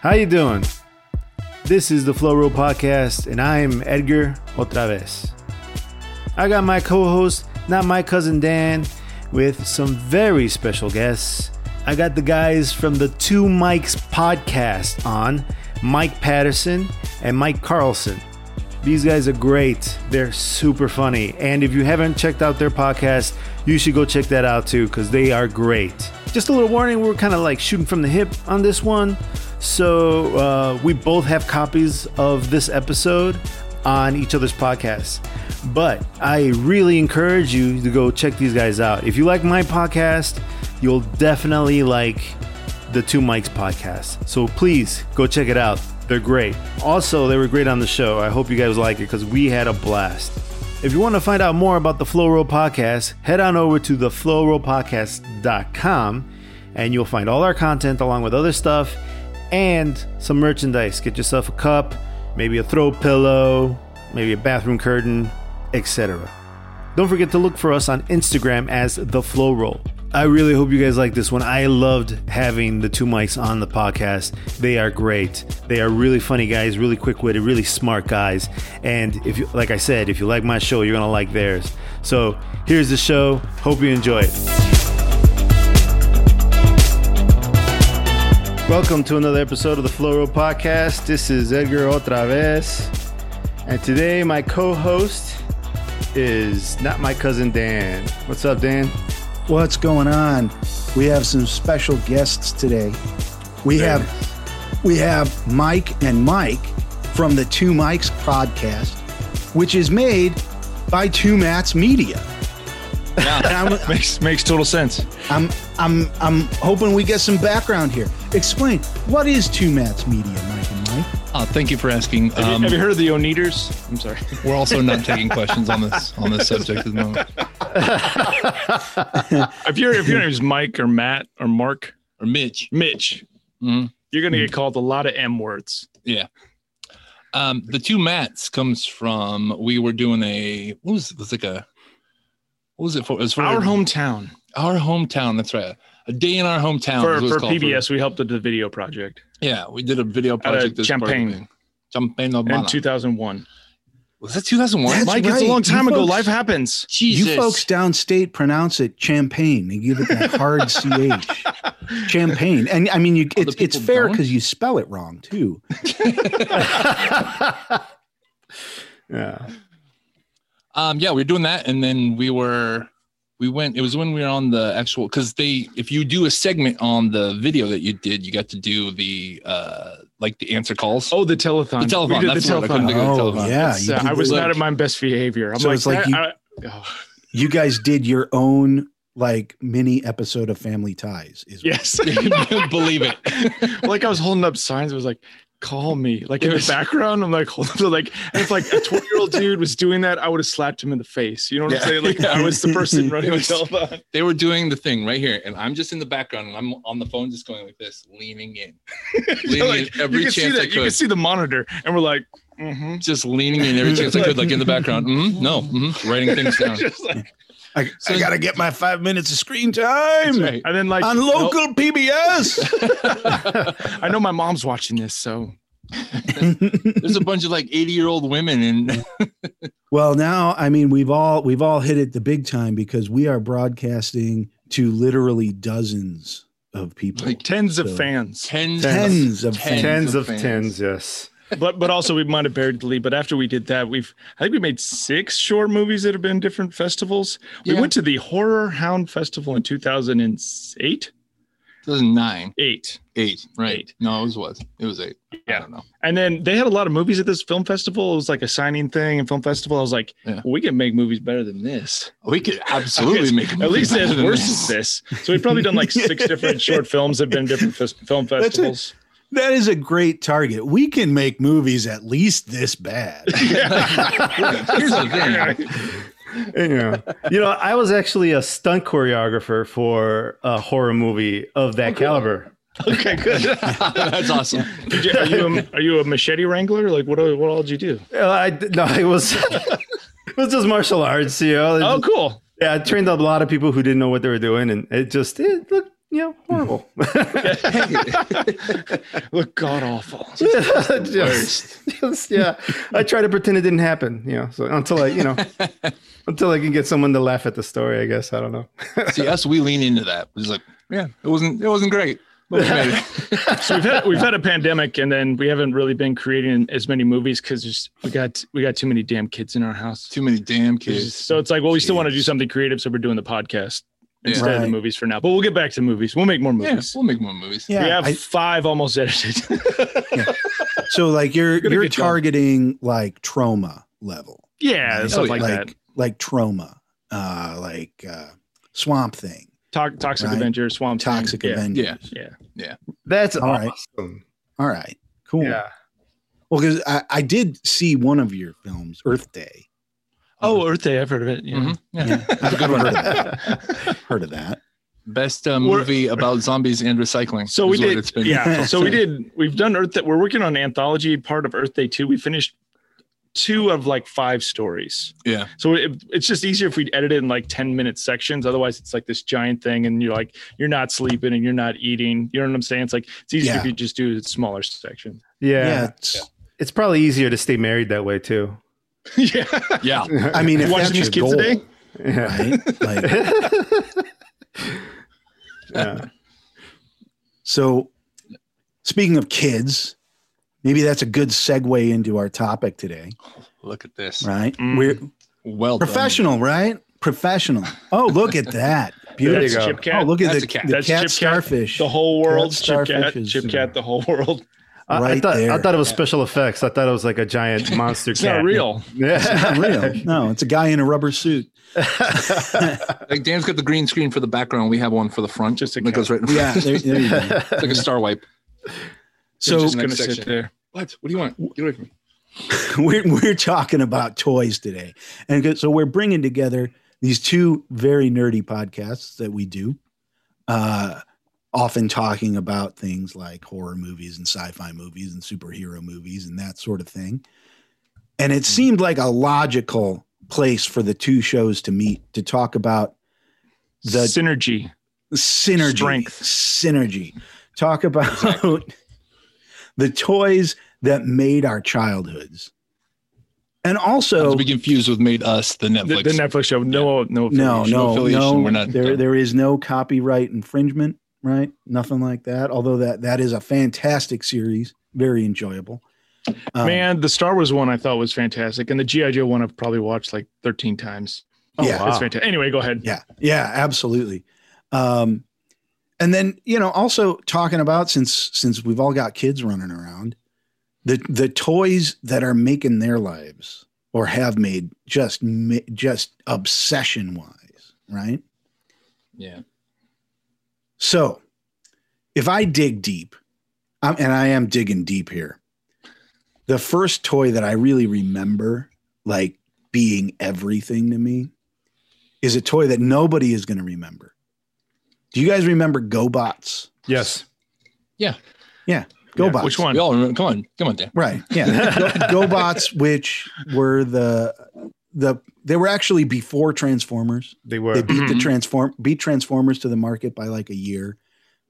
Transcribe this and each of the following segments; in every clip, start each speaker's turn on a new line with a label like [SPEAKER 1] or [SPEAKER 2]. [SPEAKER 1] How you doing? This is the Flow Row Podcast, and I am Edgar Otravez. I got my co-host, not my cousin Dan, with some very special guests. I got the guys from the Two Mics podcast on, Mike Patterson and Mike Carlson. These guys are great. They're super funny. And if you haven't checked out their podcast, you should go check that out too, because they are great. Just a little warning we're kind of like shooting from the hip on this one. So uh, we both have copies of this episode on each other's podcasts. But I really encourage you to go check these guys out. If you like my podcast, you'll definitely like the Two Mics podcast. So please go check it out. They're great. Also, they were great on the show. I hope you guys like it because we had a blast. If you want to find out more about the Flow Roll Podcast, head on over to theflowrollpodcast.com and you'll find all our content along with other stuff and some merchandise. Get yourself a cup, maybe a throw pillow, maybe a bathroom curtain, etc. Don't forget to look for us on Instagram as The Flow Roll. I really hope you guys like this one. I loved having the two mics on the podcast. They are great. They are really funny guys, really quick witted, really smart guys. And if you, like I said, if you like my show, you're going to like theirs. So here's the show. Hope you enjoy it. Welcome to another episode of the Flow Roll Podcast. This is Edgar Otravez. And today, my co host is not my cousin Dan. What's up, Dan?
[SPEAKER 2] What's going on? We have some special guests today. We
[SPEAKER 1] Very
[SPEAKER 2] have we have Mike and Mike from the Two Mikes podcast, which is made by Two Mats Media.
[SPEAKER 3] Yeah,
[SPEAKER 2] And I'm,
[SPEAKER 3] makes makes total sense.
[SPEAKER 2] I'm I'm I'm hoping we get some background here. Explain what is Two Mats Media, Mike and Mike?
[SPEAKER 4] Uh, thank you for asking.
[SPEAKER 3] Have, you,
[SPEAKER 4] Um,
[SPEAKER 3] have you heard of the Oneaters? I'm sorry.
[SPEAKER 4] we're also not taking questions on this on this subject at the moment.
[SPEAKER 3] If your if your name is Mike or Matt or Mark,
[SPEAKER 4] Or Mitch.
[SPEAKER 3] Mitch,
[SPEAKER 4] Mhm.
[SPEAKER 3] you're gonna get called a lot of M words.
[SPEAKER 4] Um, the two mats comes from we were doing a what was it was like a what was it for? It was for
[SPEAKER 3] Our hometown
[SPEAKER 4] our hometown. That's right. A day in our hometown
[SPEAKER 3] for
[SPEAKER 4] is what it's
[SPEAKER 3] for
[SPEAKER 4] called.
[SPEAKER 3] PBS, we helped with the video project
[SPEAKER 4] yeah, we did a video project. as part of
[SPEAKER 3] Champaign.
[SPEAKER 4] the thing. Champaign.
[SPEAKER 3] in
[SPEAKER 4] Urbana.
[SPEAKER 3] 2001.
[SPEAKER 4] was that 2001?
[SPEAKER 2] That's
[SPEAKER 3] Mike, it's
[SPEAKER 2] right.
[SPEAKER 3] a long time
[SPEAKER 2] You
[SPEAKER 3] ago.
[SPEAKER 2] folks-
[SPEAKER 3] Life happens.
[SPEAKER 4] Jesus.
[SPEAKER 2] You folks downstate pronounce it champagne. They give it that hard ch. Champagne, and I mean, you,
[SPEAKER 4] Oh, the
[SPEAKER 2] it's it's
[SPEAKER 4] people
[SPEAKER 2] fair
[SPEAKER 4] don't?
[SPEAKER 2] because you spell it wrong too.
[SPEAKER 1] yeah.
[SPEAKER 4] Um, yeah, we were doing that, and then we were we went. It was when we were on the actual because they if you do a segment on the video that you did, you got to do the uh like the answer calls.
[SPEAKER 3] Oh, the telethon.
[SPEAKER 4] The telethon,
[SPEAKER 3] We did the
[SPEAKER 4] that's what I couldn't
[SPEAKER 3] telethon.
[SPEAKER 4] think of.
[SPEAKER 2] Oh
[SPEAKER 4] telephone.
[SPEAKER 2] yeah,
[SPEAKER 3] It's,
[SPEAKER 2] you
[SPEAKER 3] uh,
[SPEAKER 2] did
[SPEAKER 3] I was
[SPEAKER 2] the-
[SPEAKER 3] not at my best behavior. I'm
[SPEAKER 2] So
[SPEAKER 3] like,
[SPEAKER 2] it's like
[SPEAKER 3] that-
[SPEAKER 2] you-
[SPEAKER 3] I- oh,
[SPEAKER 2] you guys did your own like mini episode of Family Ties. Is
[SPEAKER 3] yes.
[SPEAKER 4] Believe it.
[SPEAKER 3] like I was holding up signs. It was like, call me. Like in the background, I'm like, hold up. Like, and if like a 12 year old dude was doing that, I would have slapped him in the face. You know what I'm
[SPEAKER 4] Yeah.
[SPEAKER 3] saying? Like, I was the person running the
[SPEAKER 4] was-
[SPEAKER 3] telephone.
[SPEAKER 4] They were doing the thing right here, and I'm just in the background, and I'm on the phone, just going like this, leaning in, leaning
[SPEAKER 3] Like,
[SPEAKER 4] in every
[SPEAKER 3] you can see
[SPEAKER 4] chance I
[SPEAKER 3] that. You can
[SPEAKER 4] could,
[SPEAKER 3] see the monitor, and we're like, mm-hmm.
[SPEAKER 4] just leaning in every chance I could, like in the background. Mhm, no, mhm, writing things down.
[SPEAKER 3] Just like,
[SPEAKER 2] I,
[SPEAKER 4] So-
[SPEAKER 2] I gotta get my five minutes of screen time
[SPEAKER 4] That's right.
[SPEAKER 3] and then like,
[SPEAKER 2] on
[SPEAKER 3] nope,
[SPEAKER 2] local PBS.
[SPEAKER 3] I know my mom's watching this, so
[SPEAKER 4] There's a bunch of like 80 year old women, and
[SPEAKER 2] well, now I mean we've all we've all hit it the big time because we are broadcasting to literally dozens of people,
[SPEAKER 4] Like
[SPEAKER 3] tens of
[SPEAKER 2] So-
[SPEAKER 3] fans.
[SPEAKER 4] tens,
[SPEAKER 2] tens of
[SPEAKER 1] Tens
[SPEAKER 2] fans.
[SPEAKER 4] Ten. Tens
[SPEAKER 1] of
[SPEAKER 4] of fans.
[SPEAKER 1] tens, yes.
[SPEAKER 3] But but also we might have buried the lead. But after we did that, we've I think we made six short movies that have been different festivals. We
[SPEAKER 4] Yeah.
[SPEAKER 3] went to the Horror Hound Festival in 2008.
[SPEAKER 4] 2009.
[SPEAKER 3] Eight.
[SPEAKER 4] Eight, right?
[SPEAKER 3] Eight.
[SPEAKER 4] No, it was what? It was eight.
[SPEAKER 3] Yeah.
[SPEAKER 4] I don't know.
[SPEAKER 3] And then they had a lot of movies at this film festival. It was like a signing thing and film festival. I was like,
[SPEAKER 4] Yeah.
[SPEAKER 3] we can make movies better than this.
[SPEAKER 4] We could absolutely make
[SPEAKER 3] At least as worse as this. So we've probably done like six different short films have been different fes- film
[SPEAKER 2] That's it.
[SPEAKER 3] festivals.
[SPEAKER 2] That is a great target. We can make movies at least this bad.
[SPEAKER 4] Here's the thing.
[SPEAKER 1] Yeah. You know, I was actually a stunt choreographer for a horror movie of that caliber.
[SPEAKER 3] okay, good.
[SPEAKER 4] That's awesome.
[SPEAKER 3] Did you- are, you a, are you a machete wrangler? Like, what all- what all did you do?
[SPEAKER 1] Uh, I d- no, it was it was just martial arts, you know.
[SPEAKER 3] Oh, cool.
[SPEAKER 1] Yeah, I trained up a lot of people who didn't know what they were doing, and it just it looked you know, horrible.
[SPEAKER 3] Look god awful.
[SPEAKER 1] just, just, yeah. I try to pretend it didn't happen, you know, so until I, you know, until I can get someone to laugh at the story, I guess. I don't know.
[SPEAKER 4] See us, we lean into that. It's like, yeah, it wasn't it wasn't great. But we made it.
[SPEAKER 3] so we've had we've had a pandemic and then we haven't really been creating as many movies because we got we got too many damn kids in our house.
[SPEAKER 4] Too many damn
[SPEAKER 3] There's just-
[SPEAKER 4] kids.
[SPEAKER 3] So it's like, well, we still want to do
[SPEAKER 4] Kids.
[SPEAKER 3] something creative, so we're doing the podcast
[SPEAKER 4] Yeah.
[SPEAKER 3] instead of the
[SPEAKER 2] Right.
[SPEAKER 3] movies for now. But we'll get back to movies. We'll make more
[SPEAKER 4] Yeah,
[SPEAKER 3] movies.
[SPEAKER 4] we'll make more movies.
[SPEAKER 2] Yeah,
[SPEAKER 3] we have
[SPEAKER 2] I-
[SPEAKER 3] five almost edited.
[SPEAKER 2] so like you're
[SPEAKER 3] Good,
[SPEAKER 2] you're
[SPEAKER 3] good job.
[SPEAKER 2] targeting like trauma level,
[SPEAKER 3] yeah,
[SPEAKER 2] Right?
[SPEAKER 3] stuff
[SPEAKER 4] Oh,
[SPEAKER 3] like,
[SPEAKER 2] like
[SPEAKER 3] that.
[SPEAKER 2] like trauma, uh, like uh, Swamp Thing,
[SPEAKER 3] To- toxic
[SPEAKER 2] Right.
[SPEAKER 3] Avenger, Swamp Thing.
[SPEAKER 2] Toxic
[SPEAKER 3] Yeah.
[SPEAKER 2] Avenger.
[SPEAKER 4] Yeah.
[SPEAKER 1] That's
[SPEAKER 2] All right.
[SPEAKER 1] awesome.
[SPEAKER 2] All right, cool.
[SPEAKER 1] Yeah.
[SPEAKER 2] Well, because I, I did see one of your films, Earth Day.
[SPEAKER 3] Oh, Earth Day. I've heard of it. Yeah.
[SPEAKER 4] Mhm. Yeah.
[SPEAKER 2] Yeah, I've, I've heard, of that. heard of that.
[SPEAKER 4] Best uh,
[SPEAKER 3] We're-
[SPEAKER 4] movie about zombies and recycling.
[SPEAKER 3] So we
[SPEAKER 4] is what
[SPEAKER 3] did,
[SPEAKER 4] It's been.
[SPEAKER 3] yeah. So we did. We've done Earth Day. We're working on anthology part of Earth Day two. We finished two of like five stories.
[SPEAKER 4] Yeah.
[SPEAKER 3] So it, it's just easier if we edit it in like ten minute sections. Otherwise, it's like this giant thing, and you're like you're not sleeping and you're not eating. You know what I'm saying? It's like it's easier if
[SPEAKER 2] Yeah.
[SPEAKER 3] you just do it smaller sections.
[SPEAKER 1] yeah.
[SPEAKER 2] Yeah, it's,
[SPEAKER 1] It's probably easier to stay married that way too.
[SPEAKER 3] yeah.
[SPEAKER 4] Yeah.
[SPEAKER 2] I mean, if
[SPEAKER 3] Watching
[SPEAKER 2] that's
[SPEAKER 3] these
[SPEAKER 2] your
[SPEAKER 3] kids
[SPEAKER 2] goal,
[SPEAKER 3] today.
[SPEAKER 1] yeah.
[SPEAKER 2] right? Like,
[SPEAKER 1] yeah.
[SPEAKER 2] So, speaking of kids, maybe that's a good segue into our topic today,
[SPEAKER 4] Look at this.
[SPEAKER 2] right?
[SPEAKER 3] Mm.
[SPEAKER 2] We're
[SPEAKER 4] Well done.
[SPEAKER 2] professional, right? Professional. Oh, look at that. Beautiful.
[SPEAKER 1] you
[SPEAKER 3] That's
[SPEAKER 1] go.
[SPEAKER 3] Chip
[SPEAKER 2] Oh,
[SPEAKER 3] Cat.
[SPEAKER 2] look at
[SPEAKER 4] That's
[SPEAKER 2] the
[SPEAKER 4] a cat.
[SPEAKER 2] the
[SPEAKER 3] That's
[SPEAKER 2] cat
[SPEAKER 3] Chip Cat.
[SPEAKER 2] starfish.
[SPEAKER 3] the whole world, Chip Cat,
[SPEAKER 2] starfishes.
[SPEAKER 3] Chip Cat, the whole world.
[SPEAKER 1] I, I
[SPEAKER 2] Right
[SPEAKER 1] thought
[SPEAKER 2] there.
[SPEAKER 1] I thought it was special effects. I thought it was like a giant monster
[SPEAKER 3] It's
[SPEAKER 1] cat.
[SPEAKER 3] not real.
[SPEAKER 1] Yeah.
[SPEAKER 2] It's not real. No, it's a guy in a rubber suit.
[SPEAKER 4] Like Dan's got the green screen for the background. We have one for the front.
[SPEAKER 3] Just
[SPEAKER 4] Just
[SPEAKER 3] a
[SPEAKER 4] it goes right in front.
[SPEAKER 2] Yeah, there, there you go.
[SPEAKER 4] It's like a star wipe.
[SPEAKER 3] So
[SPEAKER 2] So
[SPEAKER 3] just gonna
[SPEAKER 4] Next
[SPEAKER 3] sit
[SPEAKER 4] section.
[SPEAKER 3] there.
[SPEAKER 4] What? What do you want? Get away from me.
[SPEAKER 2] we're we're talking about toys today, and good- so we're bringing together these two very nerdy podcasts that we do, uh, often talking about things like horror movies and sci-fi movies and superhero movies and that sort of thing. And it seemed like a logical place for the two shows to meet to talk about The-
[SPEAKER 3] synergy.
[SPEAKER 2] synergy
[SPEAKER 3] Strength.
[SPEAKER 2] synergy talk about the toys that made our childhoods and
[SPEAKER 4] Not
[SPEAKER 2] also
[SPEAKER 4] to be confused with made us the
[SPEAKER 3] The, the
[SPEAKER 4] Netflix.
[SPEAKER 3] Netflix show. No, no,
[SPEAKER 2] no
[SPEAKER 3] affiliation.
[SPEAKER 2] no
[SPEAKER 4] affiliation,
[SPEAKER 2] no
[SPEAKER 4] we're not-
[SPEAKER 2] there there is no copyright infringement right nothing like that although that that is a fantastic series very enjoyable Um,
[SPEAKER 3] Man, the Star Wars one I thought was fantastic, and the GI Joe one I've probably watched like 13 times.
[SPEAKER 2] yeah
[SPEAKER 1] Wow.
[SPEAKER 3] It's fantastic. Anyway, go ahead.
[SPEAKER 2] Oh, Yeah, yeah, absolutely. Um, and then you know, also talking about since since we've all got kids running around, the the toys that are making their lives or have made just ma- just obsession wise, right?
[SPEAKER 4] Yeah.
[SPEAKER 2] So, if I dig deep, I'm, and I am digging deep here, the first toy that I really remember, like being everything to me, is a toy that nobody is going to remember. Do you guys remember GoBots?
[SPEAKER 1] yes.
[SPEAKER 3] Yeah,
[SPEAKER 2] GoBots.
[SPEAKER 3] Which one?
[SPEAKER 4] We all remember. Come on. Come on, Dan.
[SPEAKER 2] Right. Yeah. Go- GoBots, which were the the they were actually before Transformers.
[SPEAKER 1] They were.
[SPEAKER 2] They beat the
[SPEAKER 3] Mhm.
[SPEAKER 2] transform beat Transformers to the market by like a year,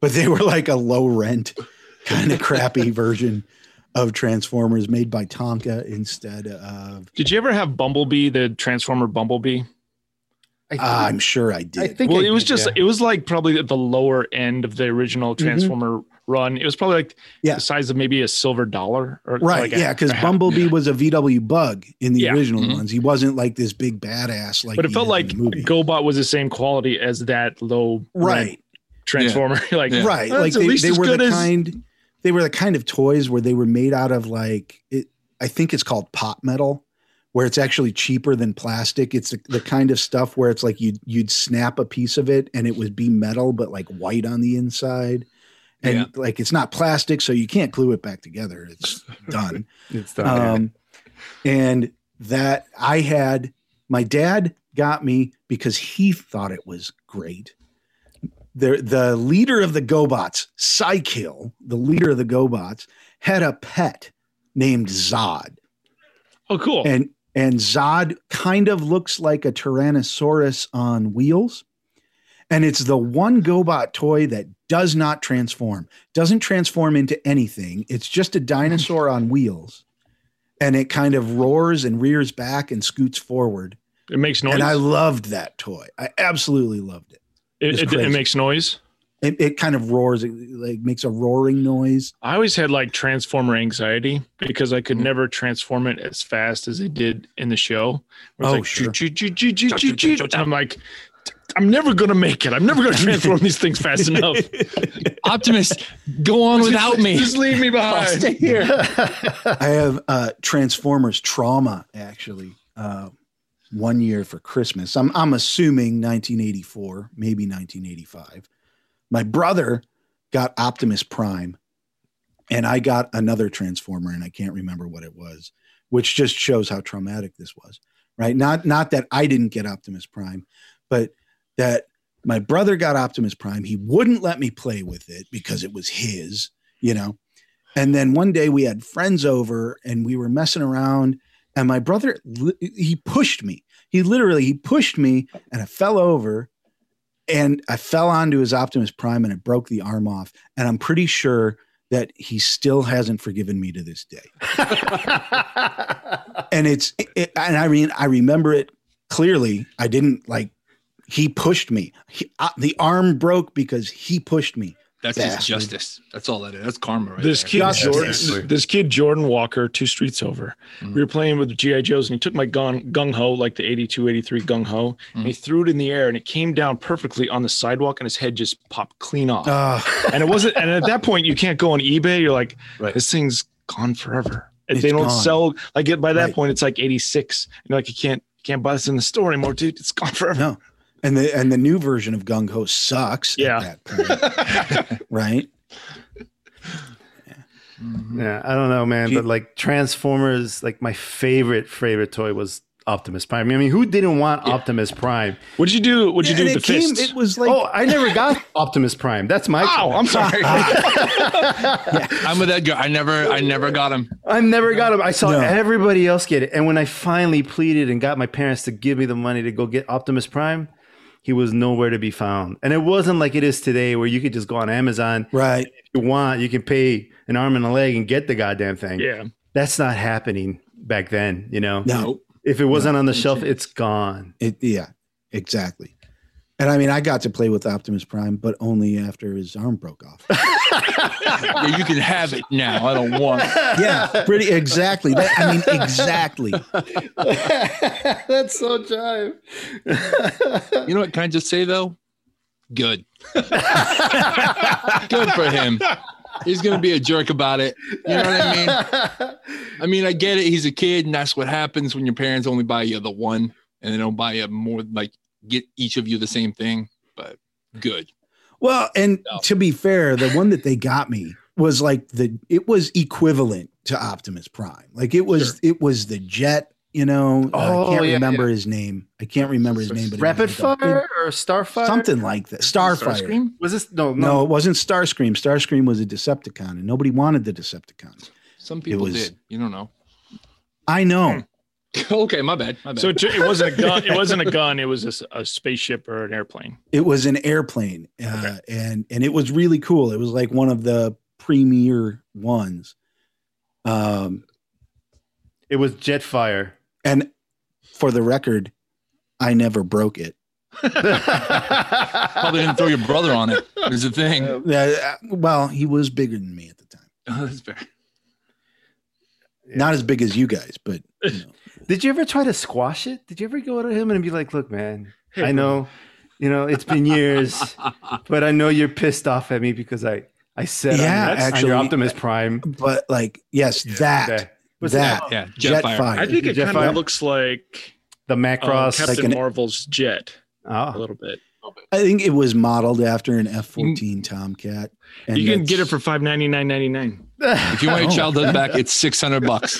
[SPEAKER 2] but they were like a low rent, kind of crappy version of Transformers made by Tonka instead of.
[SPEAKER 3] Did you ever have Bumblebee, the Transformer Bumblebee?
[SPEAKER 1] I think,
[SPEAKER 2] Ah, I'm sure I
[SPEAKER 1] I
[SPEAKER 2] did. Mm-hmm.
[SPEAKER 1] think
[SPEAKER 3] Well,
[SPEAKER 1] I
[SPEAKER 3] it was
[SPEAKER 1] did,
[SPEAKER 3] just
[SPEAKER 1] yeah.
[SPEAKER 3] it was like probably at the lower end of the original Transformer run. It was probably like
[SPEAKER 2] Yeah.
[SPEAKER 3] the size of maybe a silver dollar or
[SPEAKER 2] Right,
[SPEAKER 3] like a-
[SPEAKER 2] yeah, because
[SPEAKER 3] a half.
[SPEAKER 2] Bumblebee was a VW bug in the
[SPEAKER 3] Yeah. mm-hmm.
[SPEAKER 2] original
[SPEAKER 4] Mhm.
[SPEAKER 2] ones. He wasn't like this big badass like.
[SPEAKER 3] But it
[SPEAKER 2] he
[SPEAKER 3] felt
[SPEAKER 2] is in
[SPEAKER 3] like
[SPEAKER 2] the movie.
[SPEAKER 3] GoBot was the same quality as that low
[SPEAKER 2] right,
[SPEAKER 3] Transformer. like
[SPEAKER 4] Yeah.
[SPEAKER 2] right.
[SPEAKER 3] That's
[SPEAKER 2] Like
[SPEAKER 3] at
[SPEAKER 2] they,
[SPEAKER 3] least
[SPEAKER 2] they
[SPEAKER 3] as
[SPEAKER 2] were
[SPEAKER 3] good
[SPEAKER 2] the
[SPEAKER 3] as-
[SPEAKER 2] kind. They were the kind of toys where they were made out of like it, I think it's called pot metal, where it's actually cheaper than plastic. It's the, the kind of stuff where it's like you'd you'd snap a piece of it and it would be metal but like white on the inside, and
[SPEAKER 4] Yeah.
[SPEAKER 2] like it's not plastic, so you can't glue it back together. It's done
[SPEAKER 1] It's done.
[SPEAKER 2] um, and that I had my dad got me because he thought it was great. The the leader of the GoBots, Psykill, the leader of the GoBots, had a pet named Zod,
[SPEAKER 3] oh cool.
[SPEAKER 2] and and Zod kind of looks like a Tyrannosaurus on wheels. And it's the one GoBot toy that does not transform, doesn't transform into anything. It's just a dinosaur on wheels. And it kind of roars and rears back and scoots forward.
[SPEAKER 3] It makes noise.
[SPEAKER 2] And I loved that toy. I absolutely loved it.
[SPEAKER 3] it,
[SPEAKER 2] it's
[SPEAKER 3] it, it
[SPEAKER 2] crazy.
[SPEAKER 3] makes noise.
[SPEAKER 2] It, it kind of roars, it like makes a roaring noise.
[SPEAKER 3] I always had like transformer anxiety because I
[SPEAKER 2] Mm.
[SPEAKER 3] could never transform it as fast as they did in the show. Where
[SPEAKER 2] Oh,
[SPEAKER 3] it's like,
[SPEAKER 2] sure.
[SPEAKER 3] "Choo, choo, choo, choo, choo, choo," and I'm like, I'm never gonna make it. I'm never gonna transform these things fast enough.
[SPEAKER 4] Optimus, go on without me.
[SPEAKER 3] just leave me
[SPEAKER 4] I'll
[SPEAKER 3] behind.
[SPEAKER 4] stay here.
[SPEAKER 2] I have uh, Transformers Trauma actually. Uh, one year for Christmas. I'm I'm assuming 1984, maybe 1985. My brother got Optimus Prime, and I got another Transformer, and I can't remember what it was, which just shows how traumatic this was. Right? Not not that I didn't get Optimus Prime, but that my brother got Optimus Prime. He wouldn't let me play with it because it was his, you know. And then one day we had friends over and we were messing around. And my brother, li- he pushed me. He literally, he pushed me and I fell over and I fell onto his Optimus Prime and it broke the arm off. And I'm pretty sure that he still hasn't forgiven me to this day. And it's, it, and I mean, I remember it clearly. I didn't like, he pushed me. He, uh, the arm broke because he pushed me.
[SPEAKER 4] That's
[SPEAKER 2] Bastard.
[SPEAKER 4] his justice. That's all that is. That's karma right
[SPEAKER 3] This
[SPEAKER 4] there.
[SPEAKER 3] kid
[SPEAKER 2] Just
[SPEAKER 3] Jordan,
[SPEAKER 1] exactly.
[SPEAKER 3] this kid Jordan Walker, two streets over.
[SPEAKER 4] Mhm.
[SPEAKER 2] Mm-hmm.
[SPEAKER 3] We were playing with the GI Joes, and he took my gun gung ho, like the 82, 83 gung ho, and he
[SPEAKER 2] Mm-hmm.
[SPEAKER 3] threw it in the air, and it came down perfectly on the sidewalk, and his head just popped clean off.
[SPEAKER 2] Uh,
[SPEAKER 3] and it wasn't. And at that point, you can't go on eBay. You're like,
[SPEAKER 4] Right.
[SPEAKER 3] this thing's gone forever. And
[SPEAKER 2] It's
[SPEAKER 3] they don't
[SPEAKER 2] gone.
[SPEAKER 3] sell. Like it, by that
[SPEAKER 2] Right.
[SPEAKER 3] point, it's like 86. And you're like, you can't you can't buy this in the store anymore, dude. It's gone forever.
[SPEAKER 2] No. and the, and the new version of Gung Ho sucks. at
[SPEAKER 3] Yeah.
[SPEAKER 2] that point. right?
[SPEAKER 4] Mhm.
[SPEAKER 1] Yeah, I don't know, man.
[SPEAKER 2] Gee-
[SPEAKER 1] But like Transformers, like my favorite favorite toy was Optimus Prime. I mean, who didn't want Optimus Prime?
[SPEAKER 3] What'd you do? What'd you
[SPEAKER 2] And
[SPEAKER 3] do
[SPEAKER 2] it
[SPEAKER 3] with the
[SPEAKER 2] came-
[SPEAKER 3] fist?
[SPEAKER 2] It was like,
[SPEAKER 1] oh, I never got Optimus Prime. That's my.
[SPEAKER 3] Ow! I'm sorry.
[SPEAKER 4] I'm with Edgar. I never, I never got him.
[SPEAKER 1] I never got him. I saw
[SPEAKER 2] No.
[SPEAKER 1] everybody else get it, and when I finally pleaded and got my parents to give me the money to go get Optimus Prime, he was nowhere to be found. And it wasn't like it is today, where you could just go on Amazon
[SPEAKER 2] right.
[SPEAKER 1] if you want, you can pay an arm and a leg and get the goddamn thing.
[SPEAKER 3] yeah.
[SPEAKER 1] That's not happening back then. You know,
[SPEAKER 2] No,
[SPEAKER 1] if it wasn't on the shelf, it's gone.
[SPEAKER 2] it, yeah, exactly. And I mean, I got to play with Optimus Prime, but only after his arm broke off.
[SPEAKER 4] Yeah, you can have it now. I don't want. It.
[SPEAKER 2] yeah, pretty exactly. That, I mean, exactly.
[SPEAKER 1] That's so jive.
[SPEAKER 4] You know what? Can I just say though? Good. Good for him. He's gonna be a jerk about it. You know what I mean? I mean, I get it. He's a kid, and that's what happens when your parents only buy you the one, and they don't buy you more. Like, get each of you the same thing. But good.
[SPEAKER 2] Well, and
[SPEAKER 4] No.
[SPEAKER 2] to be fair, the one that they got me was like the it was equivalent to Optimus Prime. Like it was it was the jet, you know.
[SPEAKER 1] Oh,
[SPEAKER 2] I can't
[SPEAKER 1] yeah,
[SPEAKER 2] remember his name. I can't remember his name, but it was
[SPEAKER 1] Rapid
[SPEAKER 2] like a-
[SPEAKER 1] fire or starfire?
[SPEAKER 2] Something like that. Starfire.
[SPEAKER 4] Starscream?
[SPEAKER 1] Was this no
[SPEAKER 2] No,
[SPEAKER 1] no?
[SPEAKER 2] it wasn't Starscream. Starscream was a Decepticon, and nobody wanted the Decepticons.
[SPEAKER 4] Some people
[SPEAKER 2] was-
[SPEAKER 4] did. You don't know.
[SPEAKER 2] I
[SPEAKER 3] Hmm.
[SPEAKER 2] know.
[SPEAKER 4] okay, my bad. My bad.
[SPEAKER 3] So it, ju- it wasn't a gun. It wasn't a gun. It was a, s- a spaceship or an airplane.
[SPEAKER 2] It was an airplane, uh, and and it was really cool. It was like one of the premier ones. Um,
[SPEAKER 1] It was Jetfire.
[SPEAKER 2] and for the record, I never broke it.
[SPEAKER 4] probably didn't throw your brother on it. Is the thing.
[SPEAKER 1] Yeah.
[SPEAKER 2] Uh, well, he was bigger than me at the time.
[SPEAKER 4] Oh, that's fair.
[SPEAKER 2] Not as big as you guys, but you know.
[SPEAKER 1] Did you ever try to squash it? Did you ever go to him and be like, "Look, man,
[SPEAKER 3] Hey,
[SPEAKER 1] I know, you know, it's been years, but I know you're pissed off at me because I I said
[SPEAKER 2] Yeah,
[SPEAKER 1] on, your- on
[SPEAKER 2] actually,
[SPEAKER 1] your Optimus Prime
[SPEAKER 2] but like yes, that
[SPEAKER 1] that was
[SPEAKER 2] that
[SPEAKER 4] Yeah,
[SPEAKER 2] Jetfire.
[SPEAKER 4] Jetfire.
[SPEAKER 3] I think it
[SPEAKER 1] Jeff,
[SPEAKER 3] kind
[SPEAKER 1] I-
[SPEAKER 3] of looks like
[SPEAKER 1] the
[SPEAKER 3] uh,
[SPEAKER 1] Macross.
[SPEAKER 3] Captain
[SPEAKER 2] Like an-
[SPEAKER 3] Marvel's jet a
[SPEAKER 1] oh,
[SPEAKER 3] little bit.
[SPEAKER 2] I think it was modeled after an F fourteen Tomcat. And
[SPEAKER 3] you can get it
[SPEAKER 2] that's-
[SPEAKER 3] for five ninety nine ninety nine.
[SPEAKER 4] If you want your
[SPEAKER 2] Oh.
[SPEAKER 4] childhood back, it's six hundred bucks.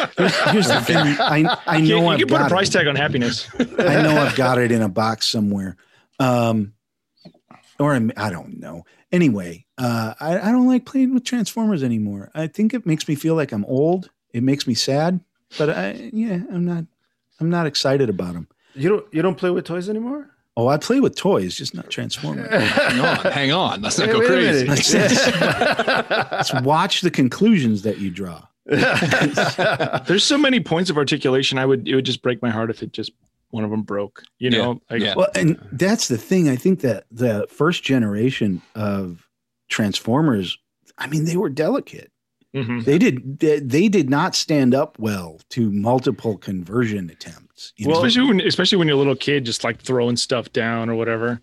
[SPEAKER 2] Here's the thing. I I
[SPEAKER 3] You,
[SPEAKER 2] know
[SPEAKER 3] you
[SPEAKER 2] I've
[SPEAKER 3] can put a
[SPEAKER 2] got
[SPEAKER 3] price
[SPEAKER 2] it.
[SPEAKER 3] tag on happiness.
[SPEAKER 2] I know I've got it in a box somewhere. Um, or I'm, I don't know. Anyway, uh, I, I don't like playing with Transformers anymore. I think it makes me feel like I'm old. It makes me sad, but I, yeah, I'm not, I'm not excited about them.
[SPEAKER 1] you don't you don't play with toys anymore?
[SPEAKER 2] Oh, I play with toys, just not Transformers.
[SPEAKER 4] Hang on, hang on. Let's not go crazy.
[SPEAKER 2] Let's watch the conclusions that you draw.
[SPEAKER 3] There's so many points of articulation. I would it would just break my heart if it just one of them broke. You
[SPEAKER 4] Yeah,
[SPEAKER 3] know, like
[SPEAKER 4] yeah.
[SPEAKER 2] Well, and that's the thing. I think that the first generation of Transformers, I mean, they were delicate.
[SPEAKER 3] mhm.
[SPEAKER 2] They did they, they did not stand up well to multiple conversion attempts. You know?
[SPEAKER 3] especially when especially when you're a little kid, just like throwing stuff down or whatever.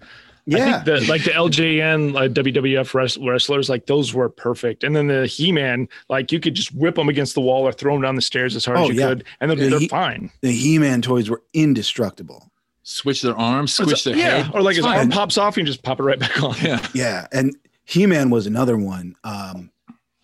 [SPEAKER 3] I
[SPEAKER 2] yeah,
[SPEAKER 3] think the like the LJN like WWF wrest- wrestlers, like those were perfect. And then the He Man, like you could just whip them against the wall or throw them down the stairs as hard
[SPEAKER 2] Oh,
[SPEAKER 3] as you
[SPEAKER 2] yeah.
[SPEAKER 3] could, and they're,
[SPEAKER 2] Yeah,
[SPEAKER 3] they're
[SPEAKER 2] he-
[SPEAKER 3] fine.
[SPEAKER 2] the He-Man toys were indestructible.
[SPEAKER 4] Switch their arms, switch their
[SPEAKER 3] yeah,
[SPEAKER 4] head.
[SPEAKER 3] or like
[SPEAKER 4] It's
[SPEAKER 3] his arm
[SPEAKER 4] fine.
[SPEAKER 3] pops off, and you just pop it right back on.
[SPEAKER 4] Yeah.
[SPEAKER 2] Yeah, and He-Man was another one. Um,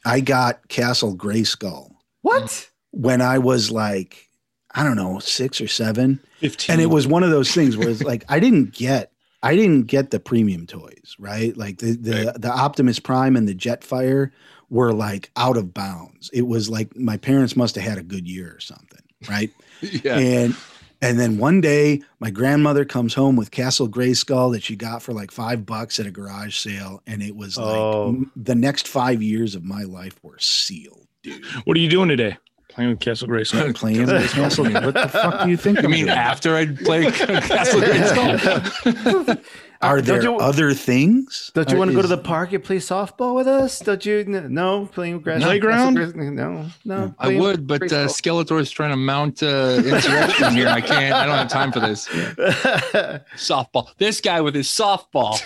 [SPEAKER 2] I got Castle Grayskull
[SPEAKER 1] what?
[SPEAKER 2] when I was like, I don't know, six or seven.
[SPEAKER 4] 15.
[SPEAKER 2] and it was one of those things where it's like I didn't get I didn't get the premium toys, right? Like the the, the Optimus Prime and the Jetfire were like out of bounds. It was like my parents must have had a good year or something, right?
[SPEAKER 4] yeah.
[SPEAKER 2] And and then one day my grandmother comes home with Castle Grayskull that she got for like 5 bucks at a garage sale and it was like
[SPEAKER 1] Oh.
[SPEAKER 2] m- the next 5 years of my life were sealed.
[SPEAKER 3] What are you doing today? Playing with Castle Grace.
[SPEAKER 2] I'm playing with Castle. What the fuck do you think?
[SPEAKER 4] I
[SPEAKER 2] I'm
[SPEAKER 4] mean,
[SPEAKER 2] doing?
[SPEAKER 4] after I play Castle Grayskull.
[SPEAKER 2] are
[SPEAKER 1] don't
[SPEAKER 2] there
[SPEAKER 1] you-
[SPEAKER 2] other things?
[SPEAKER 1] Don't you
[SPEAKER 2] Or
[SPEAKER 1] want to go to
[SPEAKER 2] Uh,
[SPEAKER 1] the
[SPEAKER 2] is-
[SPEAKER 1] park and play softball with us? Don't you? n- No, playing grass
[SPEAKER 3] Playground?
[SPEAKER 1] grass- No, no.
[SPEAKER 4] I
[SPEAKER 1] playing
[SPEAKER 4] would, but uh,
[SPEAKER 1] baseball.
[SPEAKER 4] Skeletor is trying to mount uh, insurrection here. I can't. I don't have time for this. Softball. This guy with his softball.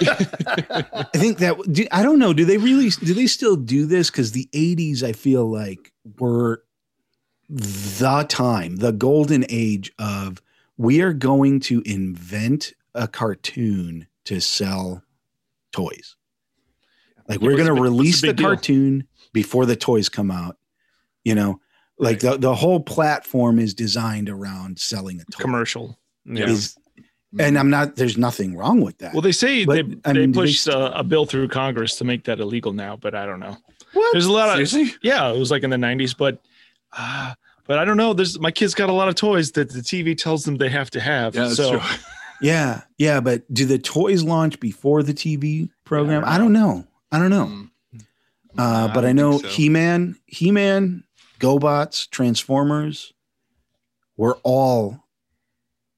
[SPEAKER 2] I think that do, I don't know. Do they really? Do they still do this? Because the '80s, I feel like, were the time, the golden age of we are going to invent a cartoon to sell toys. Like we're
[SPEAKER 3] What's
[SPEAKER 2] going to
[SPEAKER 3] the big- what's
[SPEAKER 2] release
[SPEAKER 3] the
[SPEAKER 2] the
[SPEAKER 3] big deal?
[SPEAKER 2] cartoon before the toys come out. You know, like the the whole platform is designed around selling a toy.
[SPEAKER 3] commercial. Yeah.
[SPEAKER 2] Is- and I'm not. There's nothing wrong with that.
[SPEAKER 3] Well, they say
[SPEAKER 2] But,
[SPEAKER 3] they,
[SPEAKER 2] I
[SPEAKER 3] they
[SPEAKER 2] mean, do they
[SPEAKER 3] pushed
[SPEAKER 2] st-
[SPEAKER 3] uh, a bill through Congress to make that illegal now, but I don't know.
[SPEAKER 1] What?
[SPEAKER 3] There's a lot of
[SPEAKER 4] Seriously?
[SPEAKER 3] yeah, it was like in the 90s, but uh, but I don't know. There's my kids got a lot of toys that the TV tells them they have to have.
[SPEAKER 4] Yeah, that's
[SPEAKER 3] so
[SPEAKER 4] true.
[SPEAKER 2] Yeah, yeah, but do the toys launch before the TV program?
[SPEAKER 3] Yeah,
[SPEAKER 2] I don't know. I don't know.
[SPEAKER 4] Mm.
[SPEAKER 2] Uh,
[SPEAKER 4] I
[SPEAKER 2] but I
[SPEAKER 4] don't
[SPEAKER 2] know
[SPEAKER 4] think so.
[SPEAKER 2] He-Man, He-Man, GoBots, Transformers were all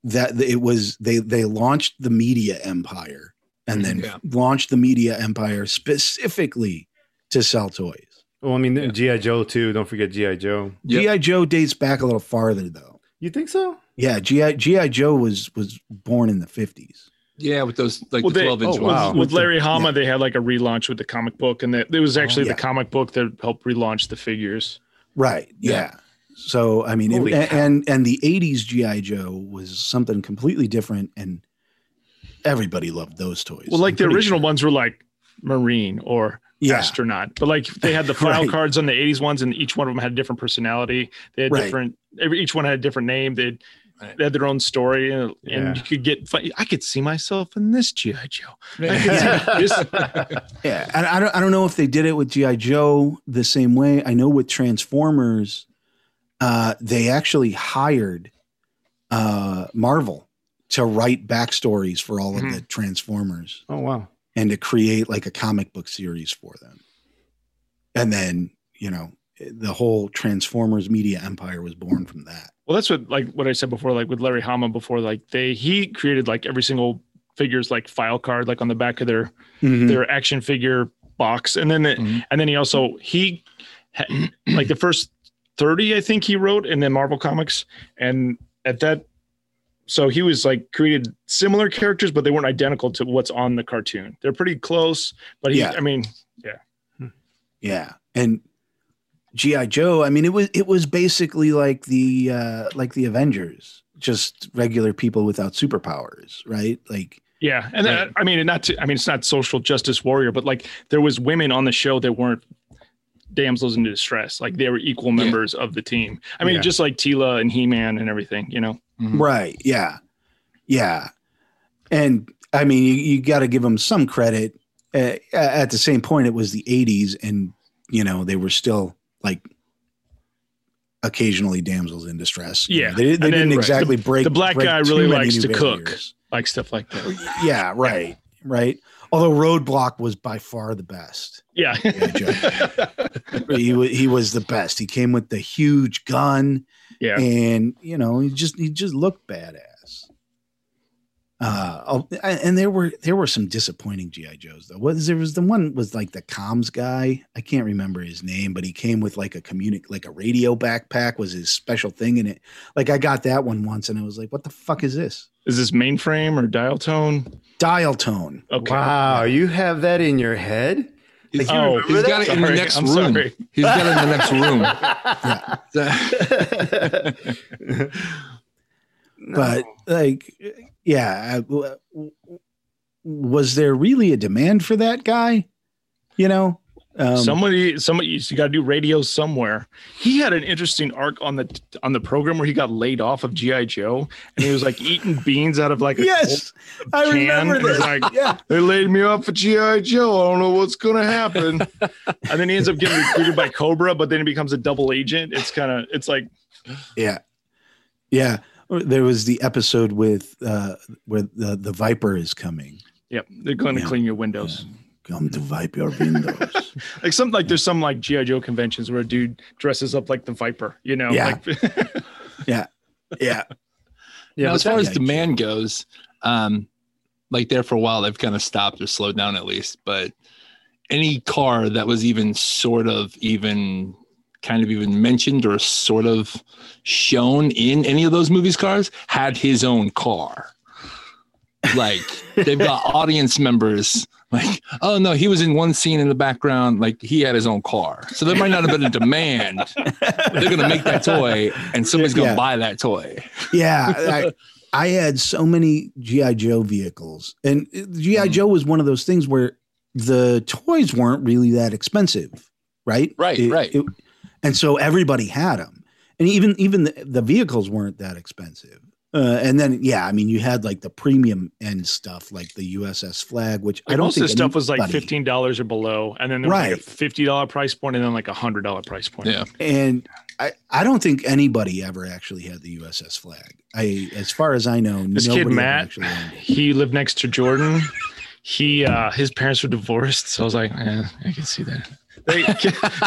[SPEAKER 2] that it was they they launched the media empire and then
[SPEAKER 4] Yeah.
[SPEAKER 2] launched the media empire specifically to sell toys.
[SPEAKER 1] well, I mean,
[SPEAKER 4] Yeah.
[SPEAKER 1] GI Joe too. Don't forget GI Joe.
[SPEAKER 4] Yep.
[SPEAKER 2] GI Joe dates back a little farther though.
[SPEAKER 1] You think so?
[SPEAKER 2] Yeah, GI GI Joe was was born in the 50s.
[SPEAKER 4] Yeah, with those like
[SPEAKER 3] Well,
[SPEAKER 4] the
[SPEAKER 3] they-
[SPEAKER 4] 12 inch
[SPEAKER 1] oh,
[SPEAKER 4] ones.
[SPEAKER 1] wow.
[SPEAKER 3] with Larry Hama,
[SPEAKER 2] Yeah. Oh,
[SPEAKER 3] they had like a relaunch with the comic book, and that it was actually
[SPEAKER 2] yeah.
[SPEAKER 3] the comic book that helped relaunch the figures.
[SPEAKER 2] Right. Yeah.
[SPEAKER 4] Yeah.
[SPEAKER 2] So I mean,
[SPEAKER 4] Holy
[SPEAKER 2] it,
[SPEAKER 4] cow.
[SPEAKER 2] and and the '80s GI Joe was something completely different, and everybody loved those toys.
[SPEAKER 3] Well, like the
[SPEAKER 2] I'm pretty
[SPEAKER 3] original
[SPEAKER 2] sure.
[SPEAKER 3] ones were like Marine or
[SPEAKER 2] yeah,
[SPEAKER 3] astronaut. But like they had the file
[SPEAKER 2] Right.
[SPEAKER 3] cards on the 80s ones, and each one of them had a different personality. They had
[SPEAKER 2] Right.
[SPEAKER 3] different, every, each one had a different name. They,
[SPEAKER 4] Right.
[SPEAKER 3] they had their own story, and,
[SPEAKER 1] Yeah.
[SPEAKER 3] and you could get, fi- I could see myself in this G.I. Joe. I could see this.
[SPEAKER 2] yeah. And I don't, I don't know if they did it with GI Joe the same way. I know with Transformers, uh, they actually hired uh, Marvel to write backstories for all of
[SPEAKER 3] Mhm.
[SPEAKER 2] the Transformers
[SPEAKER 1] Oh wow.
[SPEAKER 2] and to create like a comic book series for them. And then, you know, the whole Transformers media empire was born from that.
[SPEAKER 3] Well, that's what like what I said before, like with Larry Hama before, like they he created like every single figure's like file card, like on the back of their
[SPEAKER 2] Hmm.
[SPEAKER 3] their action figure box, and then it,
[SPEAKER 4] Mhm.
[SPEAKER 3] and then he also he ha- like the first thirty I think he wrote, and then Marvel Comics, and at that, so he was like created similar characters, but they weren't identical to what's on the cartoon. They're pretty close, but he,
[SPEAKER 2] Yeah.
[SPEAKER 3] I mean,
[SPEAKER 2] Yeah. And GI Joe, I mean it was it was basically like the uh like the Avengers, just regular people without superpowers, right? Like
[SPEAKER 3] Yeah, and that, I mean, and not to, I mean, it's not social justice warrior, but like there was women on the show that weren't damsels in distress. Like they were equal
[SPEAKER 4] Yeah.
[SPEAKER 3] members of the team. I mean,
[SPEAKER 1] Yeah.
[SPEAKER 3] just like Tila and He Man and everything. You know,
[SPEAKER 4] Mhm.
[SPEAKER 2] right. Yeah. Yeah. And I mean, you, you got to give them some credit. Uh, at the same point, it was the 80s, and, you know, they were still like occasionally damsels in distress. You
[SPEAKER 3] Yeah.
[SPEAKER 2] know, they, they
[SPEAKER 3] And
[SPEAKER 2] didn't
[SPEAKER 3] then- right.
[SPEAKER 2] exactly break.
[SPEAKER 3] the black
[SPEAKER 2] break
[SPEAKER 3] guy
[SPEAKER 2] too
[SPEAKER 3] really
[SPEAKER 2] many
[SPEAKER 3] likes
[SPEAKER 2] new
[SPEAKER 3] to cook.
[SPEAKER 2] barriers.
[SPEAKER 3] like stuff like that.
[SPEAKER 2] Yeah, right, right. Although Roadblock was by far the best.
[SPEAKER 3] Yeah.
[SPEAKER 2] Yeah, he was he was the best. He came with the huge gun,
[SPEAKER 3] Yeah.
[SPEAKER 2] and you know he just he just looked badass. Uh, oh, and there were there were some disappointing GI Joes though. Was there was the one was like the comms guy. I can't remember his name, but he came with like a communi- like a radio backpack was his special thing in it. Like I got that one once, and I was like, what the fuck is this?
[SPEAKER 3] Is this mainframe or dial tone?
[SPEAKER 2] Dial tone.
[SPEAKER 3] Okay.
[SPEAKER 1] Wow, you have that in your head?
[SPEAKER 4] He's,
[SPEAKER 1] Like, you remember
[SPEAKER 4] he's
[SPEAKER 1] that?
[SPEAKER 4] got it in the
[SPEAKER 3] Sorry,
[SPEAKER 4] next
[SPEAKER 3] I'm
[SPEAKER 4] room.
[SPEAKER 3] sorry.
[SPEAKER 4] He's got it in the next room.
[SPEAKER 1] No.
[SPEAKER 2] but like yeah I- w- w- was there really a demand for that guy you know um,
[SPEAKER 3] somebody, somebody, you got to do radio somewhere. He had an interesting arc on the on the program where he got laid off of GI Joe, and he was like eating beans out of like a
[SPEAKER 2] yes i
[SPEAKER 3] can,
[SPEAKER 2] remember
[SPEAKER 3] and he's
[SPEAKER 2] this
[SPEAKER 3] like-
[SPEAKER 2] yeah
[SPEAKER 3] They laid me off for GI Joe. I don't know what's gonna happen. and then he ends up getting recruited by Cobra, but then he becomes a double agent. It's kind of it's like
[SPEAKER 2] yeah yeah there was the episode with uh where the the viper is coming
[SPEAKER 3] yep, they're going to
[SPEAKER 2] Yeah.
[SPEAKER 3] clean your windows.
[SPEAKER 2] come to wipe your windows
[SPEAKER 3] Like some like there's some like GI Joe conventions where a dude dresses up like the Viper. You know,
[SPEAKER 2] Yeah.
[SPEAKER 3] like
[SPEAKER 2] yeah
[SPEAKER 1] yeah,
[SPEAKER 4] now,
[SPEAKER 1] but
[SPEAKER 4] as far
[SPEAKER 1] that-
[SPEAKER 4] as
[SPEAKER 2] yeah,
[SPEAKER 4] demand goes, um, like there for a while, they've kind of stopped or slowed down at least. But any car that was even sort of even kind of even mentioned or sort of shown in any of those movies cars had his own car. Like they've got audience members like, oh no, he was in one scene in the background, like he had his own car. So there might not have been a demand. They're gonna make that toy and somebody's gonna
[SPEAKER 2] Yeah.
[SPEAKER 4] buy that toy.
[SPEAKER 2] yeah I, I had so many gi joe vehicles and gi
[SPEAKER 3] Mm-hmm.
[SPEAKER 4] Mm.
[SPEAKER 2] joe was one of those things where the toys weren't really that expensive right
[SPEAKER 4] Right, right.
[SPEAKER 2] and so everybody had them and even even the, the vehicles weren't that expensive uh, and then yeah i mean you had like the premium end stuff like the uss flag which i
[SPEAKER 3] like
[SPEAKER 2] don't
[SPEAKER 3] most of
[SPEAKER 2] think
[SPEAKER 3] the stuff was like
[SPEAKER 2] anybody-
[SPEAKER 3] fifteen dollars or below, and then there was like a
[SPEAKER 2] Right.
[SPEAKER 3] fifty dollar price point, and then like a hundred dollar price point.
[SPEAKER 4] Yeah.
[SPEAKER 2] and I, I don't think anybody ever actually had the uss flag i as far as i know
[SPEAKER 3] This
[SPEAKER 2] nobody
[SPEAKER 3] kid
[SPEAKER 2] ever
[SPEAKER 3] Matt,
[SPEAKER 2] actually owned it.
[SPEAKER 3] he lived next to Jordan. He uh his parents were divorced, so I was like, eh, I can see that. They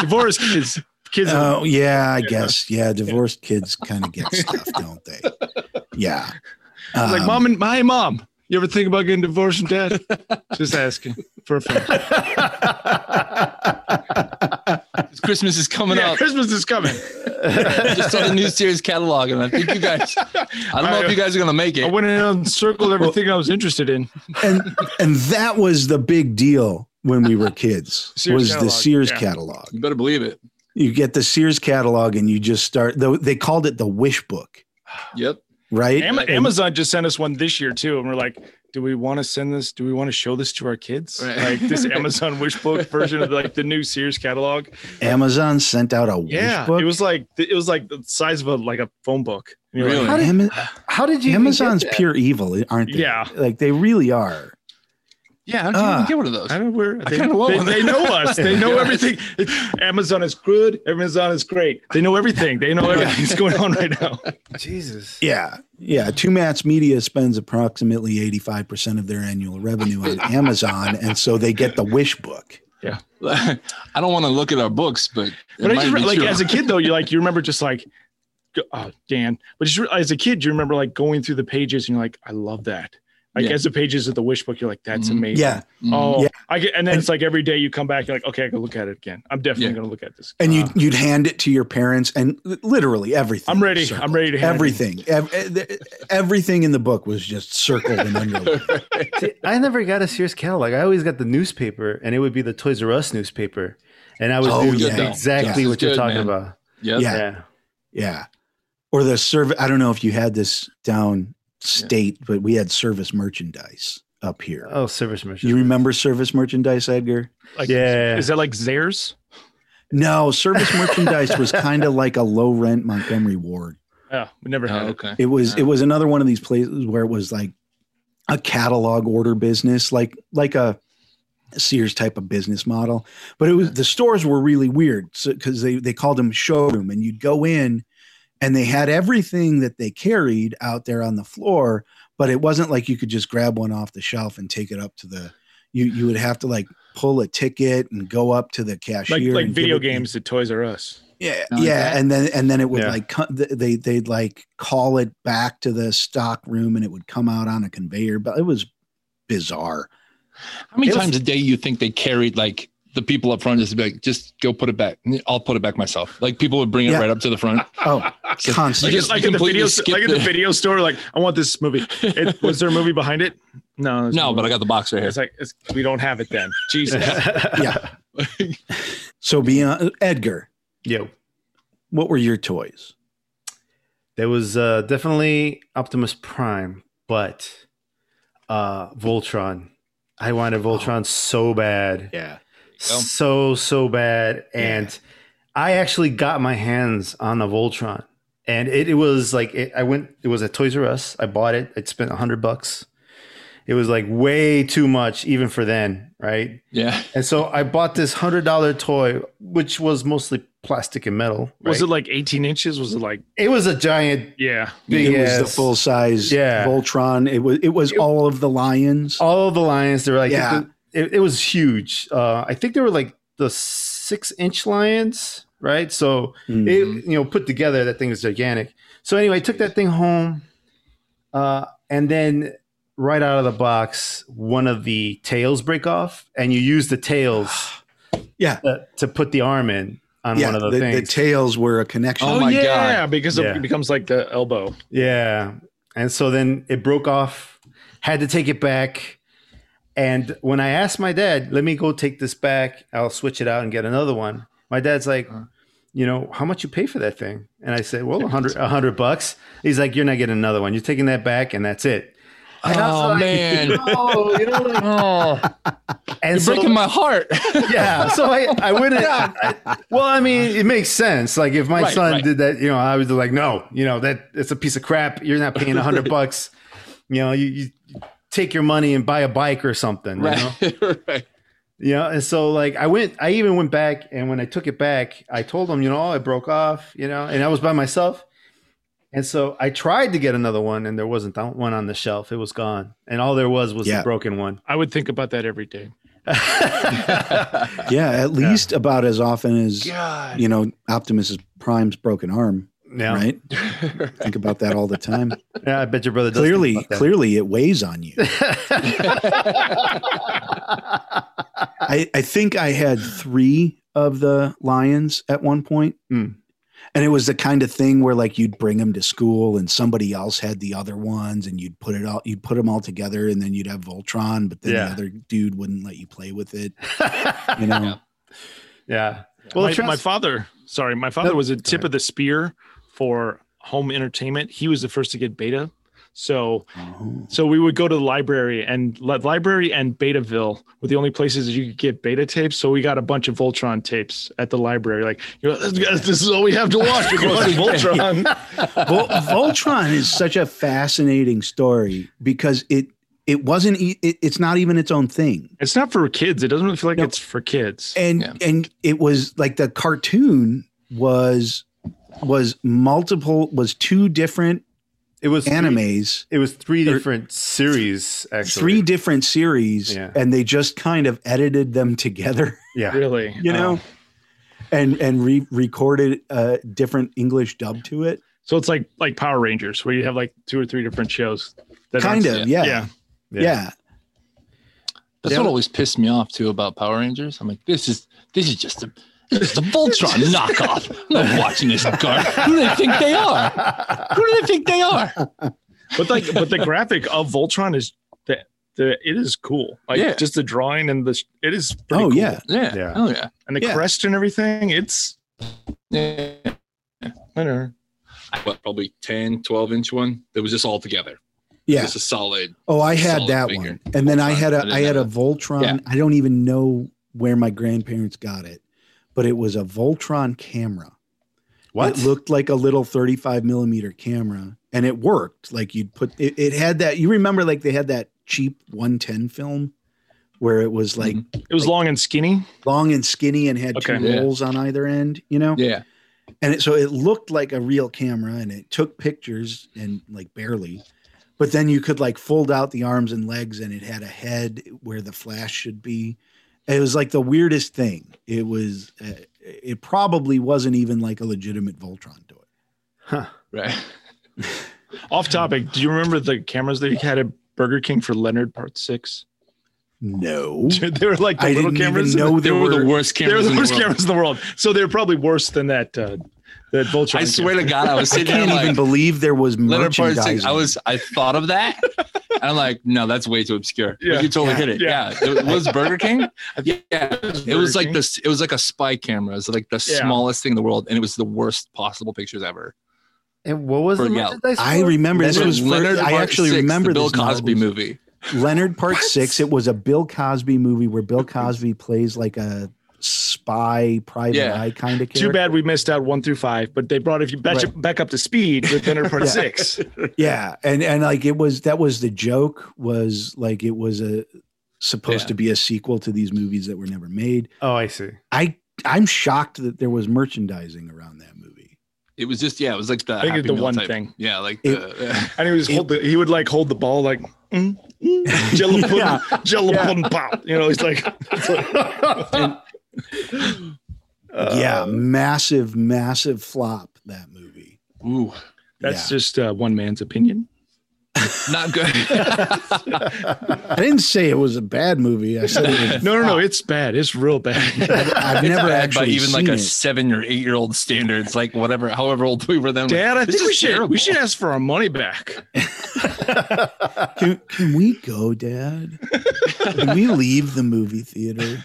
[SPEAKER 3] divorced kids, kids.
[SPEAKER 2] Oh yeah, I guess. Yeah, divorced kids kind of get stuff, don't they? Yeah.
[SPEAKER 3] I was like
[SPEAKER 2] Um,
[SPEAKER 3] mom and my mom. You ever think about getting divorced from dad? Just asking for a friend.
[SPEAKER 4] Christmas is coming
[SPEAKER 3] Yeah,
[SPEAKER 4] up.
[SPEAKER 3] Christmas is coming.
[SPEAKER 4] Just saw the new series catalog, and I think you guys. I don't know if you guys are gonna make
[SPEAKER 3] I
[SPEAKER 4] it.
[SPEAKER 3] went in and circled everything I was interested in.
[SPEAKER 2] and and that was the big deal when we were kids.
[SPEAKER 3] Sears
[SPEAKER 2] was the
[SPEAKER 3] catalog,
[SPEAKER 2] Sears
[SPEAKER 3] yeah.
[SPEAKER 2] catalog.
[SPEAKER 4] You better believe it.
[SPEAKER 2] You get the Sears catalog and you just start though they called it the wish book,
[SPEAKER 4] Yep.
[SPEAKER 2] right?
[SPEAKER 3] Am- Amazon just sent us one this year too, and we're like, do we want to send this? Do we want to show this to our kids?
[SPEAKER 4] Right.
[SPEAKER 3] Like this Amazon wish book version of like the new Sears catalog.
[SPEAKER 2] Amazon sent out a
[SPEAKER 3] Yeah,
[SPEAKER 2] wish book.
[SPEAKER 3] it was like it was like the size of a like a phone book. And you're like,
[SPEAKER 4] Really?
[SPEAKER 2] How did- Ama-
[SPEAKER 1] How did you even get
[SPEAKER 2] Amazon's
[SPEAKER 1] that?
[SPEAKER 2] pure evil, aren't they?
[SPEAKER 3] Yeah.
[SPEAKER 2] Like they really are.
[SPEAKER 4] Yeah. How did you
[SPEAKER 2] Ah.
[SPEAKER 4] even get one of those?
[SPEAKER 3] I don't know where
[SPEAKER 4] I
[SPEAKER 3] they,
[SPEAKER 4] kinda want
[SPEAKER 3] they-
[SPEAKER 4] one.
[SPEAKER 3] they know us. They know
[SPEAKER 4] Yeah.
[SPEAKER 3] everything. Amazon is good. Amazon is great. They know everything. They know everything's going on right now.
[SPEAKER 1] Jesus.
[SPEAKER 2] Yeah. Yeah. Two Mats Media spends approximately 85% of their annual revenue on Amazon. and so they get the wish book.
[SPEAKER 4] I don't want to look at our books, but it
[SPEAKER 3] But I
[SPEAKER 4] might
[SPEAKER 3] just
[SPEAKER 4] be
[SPEAKER 3] re- like
[SPEAKER 4] true.
[SPEAKER 3] as a kid though, you like you remember just like, go- oh Dan. But just re- as a kid, you remember like going through the pages and you're like, I love that. Like
[SPEAKER 4] Yeah.
[SPEAKER 3] as the pages of the wish book, you're like, that's
[SPEAKER 4] Mhm.
[SPEAKER 3] amazing.
[SPEAKER 2] Yeah. Mm-hmm.
[SPEAKER 4] Mhm.
[SPEAKER 3] Oh,
[SPEAKER 2] Yeah.
[SPEAKER 3] I get, and then
[SPEAKER 2] And-
[SPEAKER 3] it's like every day you come back, you're like, okay, I can look at it again. I'm definitely
[SPEAKER 4] Yeah.
[SPEAKER 3] gonna look at this.
[SPEAKER 2] And
[SPEAKER 3] Uh,
[SPEAKER 2] you'd, you'd hand it to your parents and li- literally everything.
[SPEAKER 3] I'm ready.
[SPEAKER 2] So
[SPEAKER 3] I'm ready to hand it.
[SPEAKER 2] Everything. Ev- e- everything in the book was just circled and underlined.
[SPEAKER 1] See, I never got a Sears catalog. I always got the newspaper, and it would be the Toys R Us newspaper, and I would
[SPEAKER 2] Oh,
[SPEAKER 1] do
[SPEAKER 2] yeah.
[SPEAKER 1] exactly
[SPEAKER 4] Yeah.
[SPEAKER 1] what you're
[SPEAKER 4] Good,
[SPEAKER 1] talking
[SPEAKER 4] man.
[SPEAKER 1] about.
[SPEAKER 4] Yep.
[SPEAKER 2] Yeah. Yeah. Or the service. I don't know if you had this down state, but we had service merchandise up here.
[SPEAKER 1] Oh, service merchant.
[SPEAKER 2] you remember service merchandise, Edgar?
[SPEAKER 3] Like,
[SPEAKER 1] yeah.
[SPEAKER 3] Is that like Zares?
[SPEAKER 2] No, service merchandise was kind of like a low rent Montgomery Ward.
[SPEAKER 3] Oh, we never
[SPEAKER 4] Oh,
[SPEAKER 3] had it.
[SPEAKER 4] okay.
[SPEAKER 2] It was
[SPEAKER 4] Yeah.
[SPEAKER 2] it was another one of these places where it was like a catalog order business, like like a Sears type of business model. But it was the stores were really weird because they they called them showroom, and you'd go in, and they had everything that they carried out there on the floor. But it wasn't like you could just grab one off the shelf and take it up to the. You you would have to like pull a ticket and go up to the cashier.
[SPEAKER 3] Like like
[SPEAKER 2] and give
[SPEAKER 3] video
[SPEAKER 2] it-
[SPEAKER 3] games at Toys R Us.
[SPEAKER 2] yeah,
[SPEAKER 4] Something like
[SPEAKER 2] yeah,
[SPEAKER 4] that?
[SPEAKER 2] and then and then it would
[SPEAKER 3] Yeah.
[SPEAKER 2] like co- th- they they'd like call it back to the stock room, and it would come out on a conveyor. But it was bizarre.
[SPEAKER 4] How many
[SPEAKER 3] It was-
[SPEAKER 4] times a day you think they carried like the people up front just to be like, just go put it back. I'll put it back myself. Like people would bring it
[SPEAKER 2] Yeah.
[SPEAKER 4] right up to the front.
[SPEAKER 2] Oh,
[SPEAKER 4] So-
[SPEAKER 3] Like,
[SPEAKER 2] constantly.
[SPEAKER 4] just
[SPEAKER 3] like in the
[SPEAKER 4] completely
[SPEAKER 3] video,
[SPEAKER 4] skip
[SPEAKER 3] like in the
[SPEAKER 4] the-
[SPEAKER 3] video store. Like I want this movie. It, was there a movie behind it? No, there's
[SPEAKER 4] No,
[SPEAKER 3] movie.
[SPEAKER 4] but I got the box right here.
[SPEAKER 3] It's like it's, we don't have it then. Jesus.
[SPEAKER 2] yeah. so beyond Edgar,
[SPEAKER 1] Yo.
[SPEAKER 2] what were your toys?
[SPEAKER 1] There was uh, definitely Optimus Prime, but uh, Voltron. I wanted Voltron so bad.
[SPEAKER 2] Yeah.
[SPEAKER 4] go.
[SPEAKER 1] So, so bad. And I actually got my hands on a Voltron. And it, it was like, it, I went, it was at Toys R Us. I bought it. I'd spent 100 bucks. It was like way too much, even for then, right?
[SPEAKER 4] Yeah.
[SPEAKER 1] And so I bought this $100 toy, which was mostly plastic and metal.
[SPEAKER 3] Was it
[SPEAKER 1] right?
[SPEAKER 3] like 18 inches? Was it like
[SPEAKER 1] it was a giant,
[SPEAKER 3] yeah?
[SPEAKER 1] big
[SPEAKER 2] it was the
[SPEAKER 1] ass-
[SPEAKER 2] full size
[SPEAKER 1] Yeah. Oh,
[SPEAKER 2] Voltron. It was it was all of the lions.
[SPEAKER 1] all of the lions they were like
[SPEAKER 2] Yeah.
[SPEAKER 1] it, it was huge uh i think they were like the six inch lions right so
[SPEAKER 2] Mhm.
[SPEAKER 1] it you know put together that thing was gigantic so anyway i took that thing home uh and then right out of the box one of the tails break off and you use the tails
[SPEAKER 2] Yeah.
[SPEAKER 1] to, to put the arm in on
[SPEAKER 2] yeah,
[SPEAKER 1] one of the,
[SPEAKER 2] the, the
[SPEAKER 1] things
[SPEAKER 2] tails were a connection.
[SPEAKER 4] Oh, my God.
[SPEAKER 3] yeah, because
[SPEAKER 1] Yeah.
[SPEAKER 3] it becomes like the elbow.
[SPEAKER 1] Yeah. And so then it broke off, had to take it back. And when I asked my dad, let me go take this back, I'll switch it out and get another one. My dad's like,
[SPEAKER 4] Uh-huh.
[SPEAKER 1] you know, how much you pay for that thing? And I said, well, a hundred, a hundred bucks. He's like, you're not getting another one. You're taking that back and that's it. And I was
[SPEAKER 4] Oh
[SPEAKER 1] like,
[SPEAKER 4] man.
[SPEAKER 1] "No," you know, like-
[SPEAKER 4] Oh,
[SPEAKER 1] and
[SPEAKER 4] you're
[SPEAKER 1] so,
[SPEAKER 4] breaking my heart.
[SPEAKER 1] yeah. So I, I wouldn't. I- well, I mean, it makes sense. Like if my
[SPEAKER 4] Right,
[SPEAKER 1] son
[SPEAKER 4] right.
[SPEAKER 1] did that, you know, I was like, no, you know, that it's a piece of crap. You're not paying a hundred bucks. You know, you, you take your money and buy a bike or something. You know?
[SPEAKER 4] right.
[SPEAKER 1] You know, and so like I went, I even went back, and when I took it back, I told him, you know, "Oh, it broke off, you know, and I was by myself, and so I tried to get another one, and there wasn't that one on the shelf; it was gone, and all there was was
[SPEAKER 2] Yeah.
[SPEAKER 1] the broken one.
[SPEAKER 3] I would think about that every day.
[SPEAKER 2] yeah,
[SPEAKER 1] Yeah.
[SPEAKER 2] at least about as often as
[SPEAKER 3] God.
[SPEAKER 2] you know Optimus Prime's broken arm.
[SPEAKER 1] yeah,
[SPEAKER 2] Right, think about that all the time.
[SPEAKER 1] yeah, I bet your brother does think
[SPEAKER 2] clearly,
[SPEAKER 1] about that.
[SPEAKER 2] clearly, it weighs on you. I, I think I had three of the lions at one point.
[SPEAKER 1] Hmm.
[SPEAKER 2] And it was the kind of thing where like you'd bring them to school and somebody else had the other ones and you'd put it all you'd put them all together and then you'd have Voltron, but then
[SPEAKER 1] Yeah.
[SPEAKER 2] the other dude wouldn't let you play with it. You know?
[SPEAKER 4] Yeah.
[SPEAKER 1] yeah. Well,
[SPEAKER 3] Well, my,
[SPEAKER 1] trans-
[SPEAKER 3] my father, sorry, my father
[SPEAKER 1] No,
[SPEAKER 3] was a tip
[SPEAKER 1] ahead.
[SPEAKER 3] of the spear for home entertainment. He was the first to get beta. So,
[SPEAKER 2] Oh.
[SPEAKER 3] so we would go to the library and li- library and Betaville were the only places that you could get beta tapes. So we got a bunch of Voltron tapes at the library. Like, you know, this is all we have to watch. We're going to Voltron.
[SPEAKER 2] Vol- Voltron is such a fascinating story because it it wasn't e- it, it's not even its own thing.
[SPEAKER 3] It's not for kids. It doesn't really feel like
[SPEAKER 2] No.
[SPEAKER 3] it's for kids.
[SPEAKER 2] and
[SPEAKER 4] Yeah.
[SPEAKER 2] and it was like the cartoon was was multiple was two different
[SPEAKER 1] it was three-
[SPEAKER 2] animes
[SPEAKER 1] it was three
[SPEAKER 2] Or-
[SPEAKER 1] different series, actually.
[SPEAKER 2] three different series
[SPEAKER 1] Yeah.
[SPEAKER 2] and they just kind of edited them together
[SPEAKER 1] Yeah.
[SPEAKER 3] Really,
[SPEAKER 2] you know
[SPEAKER 3] Um,
[SPEAKER 2] and and re- recorded a different english dub to it
[SPEAKER 3] so it's like like Power Rangers, where you have like two or three different shows. That
[SPEAKER 2] kind
[SPEAKER 4] yeah.
[SPEAKER 2] of yeah
[SPEAKER 3] Yeah.
[SPEAKER 2] yeah,
[SPEAKER 4] That's
[SPEAKER 1] Yeah.
[SPEAKER 4] what always pissed me off too about Power Rangers. I'm like, this is this is just a this is a Voltron knockoff. I'm not watching this guard. Who do they think they are? Who do they think they are?
[SPEAKER 3] but like but the graphic of Voltron is the, the it is cool. Like
[SPEAKER 4] Yeah.
[SPEAKER 3] just the drawing and the it is pretty
[SPEAKER 2] oh
[SPEAKER 3] cool.
[SPEAKER 2] yeah
[SPEAKER 4] Yeah.
[SPEAKER 1] Yeah.
[SPEAKER 4] Oh yeah.
[SPEAKER 3] And the
[SPEAKER 2] Yeah.
[SPEAKER 3] crest and everything, it's
[SPEAKER 4] Yeah.
[SPEAKER 3] I don't know.
[SPEAKER 4] What, probably 10, 12 inch one that was just all together.
[SPEAKER 2] yeah
[SPEAKER 4] Just a solid.
[SPEAKER 2] oh i had
[SPEAKER 4] Solid
[SPEAKER 2] that
[SPEAKER 4] figure.
[SPEAKER 2] one and then i
[SPEAKER 4] Voltron.
[SPEAKER 2] had
[SPEAKER 4] I
[SPEAKER 2] a
[SPEAKER 4] didn't
[SPEAKER 2] i had a
[SPEAKER 4] have
[SPEAKER 2] voltron
[SPEAKER 4] Yeah.
[SPEAKER 2] i don't even know where my grandparents got it but it was a voltron camera
[SPEAKER 1] What?
[SPEAKER 2] It looked like a little 35 millimeter camera and it worked. Like you'd put it, it had that, you remember like they had that cheap 110 film where it was like
[SPEAKER 4] mm-hmm.
[SPEAKER 3] It was long and skinny.
[SPEAKER 2] long and skinny and had two
[SPEAKER 3] Okay.
[SPEAKER 4] Yeah.
[SPEAKER 2] rolls on either end, you know?
[SPEAKER 4] Yeah.
[SPEAKER 2] And it, so it looked like a real camera and it took pictures and like barely. But then you could like fold out the arms and legs and it had a head where the flash should be. It was like the weirdest thing. It was, uh, it probably wasn't even like a legitimate Voltron toy.
[SPEAKER 1] Huh.
[SPEAKER 4] Right.
[SPEAKER 3] Off topic. Do you remember the cameras that you had at Burger King for Leonard Part Six?
[SPEAKER 2] No.
[SPEAKER 3] Dude, they were like the
[SPEAKER 2] I
[SPEAKER 3] little
[SPEAKER 2] didn't
[SPEAKER 3] cameras.
[SPEAKER 2] even know
[SPEAKER 4] They
[SPEAKER 2] there
[SPEAKER 4] were,
[SPEAKER 2] were,
[SPEAKER 4] the worst
[SPEAKER 3] they were
[SPEAKER 4] cameras.
[SPEAKER 3] the worst
[SPEAKER 4] in the world.
[SPEAKER 3] cameras in the world. So they're probably worse than that. Uh, that Voltron.
[SPEAKER 4] I swear
[SPEAKER 3] camera.
[SPEAKER 4] to God, I was
[SPEAKER 2] I
[SPEAKER 4] sitting there
[SPEAKER 2] can't even
[SPEAKER 4] like
[SPEAKER 2] believe there was
[SPEAKER 4] Leonard Part
[SPEAKER 2] merchandise.
[SPEAKER 4] Six. I was. I thought of that, and I'm like, no, that's way too obscure.
[SPEAKER 3] Yeah.
[SPEAKER 4] Like, you totally
[SPEAKER 2] Yeah.
[SPEAKER 4] hit it.
[SPEAKER 3] Yeah.
[SPEAKER 4] Yeah. It was Burger King. Yeah. It
[SPEAKER 3] Burger
[SPEAKER 4] was like
[SPEAKER 3] King.
[SPEAKER 4] this. It was like a spy camera. It was like the
[SPEAKER 3] Yeah.
[SPEAKER 4] smallest thing in the world, and it was the worst possible pictures ever.
[SPEAKER 1] And what was the
[SPEAKER 4] Forget.
[SPEAKER 1] merchandise?
[SPEAKER 2] I
[SPEAKER 1] for?
[SPEAKER 2] remember this
[SPEAKER 4] Leonard-
[SPEAKER 2] was.
[SPEAKER 4] Leonard
[SPEAKER 2] First, I
[SPEAKER 4] Part
[SPEAKER 2] actually
[SPEAKER 4] Six, the
[SPEAKER 2] remember
[SPEAKER 4] Bill
[SPEAKER 2] this now. It
[SPEAKER 4] Cosby
[SPEAKER 2] was-
[SPEAKER 4] movie.
[SPEAKER 2] Leonard Part
[SPEAKER 4] What?
[SPEAKER 2] Six. It was a Bill Cosby movie where Bill Cosby plays like a spy, private
[SPEAKER 4] Yeah.
[SPEAKER 2] eye kind of character.
[SPEAKER 3] Too bad we missed out one through five, but they brought if you back,
[SPEAKER 2] Right.
[SPEAKER 3] back up to speed with Leonard Part
[SPEAKER 2] Yeah.
[SPEAKER 3] Six.
[SPEAKER 2] Yeah, and and like it was that was the joke was like it was a supposed
[SPEAKER 4] Yeah.
[SPEAKER 2] to be a sequel to these movies that were never made.
[SPEAKER 1] Oh, I see.
[SPEAKER 2] I I'm shocked that there was merchandising around that movie.
[SPEAKER 4] It was just yeah. It was like the.
[SPEAKER 3] I think it's
[SPEAKER 4] Happy
[SPEAKER 3] the
[SPEAKER 4] Meal
[SPEAKER 3] one
[SPEAKER 4] type.
[SPEAKER 3] thing.
[SPEAKER 4] Yeah. Like
[SPEAKER 2] It-
[SPEAKER 4] the. uh,
[SPEAKER 3] And he was hold the, he would like hold the ball like mm, mm, jello pudding,
[SPEAKER 2] Yeah.
[SPEAKER 3] jello
[SPEAKER 2] Yeah.
[SPEAKER 3] pudding pop. You know, he's like
[SPEAKER 4] Uh,
[SPEAKER 2] yeah, massive, massive flop that movie.
[SPEAKER 4] Ooh.
[SPEAKER 3] that's
[SPEAKER 2] Yeah.
[SPEAKER 3] just uh, one man's opinion.
[SPEAKER 4] Not good.
[SPEAKER 2] I didn't say it was a bad movie. I said it was
[SPEAKER 3] No, no, no,
[SPEAKER 2] flop.
[SPEAKER 3] it's bad. It's real bad.
[SPEAKER 2] I've
[SPEAKER 4] It's
[SPEAKER 2] never
[SPEAKER 4] bad
[SPEAKER 2] actually
[SPEAKER 4] by even like
[SPEAKER 2] seen
[SPEAKER 4] a
[SPEAKER 2] it.
[SPEAKER 4] seven or eight year old standards, like whatever, however old we were then.
[SPEAKER 3] Dad, I
[SPEAKER 4] This
[SPEAKER 3] think we
[SPEAKER 4] is
[SPEAKER 3] should
[SPEAKER 4] terrible.
[SPEAKER 3] we should ask for our money back.
[SPEAKER 2] can, can we go, Dad? Can we leave the movie theater?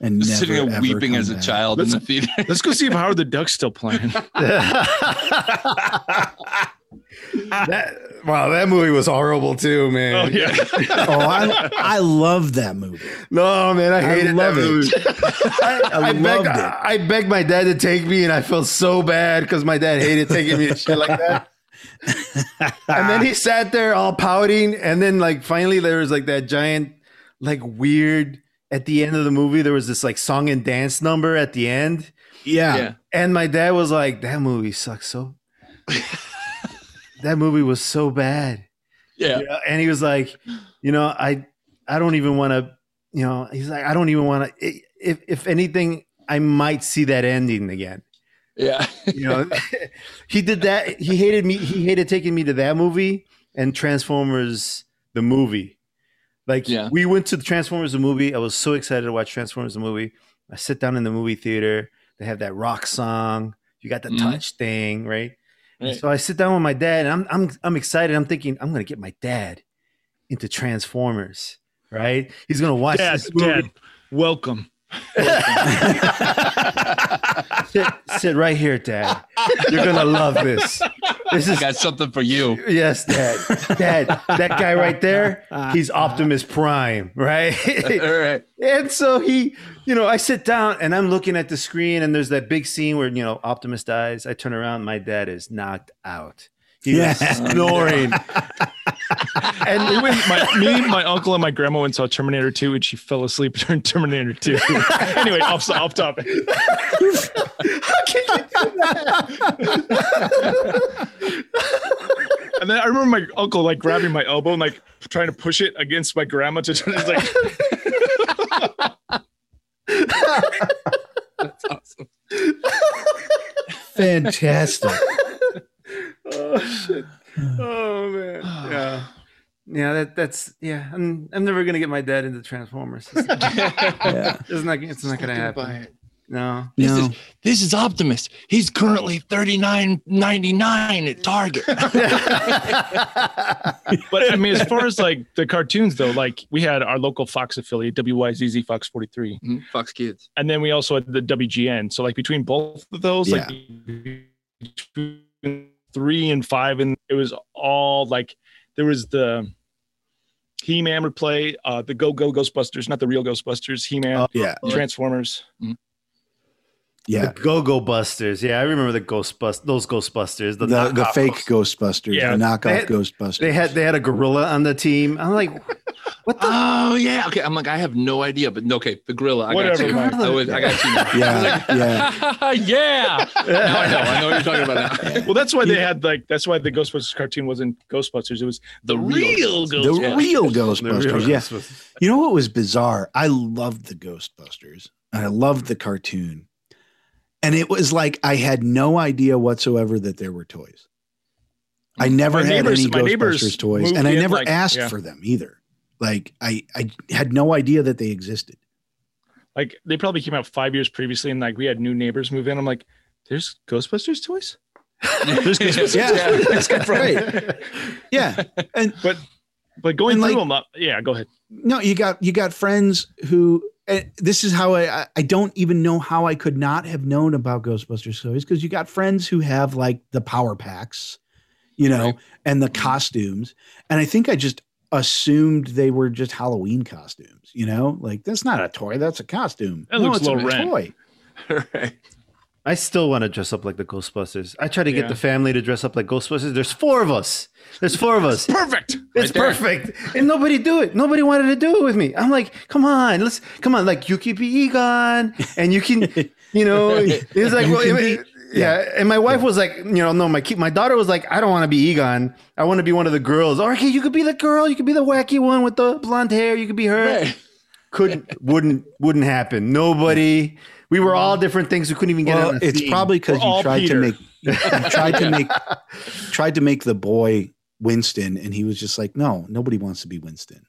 [SPEAKER 2] And
[SPEAKER 4] Just
[SPEAKER 2] never,
[SPEAKER 4] sitting there
[SPEAKER 2] ever
[SPEAKER 4] weeping
[SPEAKER 2] come
[SPEAKER 4] as a
[SPEAKER 2] back?
[SPEAKER 4] child in the
[SPEAKER 3] Let's-
[SPEAKER 4] theater.
[SPEAKER 3] Let's go see if Howard the Duck's still playing.
[SPEAKER 1] that wow, that movie was horrible too,
[SPEAKER 3] Oh
[SPEAKER 1] man.
[SPEAKER 3] yeah.
[SPEAKER 2] Oh, I, I love that movie.
[SPEAKER 1] No, man, I
[SPEAKER 2] I
[SPEAKER 1] hated
[SPEAKER 2] love
[SPEAKER 1] that
[SPEAKER 2] it.
[SPEAKER 1] movie. I, I, begged,
[SPEAKER 2] loved it.
[SPEAKER 1] I begged my dad to take me, and I felt so bad because my dad hated taking me to shit like that. and then he sat there all pouting and then like finally there was like that giant like weird at the end of the movie there was this like song and dance number at the end
[SPEAKER 2] Yeah.
[SPEAKER 1] and my dad was like that movie sucks so that movie was so bad
[SPEAKER 4] Yeah.
[SPEAKER 1] You know, and he was like you know i i don't even want to you know he's like i don't even want to if if anything i might see that ending again
[SPEAKER 4] Yeah.
[SPEAKER 1] you know he did that he hated me he hated taking me to that movie and transformers the movie like
[SPEAKER 4] Yeah.
[SPEAKER 1] we went to the transformers the movie i was so excited to watch transformers the movie i sit down in the movie theater they have that rock song you got the
[SPEAKER 4] Mhm.
[SPEAKER 1] touch thing right? And
[SPEAKER 4] Right.
[SPEAKER 1] so i sit down with my dad and i'm i'm, I'm excited i'm thinking i'm gonna get my dad into transformers right he's gonna watch
[SPEAKER 3] Dad,
[SPEAKER 1] this movie
[SPEAKER 3] Dad, welcome.
[SPEAKER 1] sit, sit right here, Dad. You're gonna love this. This
[SPEAKER 4] I
[SPEAKER 1] is
[SPEAKER 4] got something for you.
[SPEAKER 1] yes, Dad. Dad, that guy right there, he's Optimus Prime, right?
[SPEAKER 4] All right.
[SPEAKER 1] and so he, you know, I sit down and I'm looking at the screen, and there's that big scene where you know Optimus dies. I turn around, my dad is knocked out. He's
[SPEAKER 2] Yeah.
[SPEAKER 1] snoring. and
[SPEAKER 3] We went, my, me, my uncle, and my grandma went and saw Terminator 2, and she fell asleep during Terminator 2. anyway, off, off topic.
[SPEAKER 1] how can you do that?
[SPEAKER 3] And then I remember my uncle like grabbing my elbow and like trying to push it against my grandma to try to like
[SPEAKER 4] That's awesome.
[SPEAKER 2] Fantastic.
[SPEAKER 1] oh shit. Oh man. Yeah. Yeah, that that's yeah. I'm I'm never gonna get my dad into Transformers. It's not,
[SPEAKER 2] Yeah.
[SPEAKER 1] it's not, it's not gonna happen. No.
[SPEAKER 4] This
[SPEAKER 2] No.
[SPEAKER 4] is this is Optimus. He's currently thirty nine ninety nine at Target.
[SPEAKER 3] But I mean, as far as like the cartoons though, like we had our local Fox affiliate, WYZZ Fox 43,
[SPEAKER 4] Mm, Fox kids.
[SPEAKER 3] and then we also had the WGN. So like between both of those, like between three and five, and it was all like there was the He Man would play, uh,
[SPEAKER 2] Uh,
[SPEAKER 3] the Go Go Ghostbusters, not the real Ghostbusters, He Man,
[SPEAKER 1] Oh,
[SPEAKER 2] yeah.
[SPEAKER 3] Transformers.
[SPEAKER 2] Yeah.
[SPEAKER 1] The Go Go Busters. Yeah, I remember the Ghostbust those Ghostbusters. The,
[SPEAKER 2] The, the,
[SPEAKER 1] knockoff
[SPEAKER 2] fake
[SPEAKER 1] Ghost-
[SPEAKER 2] Ghostbusters,
[SPEAKER 3] Yeah.
[SPEAKER 2] the knockoff
[SPEAKER 1] They had-
[SPEAKER 2] Ghostbusters.
[SPEAKER 1] They had they had a gorilla on the team. I'm like, what the
[SPEAKER 4] Oh yeah. Okay. I'm like, I have no idea, but no, okay, the gorilla. I
[SPEAKER 3] Whatever,
[SPEAKER 4] got
[SPEAKER 1] Mike.
[SPEAKER 4] you. I, would- I got you. Now.
[SPEAKER 2] yeah, yeah.
[SPEAKER 4] yeah. Now I know. I know what you're talking about now.
[SPEAKER 3] Well, that's why they had like that's why the Ghostbusters cartoon wasn't Ghostbusters. It was the real
[SPEAKER 2] The
[SPEAKER 3] Ghostbusters.
[SPEAKER 1] The real
[SPEAKER 2] real Ghostbusters. Yeah.
[SPEAKER 1] Ghostbusters.
[SPEAKER 2] You know what was bizarre? I loved the Ghostbusters and I loved the cartoon. And it was like I had no idea whatsoever that there were toys. I never
[SPEAKER 3] My
[SPEAKER 2] had
[SPEAKER 3] neighbors-
[SPEAKER 2] any
[SPEAKER 3] my neighbors
[SPEAKER 2] Ghostbusters toys.
[SPEAKER 3] moved
[SPEAKER 2] And I
[SPEAKER 3] in,
[SPEAKER 2] never
[SPEAKER 3] like-
[SPEAKER 2] asked
[SPEAKER 3] yeah.
[SPEAKER 2] for them either. Like I, I had no idea that they existed.
[SPEAKER 3] Like they probably came out five years previously, and like we had new neighbors move in. I'm like, there's Ghostbusters toys. There's Ghostbusters
[SPEAKER 2] Yeah.
[SPEAKER 3] toys. Where did this come from?
[SPEAKER 2] Right. Yeah.
[SPEAKER 3] But going
[SPEAKER 2] And,
[SPEAKER 3] through
[SPEAKER 2] like-
[SPEAKER 3] them, uh, yeah. Go ahead.
[SPEAKER 2] no, you got you got friends who and this is how I I- I don't even know how I could not have known about Ghostbusters toys because you got friends who have like the power packs, you know,
[SPEAKER 4] Right.
[SPEAKER 2] and the costumes, and I think I just assumed they were just Halloween costumes, you know, like that's not a toy, that's a costume.
[SPEAKER 3] That looks
[SPEAKER 2] it's
[SPEAKER 3] low
[SPEAKER 2] a
[SPEAKER 3] rent.
[SPEAKER 2] toy.
[SPEAKER 4] Right.
[SPEAKER 1] I still want to dress up like the Ghostbusters. I try to get
[SPEAKER 3] Yeah.
[SPEAKER 1] the family to dress up like Ghostbusters. There's four of us. There's four of us.
[SPEAKER 3] Perfect.
[SPEAKER 1] It's
[SPEAKER 4] there.
[SPEAKER 1] perfect. And nobody do it. Nobody wanted to do it with me. I'm like, come on, let's come on, like you can be Egon and you can, you know, it's like,
[SPEAKER 2] You
[SPEAKER 1] well,
[SPEAKER 2] can
[SPEAKER 1] it-
[SPEAKER 2] be-
[SPEAKER 1] yeah. And my wife was like, you know, no, my kid, my daughter was like, I don't want to be Egon. I want to be one of the girls. Or, okay, you could be the girl. You could be the wacky one with the blonde hair. You could be her.
[SPEAKER 4] Right.
[SPEAKER 1] Couldn't, wouldn't, wouldn't happen. Nobody. We were all different things. We couldn't even get
[SPEAKER 2] Well,
[SPEAKER 1] on a
[SPEAKER 2] it's
[SPEAKER 1] theme.
[SPEAKER 2] probably because
[SPEAKER 3] We're all
[SPEAKER 2] you tried
[SPEAKER 3] Peter.
[SPEAKER 2] to make you tried to make tried to make the boy Winston, and he was just like, no, nobody wants to be Winston.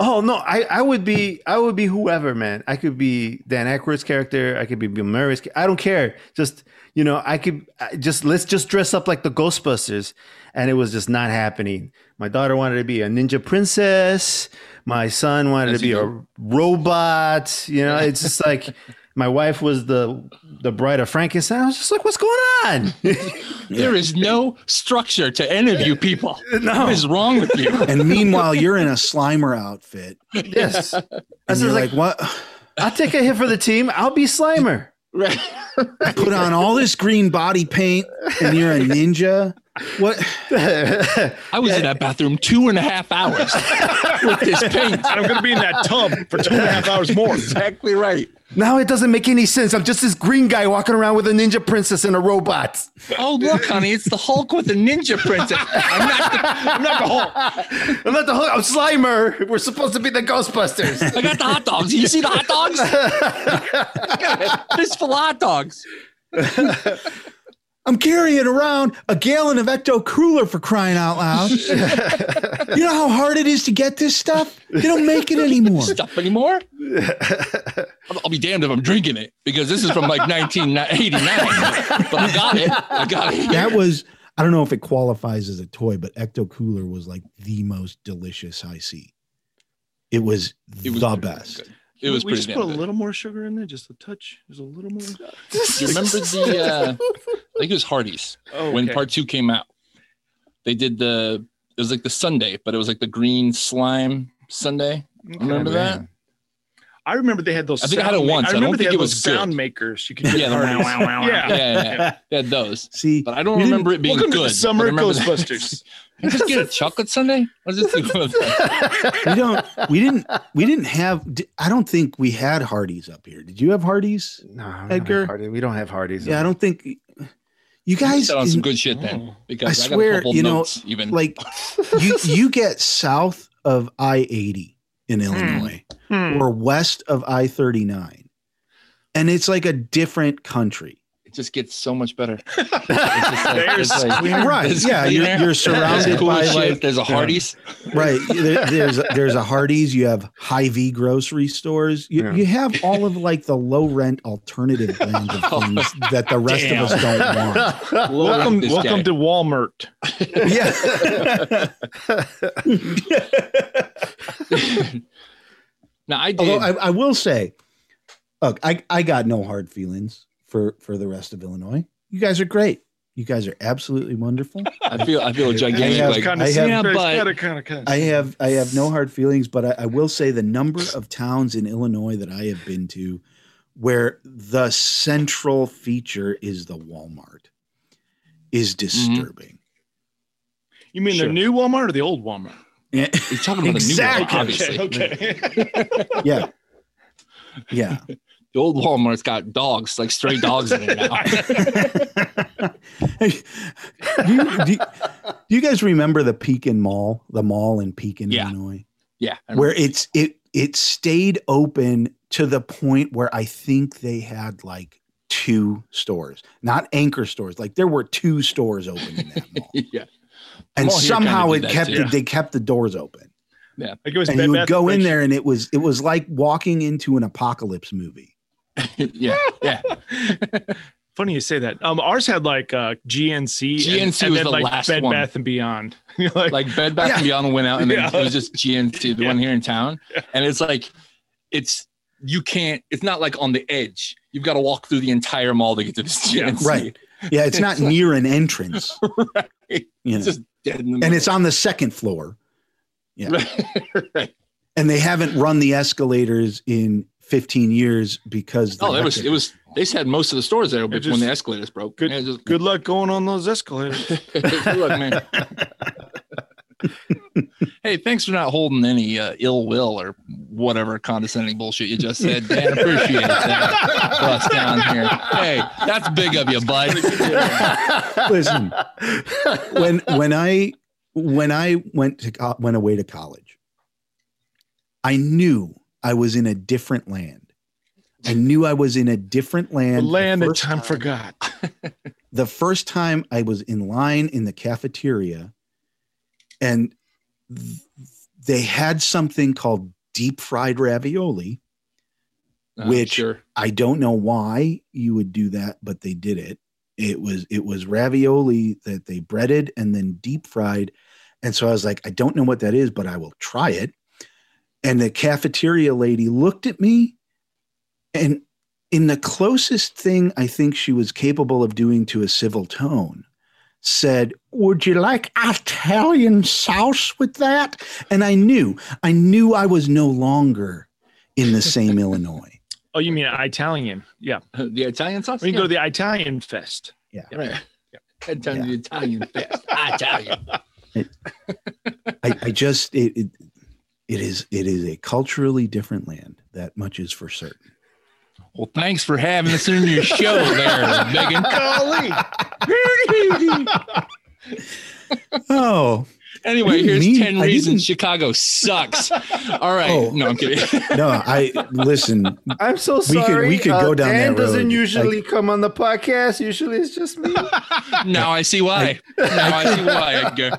[SPEAKER 1] Oh no, I, I would be I would be whoever, man. I could be Dan Aykroyd's character. I could be Bill Murray's. ca- I don't care. Just you know, I could I just let's just dress up like the Ghostbusters, and it was just not happening. My daughter wanted to be a ninja princess. My son wanted
[SPEAKER 4] Yes,
[SPEAKER 1] to be
[SPEAKER 4] you
[SPEAKER 1] a robot. You know, it's just like my wife was the the bride of Frankenstein. I was just like, what's going on?
[SPEAKER 4] There is no structure to any of you people.
[SPEAKER 1] no,
[SPEAKER 4] What is wrong with you?
[SPEAKER 2] And meanwhile, you're in a Slimer outfit.
[SPEAKER 1] yes,
[SPEAKER 2] And
[SPEAKER 1] This
[SPEAKER 2] you're
[SPEAKER 1] is
[SPEAKER 2] like,
[SPEAKER 1] like-
[SPEAKER 2] what?
[SPEAKER 1] I'll take a hit for the team. I'll be Slimer.
[SPEAKER 4] Right.
[SPEAKER 2] I put on all this green body paint and you're a ninja? What?
[SPEAKER 4] I was in that bathroom two and a half hours with this paint.
[SPEAKER 3] I'm gonna be in that tub for two and a half hours more.
[SPEAKER 4] Exactly right.
[SPEAKER 1] Now it doesn't make any sense. I'm just this green guy walking around with a ninja princess and a robot.
[SPEAKER 4] Oh look, honey, it's the Hulk with a ninja princess. I'm not. The, I'm not the Hulk.
[SPEAKER 1] I'm not the Hulk. I'm Slimer. We're supposed to be the Ghostbusters.
[SPEAKER 4] I got the hot dogs. You see the hot dogs? Fistful hot dogs.
[SPEAKER 2] I'm carrying around a gallon of Ecto Cooler for crying out loud. you know how hard it is to get this stuff? They don't make it anymore.
[SPEAKER 4] Stuff anymore? I'll, I'll be damned if I'm drinking it because this is from like 1989. but I got it. I got it.
[SPEAKER 2] That was, I don't know if it qualifies as a toy, but Ecto Cooler was like the most delicious I see. It was,
[SPEAKER 4] It was
[SPEAKER 2] the
[SPEAKER 4] pretty
[SPEAKER 2] best.
[SPEAKER 4] good. It was
[SPEAKER 3] we
[SPEAKER 4] pretty
[SPEAKER 3] just
[SPEAKER 4] damn
[SPEAKER 3] put a
[SPEAKER 4] good.
[SPEAKER 3] little more sugar in there, just a touch. There's a little more.
[SPEAKER 4] Do you remember the? Uh, I think it was Hardee's
[SPEAKER 3] Oh,
[SPEAKER 4] when Part Two came out. They did the. It was like the Sunday, but it was like the green slime Sunday. Remember that?
[SPEAKER 3] I remember they had those.
[SPEAKER 4] I think I had
[SPEAKER 3] sound
[SPEAKER 4] it
[SPEAKER 3] ma-
[SPEAKER 4] once. I don't
[SPEAKER 3] remember they
[SPEAKER 4] think
[SPEAKER 3] had
[SPEAKER 4] it was
[SPEAKER 3] those
[SPEAKER 4] good.
[SPEAKER 3] sound makers. You could get
[SPEAKER 4] Yeah, the
[SPEAKER 3] parties.
[SPEAKER 4] wow, wow, Yeah,
[SPEAKER 3] yeah.
[SPEAKER 4] yeah, yeah. They had those,
[SPEAKER 2] See,
[SPEAKER 4] but I don't
[SPEAKER 2] You didn't-
[SPEAKER 4] remember it being
[SPEAKER 3] Welcome
[SPEAKER 4] good.
[SPEAKER 3] to the
[SPEAKER 4] but I
[SPEAKER 3] summer
[SPEAKER 4] remember that-
[SPEAKER 3] Ghostbusters.
[SPEAKER 4] just get a chocolate Sunday. What does it do? with it?
[SPEAKER 2] we don't, we didn't, we didn't have, di- I don't think we had Hardee's up here. Did you have Hardee's?
[SPEAKER 1] no, we don't
[SPEAKER 2] Edgar?
[SPEAKER 1] have Hardy. We don't have Hardys.
[SPEAKER 2] Yeah, I don't think you guys
[SPEAKER 4] Sit on some
[SPEAKER 2] in-
[SPEAKER 4] good shit then,
[SPEAKER 3] Oh.
[SPEAKER 4] because I,
[SPEAKER 2] I
[SPEAKER 4] got
[SPEAKER 2] swear,
[SPEAKER 4] a couple
[SPEAKER 2] you know,
[SPEAKER 4] notes even.
[SPEAKER 2] like you you get south of I eighty in Illinois
[SPEAKER 3] Hmm.
[SPEAKER 2] or west of I thirty nine, and it's like a different country.
[SPEAKER 4] it just gets so much better. It's just like-
[SPEAKER 3] There's-
[SPEAKER 4] it's like-
[SPEAKER 2] Right?
[SPEAKER 4] It's
[SPEAKER 2] yeah, you're,
[SPEAKER 4] cleaner.
[SPEAKER 2] you're
[SPEAKER 4] there's
[SPEAKER 2] surrounded
[SPEAKER 4] cool
[SPEAKER 2] by
[SPEAKER 4] shit.
[SPEAKER 2] like
[SPEAKER 4] there's a Hardee's.
[SPEAKER 2] right. There, there's there's a Hardee's. You have High V grocery stores. You
[SPEAKER 1] Yeah.
[SPEAKER 2] you have all of like the low rent alternative brands of things that the rest of us don't want.
[SPEAKER 3] Welcome,
[SPEAKER 4] This
[SPEAKER 3] welcome
[SPEAKER 4] guy.
[SPEAKER 3] to Walmart.
[SPEAKER 2] Yeah.
[SPEAKER 4] Now I did.
[SPEAKER 2] Although I, I will say, look, I, I got no hard feelings for for the rest of Illinois. You guys are great. You guys are absolutely wonderful.
[SPEAKER 4] I feel I feel a
[SPEAKER 2] I
[SPEAKER 4] gigantic
[SPEAKER 2] have
[SPEAKER 4] like
[SPEAKER 2] kind of- yeah,
[SPEAKER 4] but-
[SPEAKER 3] kind of, kind
[SPEAKER 2] I have I have no hard feelings, but I, I will say the number of towns in Illinois that I have been to where the central feature is the Walmart is disturbing.
[SPEAKER 3] You mean
[SPEAKER 4] Sure.
[SPEAKER 3] the new Walmart or the old Walmart?
[SPEAKER 2] Yeah.
[SPEAKER 4] He's talking about
[SPEAKER 2] Exactly.
[SPEAKER 4] the new one, obviously.
[SPEAKER 3] Okay.
[SPEAKER 2] yeah. Yeah.
[SPEAKER 4] The old Walmart's got dogs, like stray dogs in it now.
[SPEAKER 2] Hey, do, you, do you- do you guys remember the Pekin Mall, the mall in Pekin,
[SPEAKER 4] Yeah.
[SPEAKER 2] Illinois,
[SPEAKER 4] Yeah. I
[SPEAKER 2] where it's it it stayed open to the point where I think they had like two stores, not anchor stores. Like there were two stores open in that mall,
[SPEAKER 4] remember. yeah.
[SPEAKER 2] and
[SPEAKER 4] Mall here kinda
[SPEAKER 2] somehow
[SPEAKER 4] did
[SPEAKER 2] it
[SPEAKER 4] that
[SPEAKER 2] kept
[SPEAKER 4] too.
[SPEAKER 2] it, they kept the doors open,
[SPEAKER 3] Like it was
[SPEAKER 2] and
[SPEAKER 3] Bed
[SPEAKER 2] you would
[SPEAKER 3] Bath
[SPEAKER 2] go in
[SPEAKER 3] Bridge.
[SPEAKER 2] there, and it was it was like walking into an apocalypse movie.
[SPEAKER 4] yeah. Yeah.
[SPEAKER 3] Funny you say that. Um, ours had like uh, GNC. and-
[SPEAKER 4] GNC
[SPEAKER 3] and
[SPEAKER 4] was
[SPEAKER 3] then,
[SPEAKER 4] the
[SPEAKER 3] like
[SPEAKER 4] last
[SPEAKER 3] Bed
[SPEAKER 4] one.
[SPEAKER 3] Bath and Beyond. You're like,
[SPEAKER 4] Like Bed Bath and Beyond went out and then
[SPEAKER 3] Yeah.
[SPEAKER 4] it was just GNC, the one here in town. And it's like, it's, you can't, it's not like on the edge. You've got to walk through the entire mall to get to this
[SPEAKER 3] Yeah,
[SPEAKER 4] GNC.
[SPEAKER 2] right. Yeah, it's not near an entrance,
[SPEAKER 4] Right.
[SPEAKER 2] you know,
[SPEAKER 4] It's just dead in the
[SPEAKER 2] and it's on the second floor. yeah.
[SPEAKER 4] Right. right.
[SPEAKER 2] and they haven't run the escalators in 15 years because
[SPEAKER 4] Oh,
[SPEAKER 2] they
[SPEAKER 4] it was,
[SPEAKER 2] wrecked
[SPEAKER 4] it was, they said most of the stores there, but when
[SPEAKER 3] just-
[SPEAKER 4] the escalators broke,
[SPEAKER 3] good-
[SPEAKER 4] yeah, just,
[SPEAKER 3] good luck going on those escalators.
[SPEAKER 4] Look, man. hey, thanks for not holding any uh, ill will or whatever condescending bullshit you just said. Dan, appreciate that. For us down here. Hey, that's big of you, bud.
[SPEAKER 2] Listen. when when I when I went to co- went away to college I knew I was in a different land I knew I was in a different
[SPEAKER 3] the
[SPEAKER 2] land
[SPEAKER 3] land
[SPEAKER 2] the
[SPEAKER 3] that
[SPEAKER 2] first
[SPEAKER 3] time forgot.
[SPEAKER 2] the first time I was in line in the cafeteria and th- they had something called deep fried ravioli
[SPEAKER 4] Uh,
[SPEAKER 2] Which-
[SPEAKER 4] sure.
[SPEAKER 2] I don't know why you would do that, but they did it. It was it was ravioli that they breaded and then deep fried. And so I was like, I don't know what that is, but I will try it. And the cafeteria lady looked at me and in the closest thing I think she was capable of doing to a civil tone said, "Would you like Italian sauce with that?" And I knew, I knew I was no longer in the same Illinois.
[SPEAKER 3] Oh, you mean Italian? Yeah.
[SPEAKER 4] The Italian sauce?
[SPEAKER 3] We can go to the Italian fest.
[SPEAKER 4] Yeah. Right. Head down to the Italian fest. Italian.
[SPEAKER 2] I, I just it, it it is it is a culturally different land. That much is for certain.
[SPEAKER 4] Well, thanks for having us in your show there, Megan.
[SPEAKER 3] Golly.
[SPEAKER 2] Oh
[SPEAKER 4] Anyway,
[SPEAKER 2] What do you
[SPEAKER 4] here's
[SPEAKER 2] mean?
[SPEAKER 4] 10
[SPEAKER 2] I
[SPEAKER 4] reasons
[SPEAKER 2] didn't-
[SPEAKER 4] Chicago sucks. All right.
[SPEAKER 2] Oh.
[SPEAKER 4] No, I'm kidding.
[SPEAKER 2] no! I listen.
[SPEAKER 1] I'm so
[SPEAKER 2] We could-
[SPEAKER 1] sorry. uh,
[SPEAKER 2] we could go down
[SPEAKER 1] Dan
[SPEAKER 2] that road.
[SPEAKER 1] doesn't usually come on the podcast. Usually it's just me.
[SPEAKER 4] Now I see why. Now I see why. Edgar.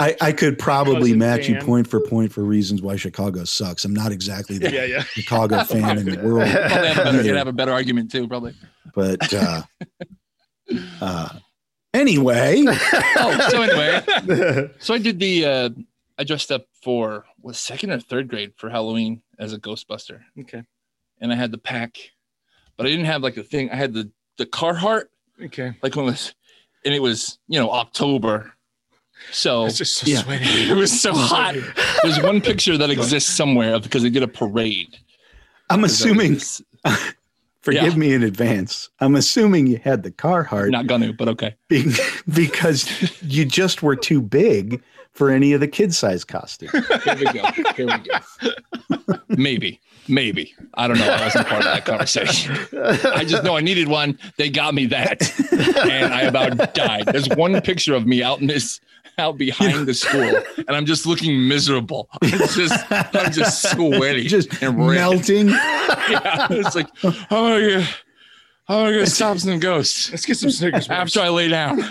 [SPEAKER 2] I, I could probably
[SPEAKER 3] Cousin
[SPEAKER 2] match you
[SPEAKER 3] Dan.
[SPEAKER 2] point for point for reasons why Chicago sucks. I'm not exactly the
[SPEAKER 3] Yeah, yeah.
[SPEAKER 2] Chicago fan in the world,
[SPEAKER 4] probably have a better,
[SPEAKER 2] Yeah.
[SPEAKER 4] you'd have a better argument too, probably.
[SPEAKER 2] but uh, uh, anyway,
[SPEAKER 4] Oh, so anyway, so I did the, uh, I dressed up for was second or third grade for Halloween as a Ghostbuster,
[SPEAKER 3] Okay.
[SPEAKER 4] and I had the pack, but I didn't have like the thing. I had the the Carhartt,
[SPEAKER 3] Okay.
[SPEAKER 4] like when it was, and it was you know October, so
[SPEAKER 3] It's just so
[SPEAKER 2] Oh, Yeah.
[SPEAKER 3] sweaty.
[SPEAKER 4] it was so hot. There's one picture that exists somewhere of because they did a parade.
[SPEAKER 2] I'm assuming.
[SPEAKER 4] It's
[SPEAKER 2] Forgive
[SPEAKER 4] Yeah.
[SPEAKER 2] me in advance. I'm assuming you had the Carhartt
[SPEAKER 4] not gonna, but okay.
[SPEAKER 2] be- because you just were too big for any of the kid size costumes.
[SPEAKER 4] Here we go. Here we go. Maybe, maybe. I don't know. I wasn't part of that conversation. I just know I needed one. They got me that, and I about died. There's one picture of me out in this, out behind the school, and I'm just looking miserable. I'm just, I'm just sweaty,
[SPEAKER 2] just
[SPEAKER 4] and red.
[SPEAKER 2] melting.
[SPEAKER 4] Yeah, it's like, oh yeah, oh, I gotta stop some ghosts.
[SPEAKER 3] Let's get some Snickers. bars.
[SPEAKER 4] After I lay down,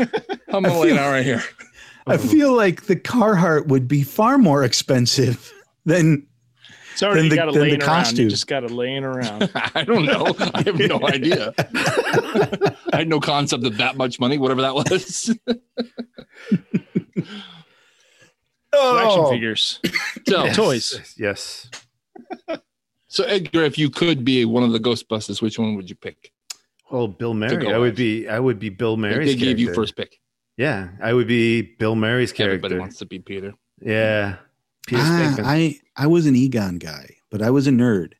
[SPEAKER 4] I'm gonna lay down right here.
[SPEAKER 2] I feel like the Carhartt would be far more expensive than
[SPEAKER 3] It's already
[SPEAKER 2] than the-
[SPEAKER 3] got a
[SPEAKER 2] than the
[SPEAKER 3] laying around.
[SPEAKER 2] costume.
[SPEAKER 3] You just got a laying around.
[SPEAKER 4] I don't know. I have no idea. I had no concept of that much money, whatever that was.
[SPEAKER 3] Action
[SPEAKER 2] Oh.
[SPEAKER 3] figures.
[SPEAKER 4] So,
[SPEAKER 3] Toys.
[SPEAKER 1] Yes.
[SPEAKER 4] so Edgar, if you could be one of the Ghostbusters, which one would you pick?
[SPEAKER 1] Oh, Bill
[SPEAKER 4] To
[SPEAKER 1] Murray.
[SPEAKER 4] go
[SPEAKER 1] I would
[SPEAKER 4] with.
[SPEAKER 1] be. I would be Bill
[SPEAKER 4] If
[SPEAKER 1] Murray's
[SPEAKER 4] they gave you
[SPEAKER 1] character.
[SPEAKER 4] first pick.
[SPEAKER 1] Yeah, I would be Bill Murray's
[SPEAKER 4] Everybody
[SPEAKER 1] character.
[SPEAKER 4] wants to be Peter.
[SPEAKER 1] Yeah. Peter
[SPEAKER 2] Ah,
[SPEAKER 1] Venkman.
[SPEAKER 2] I I was an Egon guy, but I was a nerd.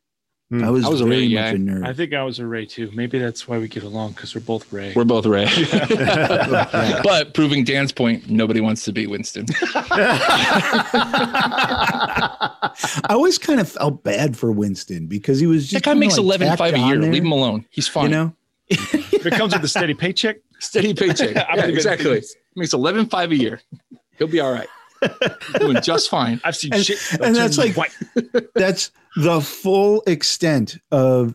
[SPEAKER 1] Mm.
[SPEAKER 2] I was,
[SPEAKER 4] Hmm. I was a
[SPEAKER 2] very
[SPEAKER 4] Ray
[SPEAKER 2] much
[SPEAKER 4] guy.
[SPEAKER 2] a nerd.
[SPEAKER 3] I think I was a Ray too. Maybe that's why we get along because we're both Ray.
[SPEAKER 4] We're both Ray.
[SPEAKER 1] Yeah.
[SPEAKER 4] but proving Dan's point, nobody wants to be Winston.
[SPEAKER 2] I always kind of felt bad for Winston because he was
[SPEAKER 4] That
[SPEAKER 2] just
[SPEAKER 4] guy
[SPEAKER 2] kinda,
[SPEAKER 4] makes
[SPEAKER 2] like,
[SPEAKER 4] eleven
[SPEAKER 2] tacked
[SPEAKER 4] five a
[SPEAKER 2] on
[SPEAKER 4] year.
[SPEAKER 2] there,
[SPEAKER 4] Leave him alone. He's
[SPEAKER 2] You
[SPEAKER 4] fine.
[SPEAKER 2] know,
[SPEAKER 3] if it comes with a steady paycheck,
[SPEAKER 4] Steady paycheck.
[SPEAKER 3] I
[SPEAKER 4] yeah,
[SPEAKER 3] would've been-
[SPEAKER 4] exactly. Makes eleven five a year. He'll be all right. Doing just fine.
[SPEAKER 3] I've seen
[SPEAKER 2] And-
[SPEAKER 3] shit.
[SPEAKER 2] and
[SPEAKER 3] I've
[SPEAKER 2] that's
[SPEAKER 3] seen
[SPEAKER 2] like-
[SPEAKER 3] white-
[SPEAKER 2] that's the full extent of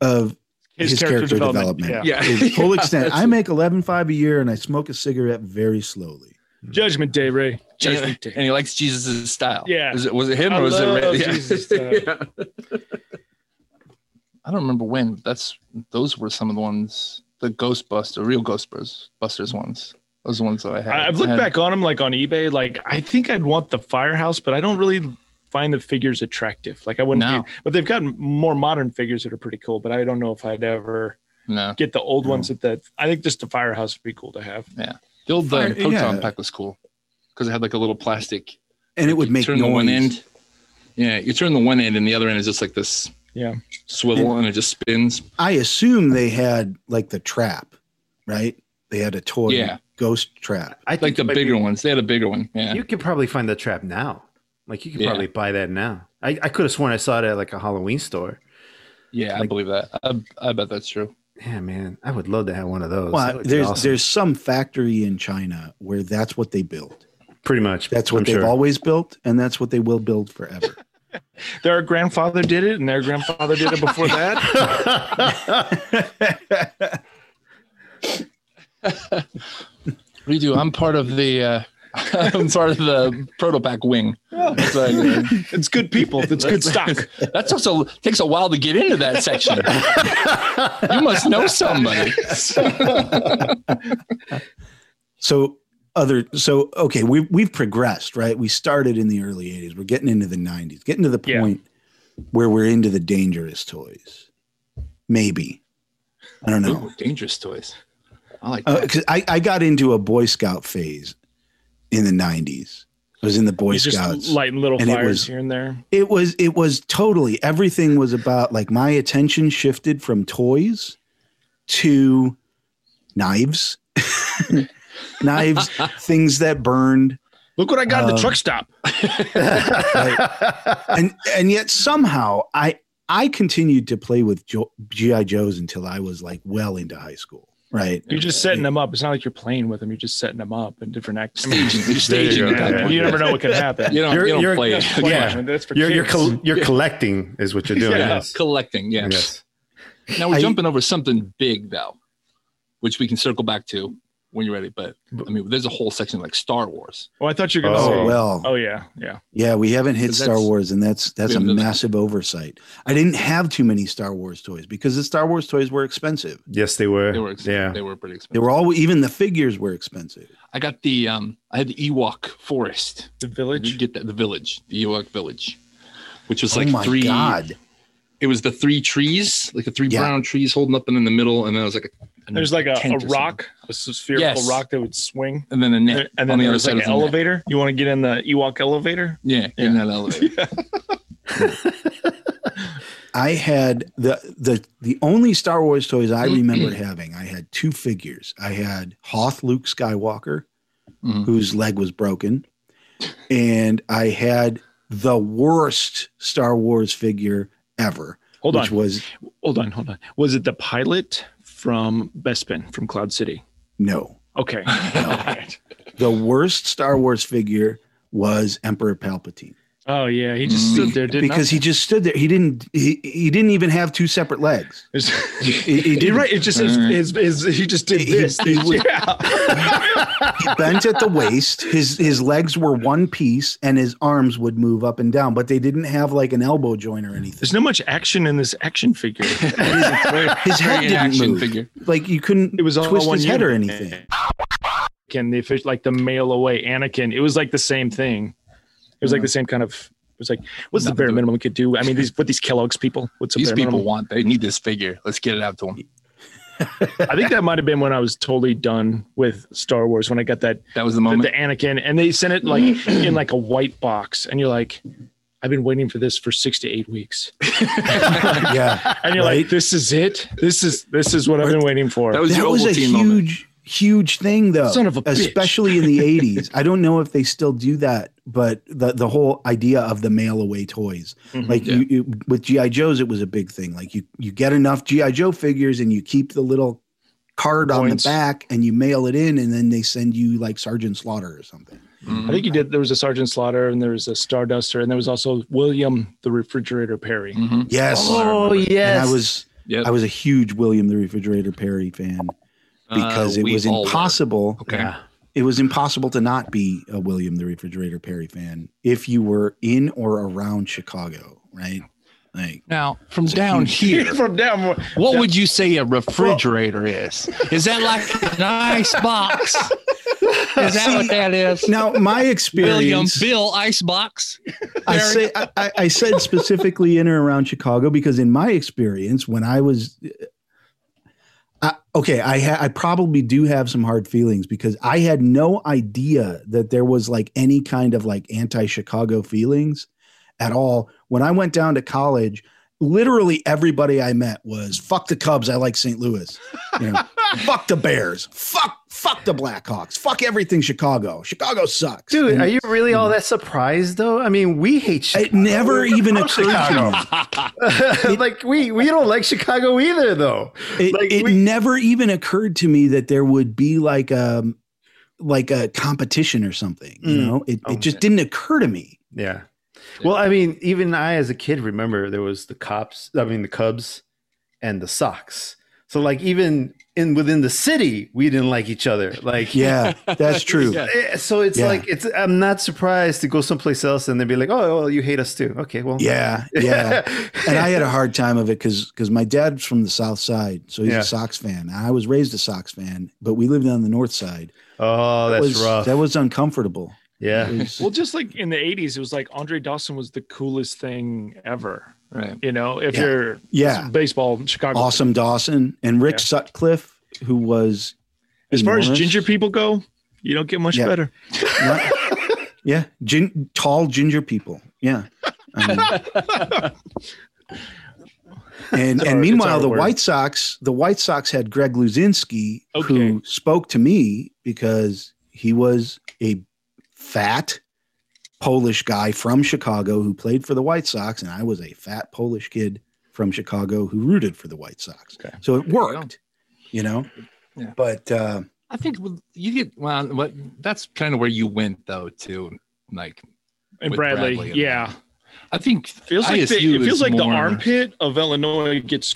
[SPEAKER 2] of his, character, development.
[SPEAKER 4] Yeah.
[SPEAKER 2] His full extent.
[SPEAKER 4] That's-
[SPEAKER 2] I make eleven five a year, and I smoke a cigarette very slowly.
[SPEAKER 3] Judgment Day, Ray.
[SPEAKER 4] And,
[SPEAKER 3] Judgment Day.
[SPEAKER 4] and he likes Jesus' style.
[SPEAKER 3] Yeah.
[SPEAKER 4] Was it was it him
[SPEAKER 3] I
[SPEAKER 4] or was it
[SPEAKER 3] love
[SPEAKER 4] Ray?
[SPEAKER 3] Jesus' style.
[SPEAKER 4] I don't remember when. But that's those were some of the ones. The Ghostbuster, real Ghostbusters, Busters ones. Those are the ones that I had.
[SPEAKER 3] I- I've
[SPEAKER 4] I
[SPEAKER 3] looked
[SPEAKER 4] had-
[SPEAKER 3] back on him like on eBay. Like I think I'd want the firehouse, but I don't really find the figures attractive. Like I wouldn't.
[SPEAKER 4] No.
[SPEAKER 3] be- but they've got more modern figures that are pretty cool. But I don't know if I'd ever
[SPEAKER 4] No,
[SPEAKER 3] get the old
[SPEAKER 2] No.
[SPEAKER 3] ones. At that, I think just the firehouse would be cool to have.
[SPEAKER 4] the old uh,
[SPEAKER 2] Fire-
[SPEAKER 4] proton
[SPEAKER 2] yeah.
[SPEAKER 4] pack was cool because it had like a little plastic.
[SPEAKER 2] And it would make
[SPEAKER 4] turn
[SPEAKER 2] noise.
[SPEAKER 4] the one end. Yeah, you turn the one end, and the other end is just like this.
[SPEAKER 3] Yeah.
[SPEAKER 4] swivel, and it just spins.
[SPEAKER 2] I assume they had like the trap, right? They had a toy
[SPEAKER 4] Yeah.
[SPEAKER 2] ghost trap.
[SPEAKER 1] I think
[SPEAKER 4] Like the
[SPEAKER 1] it might
[SPEAKER 4] bigger
[SPEAKER 1] be-
[SPEAKER 4] ones. They had a bigger one. Yeah.
[SPEAKER 1] You could probably find that trap now. Like you could
[SPEAKER 4] Yeah.
[SPEAKER 1] probably buy that now. I, I could have sworn I saw it at like a Halloween store.
[SPEAKER 4] Yeah, I
[SPEAKER 1] Like-
[SPEAKER 4] believe that. I, I bet that's true.
[SPEAKER 1] Yeah, man, I would love to have one of those. That
[SPEAKER 2] Well,
[SPEAKER 1] would be
[SPEAKER 2] there's
[SPEAKER 1] awesome.
[SPEAKER 2] there's some factory in China where that's what they build.
[SPEAKER 1] pretty much.
[SPEAKER 2] That's what
[SPEAKER 1] I'm
[SPEAKER 2] they've
[SPEAKER 1] sure.
[SPEAKER 2] always built, and that's what they will build forever.
[SPEAKER 3] Their grandfather did it, and their grandfather did it before that.
[SPEAKER 4] What do you do? I'm part of the. Uh, I'm part of the protopack wing. That's what I do.
[SPEAKER 3] It's good people. It's good stock.
[SPEAKER 4] That's also takes a while to get into that section. you must know somebody.
[SPEAKER 2] so other so okay, we've we've progressed, right? We started in the early 80s. We're getting into the 90s, getting to the
[SPEAKER 3] Yeah.
[SPEAKER 2] point where we're into the dangerous toys. Maybe. I don't know.
[SPEAKER 4] Ooh, dangerous toys. I like that.
[SPEAKER 2] because I, I got into a Boy Scout phase in the '90s. I was in the Boy
[SPEAKER 3] He's
[SPEAKER 2] Scouts.
[SPEAKER 3] just lighting little
[SPEAKER 2] And it
[SPEAKER 3] fires
[SPEAKER 2] was-
[SPEAKER 3] here and there.
[SPEAKER 2] it was it was totally everything was about like my attention shifted from toys to knives, knives, things that burned,
[SPEAKER 3] Look what I got at
[SPEAKER 2] Um,
[SPEAKER 3] the truck stop.
[SPEAKER 2] and and yet somehow I I continued to play with jo- GI Joes until I was like well into high school, right?
[SPEAKER 3] You're just setting them up. It's not like you're playing with them. You're just setting them up in different acts. I mean,
[SPEAKER 4] staging. You're staging.
[SPEAKER 1] go.
[SPEAKER 4] at that
[SPEAKER 3] yeah,
[SPEAKER 4] point.
[SPEAKER 3] you never know what could happen.
[SPEAKER 4] You don't.
[SPEAKER 1] You're-
[SPEAKER 4] you don't
[SPEAKER 1] you're-
[SPEAKER 4] play. it.
[SPEAKER 1] yeah.
[SPEAKER 3] that's for
[SPEAKER 1] you're you're,
[SPEAKER 3] kids.
[SPEAKER 1] col- you're collecting is what you're doing.
[SPEAKER 3] Yeah,
[SPEAKER 1] yes.
[SPEAKER 4] Collecting. Yeah.
[SPEAKER 1] Yes.
[SPEAKER 4] Now we're
[SPEAKER 2] I-
[SPEAKER 4] jumping over something big though, which we can circle back to when you're ready. But I mean, there's a whole section like Star Wars.
[SPEAKER 3] oh, I thought you were gonna
[SPEAKER 1] Oh,
[SPEAKER 3] say.
[SPEAKER 2] Oh well,
[SPEAKER 3] Oh yeah, yeah.
[SPEAKER 2] Yeah, we haven't hit
[SPEAKER 4] Because
[SPEAKER 2] Star
[SPEAKER 4] that's-
[SPEAKER 2] Wars, and that's that's
[SPEAKER 4] we
[SPEAKER 2] a
[SPEAKER 4] haven't done that.
[SPEAKER 2] massive oversight. I didn't have too many Star Wars toys because the Star Wars toys were expensive.
[SPEAKER 1] Yes, they were.
[SPEAKER 4] They were ex-
[SPEAKER 1] yeah.
[SPEAKER 4] they were pretty
[SPEAKER 2] They
[SPEAKER 4] expensive.
[SPEAKER 2] were all even the figures were expensive.
[SPEAKER 4] I got the um I had the Ewok Forest.
[SPEAKER 3] The
[SPEAKER 4] Did you
[SPEAKER 3] village.
[SPEAKER 4] get that the village, the Ewok village, which was
[SPEAKER 2] oh
[SPEAKER 4] like
[SPEAKER 2] my
[SPEAKER 4] three
[SPEAKER 2] god!
[SPEAKER 4] it was the three trees, like the three
[SPEAKER 2] Yeah.
[SPEAKER 4] brown trees holding up and in the middle and then it was like a, a
[SPEAKER 3] There's like a, a
[SPEAKER 4] tent or
[SPEAKER 3] rock, a s- spherical
[SPEAKER 4] Yes.
[SPEAKER 3] rock that would swing.
[SPEAKER 4] something. and then a net
[SPEAKER 3] And then
[SPEAKER 4] on the other
[SPEAKER 3] there's
[SPEAKER 4] side
[SPEAKER 3] like
[SPEAKER 4] of
[SPEAKER 3] an
[SPEAKER 4] the elevator.
[SPEAKER 3] elevator. You want to get in the Ewok elevator?
[SPEAKER 4] Yeah, in that elevator.
[SPEAKER 2] I had the the the only Star Wars toys
[SPEAKER 3] Mm-hmm.
[SPEAKER 2] I remember having. I had two figures. I had Hoth Luke Skywalker,
[SPEAKER 3] Mm-hmm.
[SPEAKER 4] Mhm.
[SPEAKER 2] whose leg was broken, and I had the worst Star Wars figure ever,
[SPEAKER 3] Hold
[SPEAKER 2] which
[SPEAKER 3] on,
[SPEAKER 2] was
[SPEAKER 3] hold on, hold on. Was it the pilot from Bespin from Cloud City?
[SPEAKER 2] no.
[SPEAKER 3] Okay. Alright.
[SPEAKER 2] The worst Star Wars figure was Emperor Palpatine.
[SPEAKER 3] Oh yeah, he just
[SPEAKER 4] Mm.
[SPEAKER 3] stood there, didn't
[SPEAKER 2] because he just stood there. He didn't. He, he didn't even have two separate legs. He, he
[SPEAKER 3] You're
[SPEAKER 2] did
[SPEAKER 3] right. It just his,
[SPEAKER 4] Alright.
[SPEAKER 3] his, his, he just did
[SPEAKER 2] He-
[SPEAKER 3] this.
[SPEAKER 2] he would-
[SPEAKER 3] yeah.
[SPEAKER 2] bent at the waist. His his legs were one piece, and his arms would move up and down, but they didn't have like an elbow joint or anything.
[SPEAKER 3] There's not much action in this action figure.
[SPEAKER 2] His head
[SPEAKER 4] Very
[SPEAKER 2] didn't move. Like you couldn't.
[SPEAKER 3] It was all
[SPEAKER 2] twist
[SPEAKER 3] one
[SPEAKER 2] his head or
[SPEAKER 3] unit.
[SPEAKER 2] anything.
[SPEAKER 3] Anakin, the official, like the mail away Anakin. It was like the same thing. It was like the same kind of. It was like, what's the
[SPEAKER 4] Nothing
[SPEAKER 3] bare
[SPEAKER 4] to it.
[SPEAKER 3] minimum we could do? I mean, these what these Kellogg's people. What's the
[SPEAKER 4] These
[SPEAKER 3] bare
[SPEAKER 4] people
[SPEAKER 3] minimum?
[SPEAKER 4] want they need this figure. Let's get it out to them.
[SPEAKER 3] I think that might have been when I was totally done with Star Wars when I got that
[SPEAKER 4] That was the
[SPEAKER 3] the,
[SPEAKER 4] moment.
[SPEAKER 3] the Anakin, and they sent it like in like a white box, and you're like, I've been waiting for this for six to eight weeks.
[SPEAKER 2] yeah.
[SPEAKER 3] And you're
[SPEAKER 2] Right.
[SPEAKER 3] like, this is it. This is this is what I've been waiting for.
[SPEAKER 4] That was
[SPEAKER 2] That
[SPEAKER 4] your
[SPEAKER 2] was a
[SPEAKER 4] Ovaltine
[SPEAKER 2] huge,
[SPEAKER 4] moment.
[SPEAKER 2] huge thing, though.
[SPEAKER 3] Son of a bitch.
[SPEAKER 2] especially in the 80s. I don't know if they still do that, but the, the whole idea of the mail away toys,
[SPEAKER 3] Mhm.
[SPEAKER 2] like you, you, with GI Joes, it was a big thing. Like you, you get enough GI Joe figures and you keep the little card on the
[SPEAKER 3] Points.
[SPEAKER 2] back and you mail it in, and then they send you like Sergeant Slaughter or something.
[SPEAKER 4] Mm-hmm.
[SPEAKER 3] I think you did. There was a Sergeant Slaughter, and there was a Starduster, and there was also William the Refrigerator Perry.
[SPEAKER 4] hmm
[SPEAKER 2] Yes,
[SPEAKER 4] Oh,
[SPEAKER 2] and I was
[SPEAKER 4] Yep.
[SPEAKER 2] I was a huge William the Refrigerator Perry fan because
[SPEAKER 4] Uh,
[SPEAKER 2] it
[SPEAKER 4] we
[SPEAKER 2] was
[SPEAKER 4] all were.
[SPEAKER 2] impossible.
[SPEAKER 4] Okay.
[SPEAKER 2] it was impossible to not be a William the Refrigerator Perry fan if you were in or around Chicago, right? Like
[SPEAKER 4] Now, from down here,
[SPEAKER 3] From down,
[SPEAKER 4] what would you say a refrigerator is? Is that like an ice box? Is that what that is?
[SPEAKER 2] now, my
[SPEAKER 4] William
[SPEAKER 2] experience.
[SPEAKER 4] Bill ice box.
[SPEAKER 2] I say I- I, I said specifically in or around Chicago because in my experience, when I was, uh, I, okay, I ha- I probably do have some hard feelings because I had no idea that there was like any kind of like anti-Chicago feelings at all. When I went down to college, literally everybody I met was fuck the Cubs, I like St. Louis, you know, fuck the Bears, fuck fuck the Blackhawks, fuck everything Chicago. Chicago sucks,
[SPEAKER 1] Dude,
[SPEAKER 2] And
[SPEAKER 1] are you really all that surprised though? I mean, we hate
[SPEAKER 2] it
[SPEAKER 1] Chicago.
[SPEAKER 2] never even
[SPEAKER 1] Fuck
[SPEAKER 2] occurred to
[SPEAKER 1] Chicago.
[SPEAKER 2] me.
[SPEAKER 1] like we we don't like Chicago either though.
[SPEAKER 2] it,
[SPEAKER 1] Like,
[SPEAKER 2] it
[SPEAKER 1] we-
[SPEAKER 2] never even occurred to me that there would be like a like a competition or something you
[SPEAKER 1] Mm.
[SPEAKER 2] know it,
[SPEAKER 1] Oh,
[SPEAKER 2] it just
[SPEAKER 1] yeah.
[SPEAKER 2] didn't occur to me
[SPEAKER 1] Yeah. Well, I mean, even I as a kid remember there was the cops, I mean the Cubs and the Sox. So like even in within the city, we didn't like each other. Like
[SPEAKER 2] yeah that's true
[SPEAKER 4] Yeah.
[SPEAKER 1] Eh, So it's
[SPEAKER 2] Yeah.
[SPEAKER 1] like it's I'm not surprised to go someplace else and they'd be like, "Oh, well, you hate us too." Okay, well.
[SPEAKER 2] yeah yeah and i had a hard time of it because because my dad's from the south side so he's
[SPEAKER 1] Yeah.
[SPEAKER 2] a sox fan And i was raised a sox fan but we lived on the north side
[SPEAKER 1] oh, that's
[SPEAKER 2] was,
[SPEAKER 1] rough.
[SPEAKER 2] that was uncomfortable
[SPEAKER 1] yeah.
[SPEAKER 2] It was-
[SPEAKER 3] Well, just like in the '80s, it was like Andre Dawson was the coolest thing ever.
[SPEAKER 4] Right.
[SPEAKER 3] You know, if
[SPEAKER 2] Yeah.
[SPEAKER 3] you're
[SPEAKER 2] yeah
[SPEAKER 3] baseball, Chicago.
[SPEAKER 2] awesome dawson and rick
[SPEAKER 3] Yeah.
[SPEAKER 2] sutcliffe who was
[SPEAKER 3] As far as
[SPEAKER 2] enormous.
[SPEAKER 3] ginger people go, you don't get much
[SPEAKER 2] Yeah.
[SPEAKER 3] better.
[SPEAKER 2] yeah, yeah. Gin, tall ginger people yeah I mean, And,
[SPEAKER 3] Sorry,
[SPEAKER 2] and meanwhile,
[SPEAKER 3] it's
[SPEAKER 2] the
[SPEAKER 3] our word.
[SPEAKER 2] White Sox, the White Sox had Greg Luzinski,
[SPEAKER 3] Okay.
[SPEAKER 2] who spoke to me because he was a fat Polish guy from Chicago who played for the White Sox, and I was a fat Polish kid from Chicago who rooted for the White Sox.
[SPEAKER 3] Okay.
[SPEAKER 2] So it
[SPEAKER 4] you go.
[SPEAKER 2] worked, you know.
[SPEAKER 4] Yeah.
[SPEAKER 2] But uh,
[SPEAKER 4] I think with- you get well. What that's kind of where you went though too. Like
[SPEAKER 3] And
[SPEAKER 4] With
[SPEAKER 3] Bradley,
[SPEAKER 4] Bradley and-
[SPEAKER 3] yeah,
[SPEAKER 4] I think
[SPEAKER 3] feels like the,
[SPEAKER 4] ISU
[SPEAKER 3] it feels
[SPEAKER 4] is
[SPEAKER 3] like the
[SPEAKER 4] more-
[SPEAKER 3] armpit of Illinois gets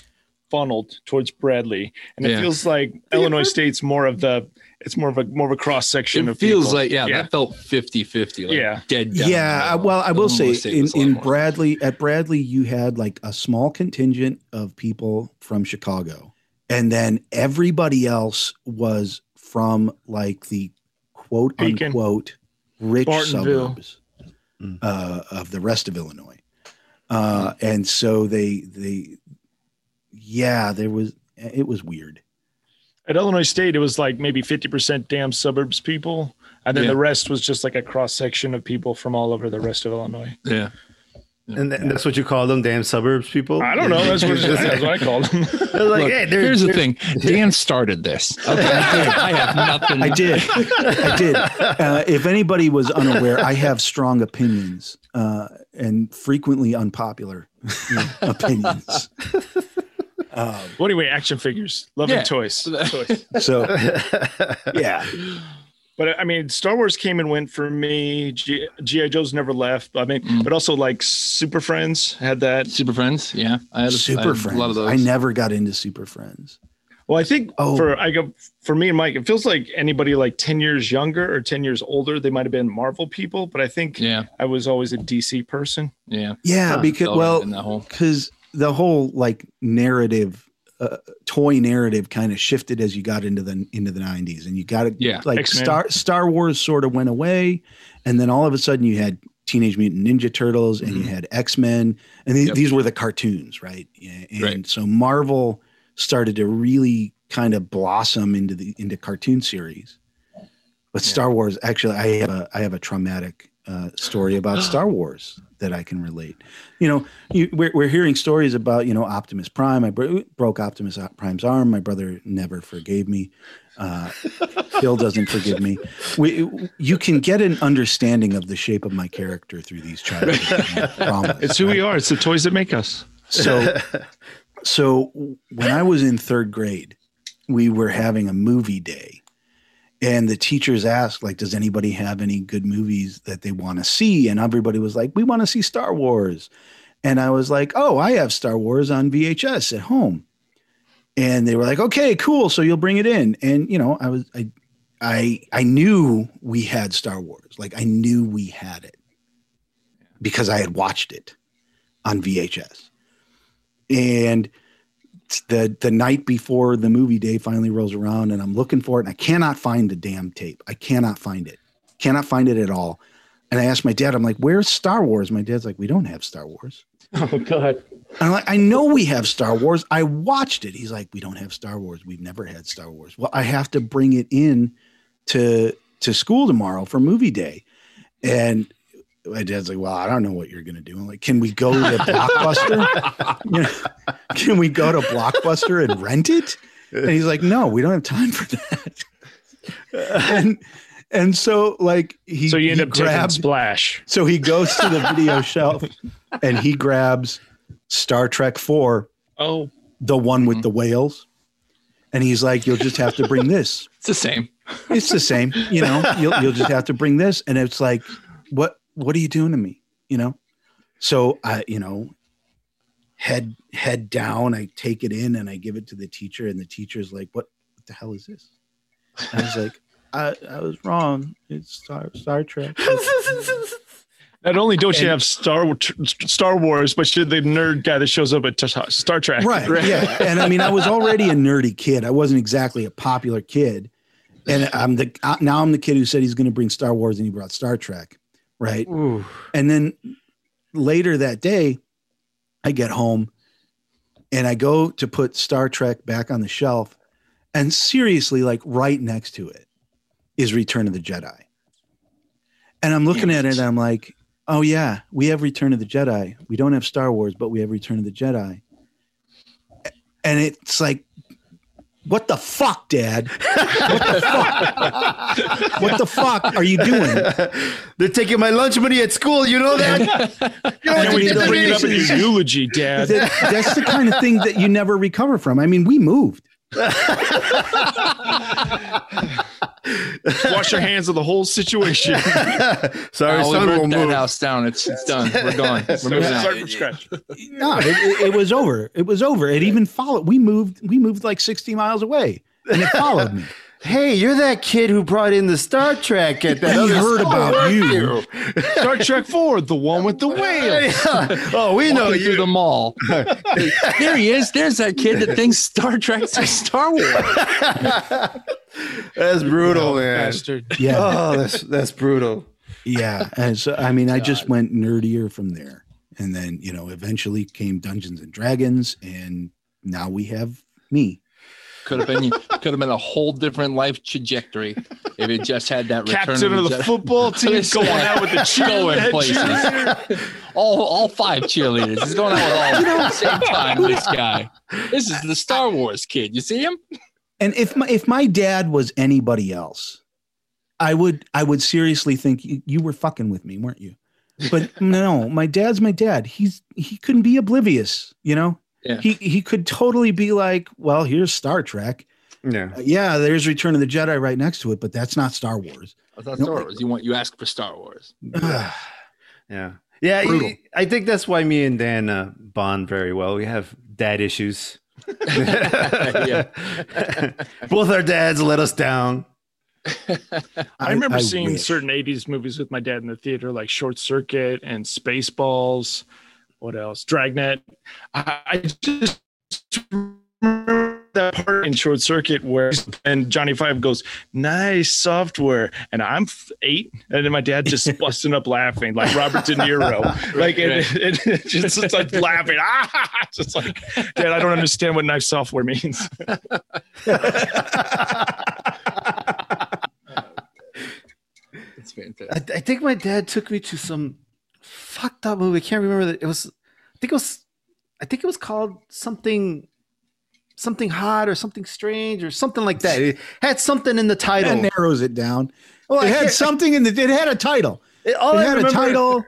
[SPEAKER 3] funneled towards Bradley, and
[SPEAKER 4] Yeah.
[SPEAKER 3] it feels like Illinois State's more of the it's more of a more of a cross section.
[SPEAKER 4] It
[SPEAKER 3] of
[SPEAKER 4] feels
[SPEAKER 3] people.
[SPEAKER 4] like yeah,
[SPEAKER 3] Yeah.
[SPEAKER 4] that felt 50 50 like
[SPEAKER 3] Yeah.
[SPEAKER 4] dead down
[SPEAKER 2] yeah,
[SPEAKER 4] the
[SPEAKER 2] I-
[SPEAKER 4] middle.
[SPEAKER 2] well, I will
[SPEAKER 4] Illinois
[SPEAKER 2] say
[SPEAKER 4] State
[SPEAKER 2] in,
[SPEAKER 4] was a lot
[SPEAKER 2] in
[SPEAKER 4] more-
[SPEAKER 2] Bradley, at Bradley, you had like a small contingent of people from Chicago, and then everybody else was from like the quote
[SPEAKER 3] Beacon.
[SPEAKER 2] unquote rich
[SPEAKER 3] Bartonville.
[SPEAKER 2] suburbs
[SPEAKER 1] Mm.
[SPEAKER 2] uh, of the rest of Illinois, uh, and so they they yeah, there was it was weird.
[SPEAKER 3] at Illinois State, it was like maybe 50% damn suburbs people. And then
[SPEAKER 4] Yeah.
[SPEAKER 3] the rest was just like a cross section of people from all over the rest of Illinois.
[SPEAKER 4] yeah.
[SPEAKER 1] And th- that's what you call them, damn suburbs people.
[SPEAKER 3] I don't know. That's what,
[SPEAKER 1] It's just-
[SPEAKER 3] that's what I called them.
[SPEAKER 1] they're like,
[SPEAKER 4] Look,
[SPEAKER 1] hey, they're-
[SPEAKER 4] here's the
[SPEAKER 1] they're-
[SPEAKER 4] thing. Dan started this. Okay, I have nothing.
[SPEAKER 2] I did. I did. Uh, if anybody was unaware, I have strong opinions uh, and frequently unpopular opinions. Um,
[SPEAKER 3] well, anyway, action figures, loving
[SPEAKER 4] Yeah.
[SPEAKER 3] toys. toys.
[SPEAKER 2] so yeah,
[SPEAKER 3] But I mean, Star Wars came and went for me. G- G.I. Joe's never left. I mean,
[SPEAKER 4] Mm.
[SPEAKER 3] but also like Super Friends had that.
[SPEAKER 4] Super Friends. Yeah, I had a, I had
[SPEAKER 2] Super Friends.
[SPEAKER 4] A lot of those.
[SPEAKER 2] I never got into Super Friends.
[SPEAKER 3] Well, I think
[SPEAKER 2] Oh.
[SPEAKER 3] for I go for me and Mike, it feels like anybody like 10 years younger or 10 years older, they might have been Marvel people, but I think
[SPEAKER 4] Yeah,
[SPEAKER 3] I was always a DC person.
[SPEAKER 4] yeah.
[SPEAKER 2] Yeah,
[SPEAKER 1] Huh.
[SPEAKER 2] because
[SPEAKER 4] Fell
[SPEAKER 2] well,
[SPEAKER 4] in that hole.
[SPEAKER 2] because the whole like narrative. Uh, toy narrative kind of shifted as you got into the into the 90s and you got to
[SPEAKER 4] Yeah,
[SPEAKER 2] like
[SPEAKER 3] X-Men.
[SPEAKER 2] Star Star Wars sort of went away, and then all of a sudden you had Teenage Mutant Ninja Turtles and you had X Men, and th-
[SPEAKER 4] Mm-hmm. Yep.
[SPEAKER 2] these were the cartoons, right? Yeah, And
[SPEAKER 4] Right.
[SPEAKER 2] so Marvel started to really kind of blossom into the into cartoon series, but Star Wars actually, I have a I have a traumatic uh, story about Star Wars that I can relate. You know, you, we're, we're hearing stories about, you know, Optimus Prime. I bro- broke Optimus uh, Prime's arm. My brother never forgave me. Uh, Phil doesn't forgive me. We, you can get an understanding of the shape of my character through these childhood traumas.
[SPEAKER 3] It's who
[SPEAKER 2] right?
[SPEAKER 3] we are. It's the toys that make us.
[SPEAKER 2] So, so when I was in third grade, we were having a movie day, and the teachers asked, like, "Does anybody have any good movies that they want to see?" And everybody was like, "We want to see Star Wars," and I was like, "Oh, I have Star Wars on VHS at home," and they were like, "Okay, cool. So you'll bring it in." And you know, I was I. I I knew we had Star Wars. Like I knew we had it because I had watched it on VHS and the the night before the movie day finally rolls around and I'm looking for it and I cannot find the damn tape. I cannot find it. Cannot find it at all. And I asked my dad, I'm like, where's Star Wars? My dad's like, we don't have Star Wars.
[SPEAKER 3] Oh God.
[SPEAKER 2] And I'm like, I know we have Star Wars. I watched it. He's like, we don't have Star Wars. We've never had Star Wars. Well, I have to bring it in to to school tomorrow for movie day. And my dad's like, well, I don't know what you're gonna do. I'm like, can we go to Blockbuster? you know, can we go to Blockbuster and rent it? And he's like, no, we don't have time for that. and and so like he
[SPEAKER 3] so you end
[SPEAKER 2] he
[SPEAKER 3] up taking
[SPEAKER 2] grabbed,
[SPEAKER 3] splash.
[SPEAKER 2] so he goes to the video shelf and he grabs Star Trek 4,
[SPEAKER 3] Oh,
[SPEAKER 2] the one with
[SPEAKER 4] Mhm.
[SPEAKER 2] the whales. And he's like, you'll just have to bring this.
[SPEAKER 4] It's the same.
[SPEAKER 2] It's the same, you know. You'll you'll just have to bring this and it's like what what are you doing to me? You know? So I, you know, head head down, I take it in and I give it to the teacher, and the teacher's like, What, what the hell is this? And I was like, I, I was wrong. It's Star Star Trek.
[SPEAKER 3] not only don't you
[SPEAKER 2] And-
[SPEAKER 3] have Star Star Wars, but you're the nerd guy that shows up at t- Star Trek.
[SPEAKER 2] Right, Yeah. And I mean, I was already a nerdy kid. I wasn't exactly a popular kid. And I'm the uh, now I'm the kid who said he's going to bring Star Wars and he brought Star Trek. Right.
[SPEAKER 3] Ooh.
[SPEAKER 2] And then later that day, I get home and I go to put Star Trek back on the shelf. And seriously, like right next to it is Return of the Jedi. And I'm looking at it and I'm like, oh, yeah, we have Return of the Jedi. We don't have Star Wars, but we have Return of the Jedi. And it's like, what the fuck, Dad? What the fuck? what the fuck are you doing?
[SPEAKER 1] They're taking my lunch money at school. You know that? You know what the
[SPEAKER 3] And then we need to bring it up in
[SPEAKER 1] definition
[SPEAKER 3] your
[SPEAKER 1] is?
[SPEAKER 3] eulogy, Dad.
[SPEAKER 2] that, that's the kind of thing that you never recover from. I mean, we moved.
[SPEAKER 3] Wash your hands of the whole situation.
[SPEAKER 1] Sorry,
[SPEAKER 4] Oh, we
[SPEAKER 1] son will
[SPEAKER 4] burnt that
[SPEAKER 1] move.
[SPEAKER 4] house down. It's, it's done. We're gone. We're moving out.
[SPEAKER 3] Start from scratch.
[SPEAKER 2] No, it, it- it was over. It was over. It even followed. We moved. We moved like sixty miles away, and it followed me.
[SPEAKER 1] Hey, you're that kid who brought in the Star Trek at that
[SPEAKER 2] We
[SPEAKER 1] other
[SPEAKER 2] heard
[SPEAKER 1] store,
[SPEAKER 2] about
[SPEAKER 1] weren't
[SPEAKER 2] you.
[SPEAKER 3] Star Trek Four, the one with the whale.
[SPEAKER 1] Yeah. Oh, we know
[SPEAKER 4] Walking through
[SPEAKER 1] you.
[SPEAKER 4] the mall. there he is. There's that kid that thinks Star Trek's a Star Wars.
[SPEAKER 1] That's brutal, man.
[SPEAKER 2] Yeah,
[SPEAKER 1] Oh, that's that's brutal.
[SPEAKER 2] yeah. And so, I mean, I just went nerdier from there, and then you know, eventually came Dungeons and Dragons, and now we have me.
[SPEAKER 4] Could have been could have been a whole different life trajectory if it just had that return
[SPEAKER 3] Captain of the
[SPEAKER 4] Jedi.
[SPEAKER 3] football team
[SPEAKER 4] This
[SPEAKER 3] going
[SPEAKER 4] guy
[SPEAKER 3] out with the
[SPEAKER 4] going
[SPEAKER 3] cheerleader.
[SPEAKER 4] places. all all five cheerleaders. He's going out with all of them at the same time. This guy. This is the Star Wars kid. You see him?
[SPEAKER 2] And if my if my dad was anybody else, I would I would seriously think you, you were fucking with me, weren't you? But no, my dad's my dad. He's he couldn't be oblivious, you know.
[SPEAKER 4] Yeah.
[SPEAKER 2] He he could totally be like, well, here's Star Trek.
[SPEAKER 1] Yeah.
[SPEAKER 2] Uh, yeah, there's Return of the Jedi right next to it, but that's not Star Wars.
[SPEAKER 4] That's not
[SPEAKER 2] No.
[SPEAKER 4] Star Wars. You want you ask for Star Wars.
[SPEAKER 1] Yeah. Yeah.
[SPEAKER 2] Brutal.
[SPEAKER 1] I- I think that's why me and Dan uh, bond very well. We have dad issues.
[SPEAKER 4] Yeah.
[SPEAKER 1] Both our dads let us down.
[SPEAKER 3] I remember seeing
[SPEAKER 2] wish.
[SPEAKER 3] certain 80s movies with my dad in the theater, like Short Circuit and Spaceballs. What else? Dragnet. I, I just remember that part in Short Circuit where and Johnny Five goes, "Nice software," and I'm f- eight, and then my dad just busting up laughing like Robert De Niro, like and, and just, just like laughing, ah, just like, Dad, I don't understand what nice software means.
[SPEAKER 4] It's
[SPEAKER 1] I,
[SPEAKER 4] fantastic.
[SPEAKER 1] I think my dad took me to some fucked up movie. I can't remember that it was. I think it was. I think it was called something, something hot or something strange or something like that. It had something in the
[SPEAKER 2] That
[SPEAKER 1] title.
[SPEAKER 2] narrows it down.
[SPEAKER 1] Well, I
[SPEAKER 2] it had
[SPEAKER 1] can't-
[SPEAKER 2] something in the. It had a title.
[SPEAKER 1] it- all Oh,
[SPEAKER 2] it
[SPEAKER 1] I
[SPEAKER 2] had
[SPEAKER 1] remember-
[SPEAKER 2] a title.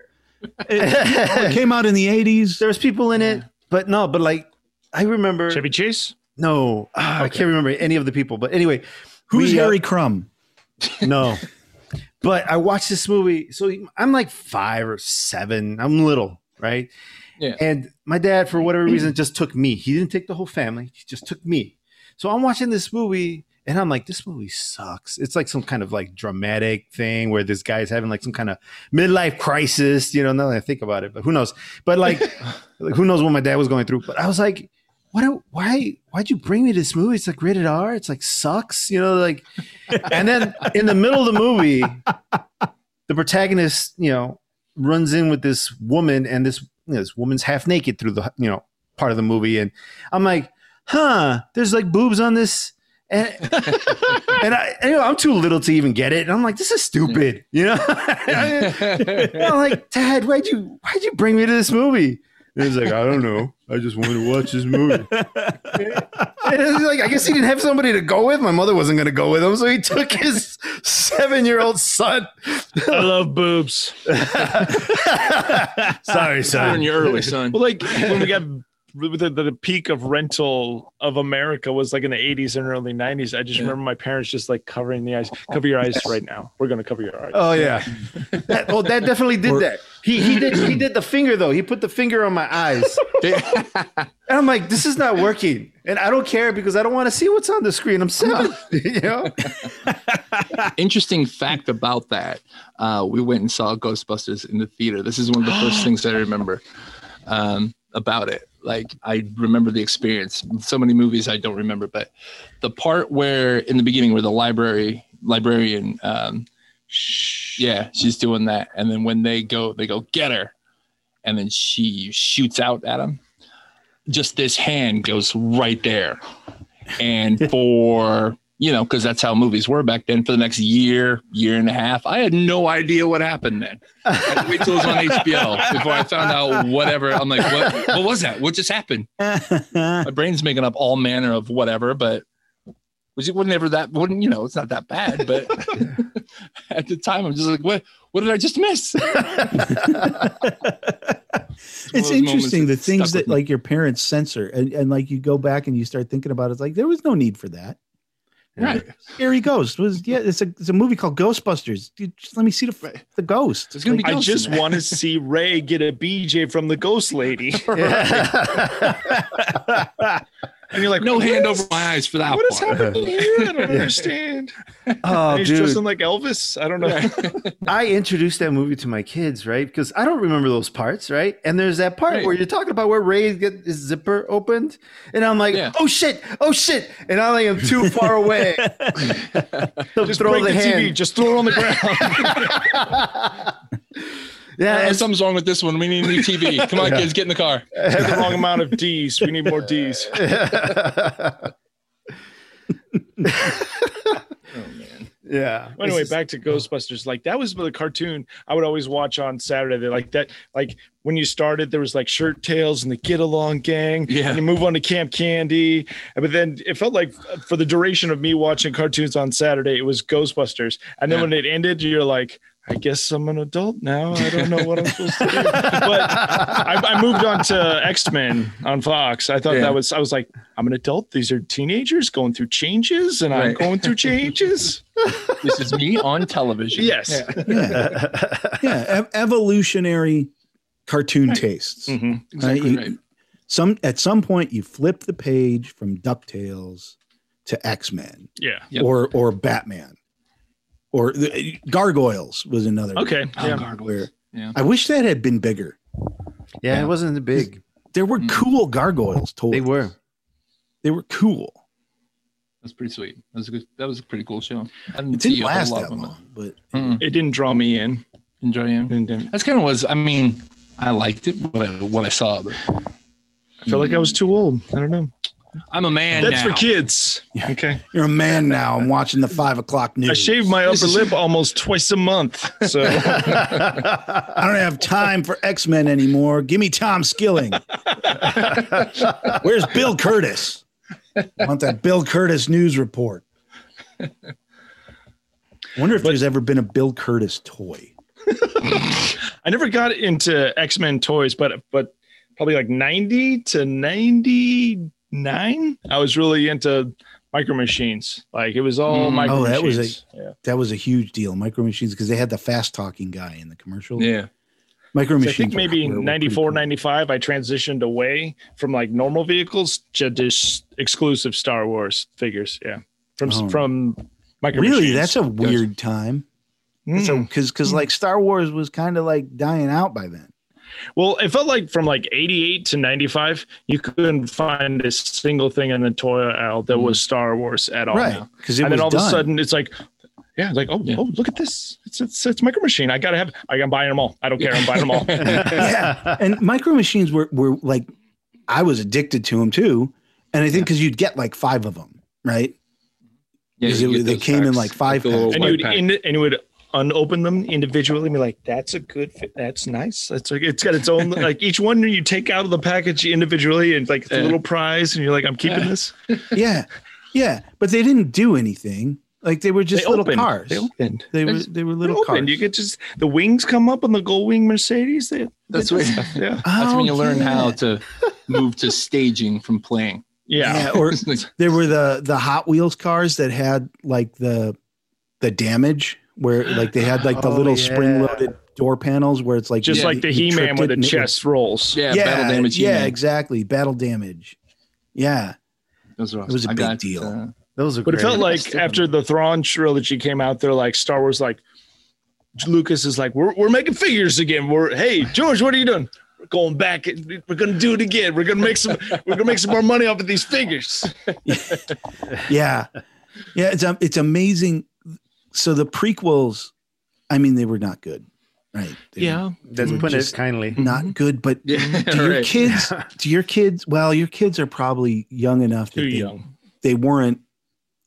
[SPEAKER 2] It came out in the eighties.
[SPEAKER 1] there was people in it, but no, but like I remember.
[SPEAKER 3] Chevy Chase.
[SPEAKER 1] No, ah, I
[SPEAKER 3] Okay.
[SPEAKER 1] can't remember any of the people. But anyway,
[SPEAKER 2] Who's
[SPEAKER 1] we, uh,
[SPEAKER 2] Harry Crumb?
[SPEAKER 1] No. But I watched this movie. So I'm like five or seven. I'm little, right?
[SPEAKER 4] Yeah.
[SPEAKER 1] And my dad, for whatever reason, just took me. He didn't take the whole family, he just took me. So I'm watching this movie and I'm like, this movie sucks. It's like some kind of like dramatic thing where this guy's having like some kind of midlife crisis, you know, now that I think about it, but who knows? But like, like who knows what my dad was going through? But I was like, what, do- why, why'd you bring me this movie? It's like rated R. It's like sucks, you know, like, and then in the middle of the movie, the protagonist, you know, runs in with this woman, and this you know, this woman's half naked through the you know part of the movie, and I'm like, huh, there's like boobs on this. And, and I, you know, I'm too little to even get it. And I'm like, this is stupid. You know, I'm like, Dad, why'd you, why'd you bring me to this movie? And he's like, I don't know. I just wanted to watch this movie. And it was like, I guess he didn't have somebody to go with. My mother wasn't going to go with him, so he took his seven-year-old son.
[SPEAKER 3] I love boobs.
[SPEAKER 1] Sorry,
[SPEAKER 4] Turn
[SPEAKER 1] son.
[SPEAKER 4] you early, son.
[SPEAKER 3] Well, like when we got the, the, the peak of rental of America was like in the 80s and early 90s. I just
[SPEAKER 4] Yeah.
[SPEAKER 3] remember my parents just like covering the eyes. Cover your eyes right now. We're gonna cover your eyes.
[SPEAKER 1] Oh yeah. That, oh, that definitely did that. He he did he did the finger though. He put the finger on my eyes, and I'm like, this is not working. And I don't care because I don't want to see what's on the screen. I'm sad. you know.
[SPEAKER 4] Interesting fact about that: uh, we went and saw Ghostbusters in the theater. This is one of the first things that I remember um, about it. Like I remember the experience. So many movies I don't remember, but the part where in the beginning, where the library librarian, um, sh- yeah, she's doing that, and then when they go, they go get her, and then she shoots out at him. Just this hand goes right there, and for you know, because that's how movies were back then. For the next year, year and a half, I had no idea what happened then. I had to wait till it was on HBO before I found out whatever. I'm like, what? What was that? What just happened? My brain's making up all manner of whatever, but was it wasn't ever that? Wouldn't you know? It's not that bad, but at the time, I'm just like, what? What did I just miss? one of
[SPEAKER 2] it's
[SPEAKER 4] those moments
[SPEAKER 2] interesting the
[SPEAKER 4] that
[SPEAKER 2] things
[SPEAKER 4] stuck
[SPEAKER 2] that
[SPEAKER 4] with me.
[SPEAKER 2] like your parents censor and, and like you go back and you start thinking about it, it's like there was no need for that
[SPEAKER 4] Right.
[SPEAKER 2] scary ghost was yeah it's a, it's a movie called ghostbusters Dude, just let me see the,
[SPEAKER 4] Right.
[SPEAKER 2] the ghost
[SPEAKER 4] There's gonna be
[SPEAKER 2] Like,
[SPEAKER 3] I
[SPEAKER 4] ghosts
[SPEAKER 3] just
[SPEAKER 4] in there.
[SPEAKER 3] want to see Ray get a BJ from the ghost lady. And you're like,
[SPEAKER 4] no
[SPEAKER 3] "What
[SPEAKER 4] hand
[SPEAKER 3] is-
[SPEAKER 4] over my eyes for that
[SPEAKER 3] What is
[SPEAKER 4] one.
[SPEAKER 3] happening here? I don't understand.
[SPEAKER 1] oh,
[SPEAKER 3] He's
[SPEAKER 1] dude.
[SPEAKER 3] dressing like Elvis. I don't know.
[SPEAKER 1] I introduced that movie to my kids, right? Because I don't remember those parts, right? And there's that part
[SPEAKER 4] Right.
[SPEAKER 1] where you're talking about where Ray get his zipper opened, and I'm like,
[SPEAKER 4] Yeah.
[SPEAKER 1] oh shit, oh shit, and I am too far away to
[SPEAKER 3] Just
[SPEAKER 1] throw
[SPEAKER 3] break
[SPEAKER 1] the,
[SPEAKER 3] the, TV.
[SPEAKER 1] hand.
[SPEAKER 3] Just throw it on the ground.
[SPEAKER 1] yeah,
[SPEAKER 4] Uh,
[SPEAKER 1] and
[SPEAKER 4] Something's wrong with this one. We need a new TV. Come on, kids, get in the car.
[SPEAKER 3] Had the wrong amount of D's. We need more D's.
[SPEAKER 4] Oh man.
[SPEAKER 1] yeah.
[SPEAKER 3] Well, anyway, back
[SPEAKER 4] Oh.
[SPEAKER 3] to Ghostbusters. Like that was the cartoon I would always watch on Saturday. They like that. Like when you started, there was like Shirt Tails and the Get Along Gang.
[SPEAKER 4] Yeah.
[SPEAKER 3] And you move on to Camp Candy, And- but then it felt like uh, for the duration of me watching cartoons on Saturday, it was Ghostbusters. And then
[SPEAKER 4] Yeah.
[SPEAKER 3] when it ended, you're like. I guess I'm an adult now. I don't know what I'm supposed to do. But I, I moved on to X Men on Fox. I thought
[SPEAKER 4] Yeah.
[SPEAKER 3] that was. I was like, I'm an adult. These are teenagers going through changes, and I'm
[SPEAKER 4] Right.
[SPEAKER 3] going through changes.
[SPEAKER 4] This is me on television.
[SPEAKER 3] yes.
[SPEAKER 4] Yeah.
[SPEAKER 2] yeah yeah ev- evolutionary cartoon tastes
[SPEAKER 4] Mm-hmm.
[SPEAKER 3] Mhm.
[SPEAKER 4] Mm, Exactly
[SPEAKER 2] Uh,
[SPEAKER 4] right.
[SPEAKER 2] you- some at some point you flip the page from ducktales to x-men
[SPEAKER 3] Yeah.
[SPEAKER 4] Yep.
[SPEAKER 2] or or batman or the, gargoyles was another one
[SPEAKER 3] Okay.
[SPEAKER 4] Oh,
[SPEAKER 3] yeah.
[SPEAKER 4] gargoyles. Yeah.
[SPEAKER 2] i wish that had been bigger
[SPEAKER 1] yeah, it wasn't big.
[SPEAKER 2] there were
[SPEAKER 4] Mm.
[SPEAKER 2] cool gargoyles toys
[SPEAKER 1] They were.
[SPEAKER 2] they were cool
[SPEAKER 4] That's pretty sweet. That was a good. That was a pretty cool show. I
[SPEAKER 2] it didn't last that long but
[SPEAKER 3] It didn't draw me in.
[SPEAKER 4] Enjoy him.
[SPEAKER 3] And then
[SPEAKER 4] That's kind of was. I mean, I liked it. What I, what I saw. But
[SPEAKER 3] I felt like I was too old. I don't know.
[SPEAKER 4] I'm a man
[SPEAKER 3] That's
[SPEAKER 4] now.
[SPEAKER 3] for kids.
[SPEAKER 2] Yeah.
[SPEAKER 3] Okay.
[SPEAKER 2] You're a man now. I'm watching the five o'clock news.
[SPEAKER 3] I shave my upper lip almost twice a month. So
[SPEAKER 2] I don't have time for X Men anymore. Give me Tom Skilling. Where's Bill Curtis? I want that Bill Curtis news report. I wonder if there's ever been a Bill Curtis toy.
[SPEAKER 3] I never got into X Men toys, but but probably like ninety to ninety nine, I was really into micro machines. Like it was all
[SPEAKER 4] Mm.
[SPEAKER 3] micro
[SPEAKER 2] Oh, that was
[SPEAKER 3] machines.
[SPEAKER 2] a-
[SPEAKER 3] yeah.
[SPEAKER 2] That was a huge deal. Micro Machines, because they had the fast talking guy in the commercial.
[SPEAKER 4] Yeah.
[SPEAKER 2] Micro
[SPEAKER 3] So I
[SPEAKER 2] Machines.
[SPEAKER 3] think maybe
[SPEAKER 2] were- were pretty
[SPEAKER 3] 94,
[SPEAKER 2] cool.
[SPEAKER 3] 95, I transitioned away from like normal vehicles to just exclusive Star Wars figures. Yeah. From
[SPEAKER 2] Oh.
[SPEAKER 3] from micro
[SPEAKER 2] Really,
[SPEAKER 3] machines.
[SPEAKER 2] that's a weird time.
[SPEAKER 3] Mm.
[SPEAKER 2] So, because because like Star Wars was kind of like dying out by then.
[SPEAKER 3] Well, it felt like from like 88 to 95, you couldn't find a single thing in the toy aisle that was Star Wars at all.
[SPEAKER 2] Mm. right.
[SPEAKER 3] now.
[SPEAKER 2] Because it
[SPEAKER 3] Oh, And
[SPEAKER 2] was
[SPEAKER 3] then all of
[SPEAKER 2] done.
[SPEAKER 3] a sudden it's like, yeah, like, oh,
[SPEAKER 4] Yeah.
[SPEAKER 3] oh, look at this. It's, it's, it's micro machine. I got to have, I, I'm buying them all. I don't care. I'm buying them all.
[SPEAKER 2] yeah. And micro machines were were like I was addicted to them too, and I think because you'd get like five of them, right?
[SPEAKER 4] Yeah,
[SPEAKER 2] Because
[SPEAKER 4] you
[SPEAKER 2] it-
[SPEAKER 4] get
[SPEAKER 2] they
[SPEAKER 4] those
[SPEAKER 2] came in,
[SPEAKER 4] packs,
[SPEAKER 2] like, five
[SPEAKER 4] the little
[SPEAKER 2] packs.
[SPEAKER 3] and
[SPEAKER 4] white
[SPEAKER 3] you would,
[SPEAKER 4] pack.
[SPEAKER 3] in, and you would unopen them individually and be like, that's a good fit. That's nice. That's like, it's got its own, like each one you take out of the package individually and like it's a
[SPEAKER 4] Yeah.
[SPEAKER 3] little prize. And you're like, I'm keeping
[SPEAKER 4] Yeah.
[SPEAKER 3] this.
[SPEAKER 2] Yeah, yeah. But they didn't do anything. Like they were just
[SPEAKER 3] They
[SPEAKER 2] little
[SPEAKER 3] opened.
[SPEAKER 2] cars.
[SPEAKER 3] They
[SPEAKER 2] They,
[SPEAKER 3] opened.
[SPEAKER 2] were
[SPEAKER 4] They-
[SPEAKER 2] they were little
[SPEAKER 3] They're open.
[SPEAKER 2] cars.
[SPEAKER 3] You get just the wings come up on the gold wing Mercedes. They,
[SPEAKER 4] That's
[SPEAKER 3] they do
[SPEAKER 4] what-
[SPEAKER 3] stuff. Yeah.
[SPEAKER 4] That's when
[SPEAKER 2] Oh,
[SPEAKER 4] you learn how
[SPEAKER 2] yeah.
[SPEAKER 4] to move to staging from playing.
[SPEAKER 3] Yeah.
[SPEAKER 2] Yeah, or
[SPEAKER 4] It's like,
[SPEAKER 2] there were the the Hot Wheels cars that had like the the damage where like they had like the
[SPEAKER 1] Oh,
[SPEAKER 2] little
[SPEAKER 1] yeah.
[SPEAKER 2] spring loaded door panels where it's like
[SPEAKER 3] Just
[SPEAKER 2] you-
[SPEAKER 3] like the
[SPEAKER 2] you
[SPEAKER 3] He Man
[SPEAKER 2] tripped
[SPEAKER 3] where
[SPEAKER 2] it
[SPEAKER 3] the
[SPEAKER 2] and it would-
[SPEAKER 3] chest rolls.
[SPEAKER 4] yeah, battle damage.
[SPEAKER 2] Yeah,
[SPEAKER 4] he-man.
[SPEAKER 2] exactly. Battle damage. Yeah.
[SPEAKER 4] Those are
[SPEAKER 2] It was a
[SPEAKER 4] awesome. I
[SPEAKER 2] big
[SPEAKER 4] got,
[SPEAKER 2] deal.
[SPEAKER 4] uh,
[SPEAKER 1] Those are
[SPEAKER 3] But
[SPEAKER 1] great.
[SPEAKER 3] it felt like
[SPEAKER 4] Still-
[SPEAKER 3] after the Thrawn trilogy came out, they're like Star Wars, like Lucas is like, we're, we're making figures again. We're hey George, what are you doing? We're going back. and We're gonna do it again. We're gonna make some. we're gonna make some more money off of these figures.
[SPEAKER 2] Yeah. Yeah. It's, um, it's amazing. So the prequels, I mean, they were not good, right? They
[SPEAKER 1] That's
[SPEAKER 3] Mm,
[SPEAKER 2] Mhm.
[SPEAKER 1] putting
[SPEAKER 2] Just-
[SPEAKER 1] it kindly.
[SPEAKER 2] were
[SPEAKER 3] Mm-hmm.
[SPEAKER 2] Not good, but
[SPEAKER 4] yeah,
[SPEAKER 2] do your
[SPEAKER 4] right.
[SPEAKER 2] kids, do your kids, well, your kids are probably young enough that
[SPEAKER 3] Too
[SPEAKER 2] they,
[SPEAKER 3] young.
[SPEAKER 2] they weren't,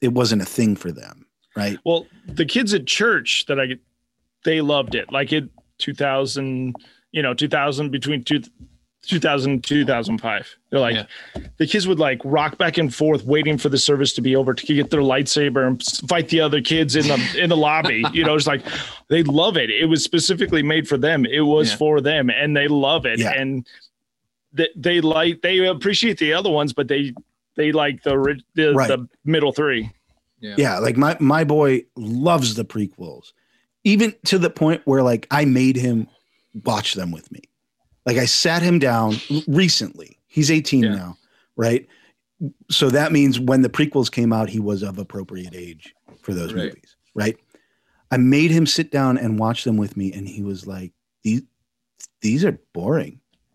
[SPEAKER 2] it wasn't a thing for them, right?
[SPEAKER 3] Well, the kids at church that I get, they loved it. Like it 2000, you know, 2000 between two, 2000 and 2005. They're like, the kids would like rock back and forth, waiting for the service to be over to get their lightsaber and s- fight the other kids in the in the lobby. You know, it's like they love it. It was specifically made for them. It was
[SPEAKER 4] Yeah.
[SPEAKER 3] for them, and they love it.
[SPEAKER 2] Yeah.
[SPEAKER 3] And they, they like they appreciate the other ones, but they they like the ri- the,
[SPEAKER 2] Right.
[SPEAKER 3] the middle three.
[SPEAKER 2] Yeah. Like my, my boy loves the prequels, even to the point where like I made him watch them with me. Like I sat him down l- recently. He's 18
[SPEAKER 4] Yeah.
[SPEAKER 2] now, right? So that means when the prequels came out, he was of appropriate age for those
[SPEAKER 4] Right.
[SPEAKER 2] movies, right? I made him sit down and watch them with me, and he was like, "These, these are boring.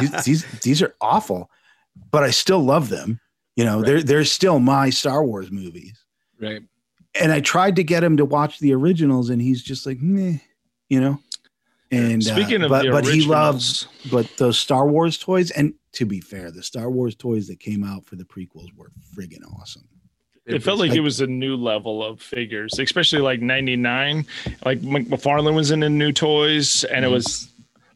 [SPEAKER 2] These, these, these are awful." But I still love them. You know, they're they're still my Star Wars movies
[SPEAKER 4] Right.
[SPEAKER 2] and I tried to get him to watch the originals, and he's just like, meh, you know. And uh,
[SPEAKER 3] Speaking of
[SPEAKER 2] but,
[SPEAKER 3] the
[SPEAKER 2] but he
[SPEAKER 3] originals-
[SPEAKER 2] loves but those Star Wars toys. And to be fair, the Star Wars toys that came out for the prequels were friggin' awesome.
[SPEAKER 3] it felt like
[SPEAKER 2] like-
[SPEAKER 3] it was a new level of figures, especially like 99. Like Mc- McFarlane was in the new toys, and it
[SPEAKER 4] Mm-hmm.
[SPEAKER 3] was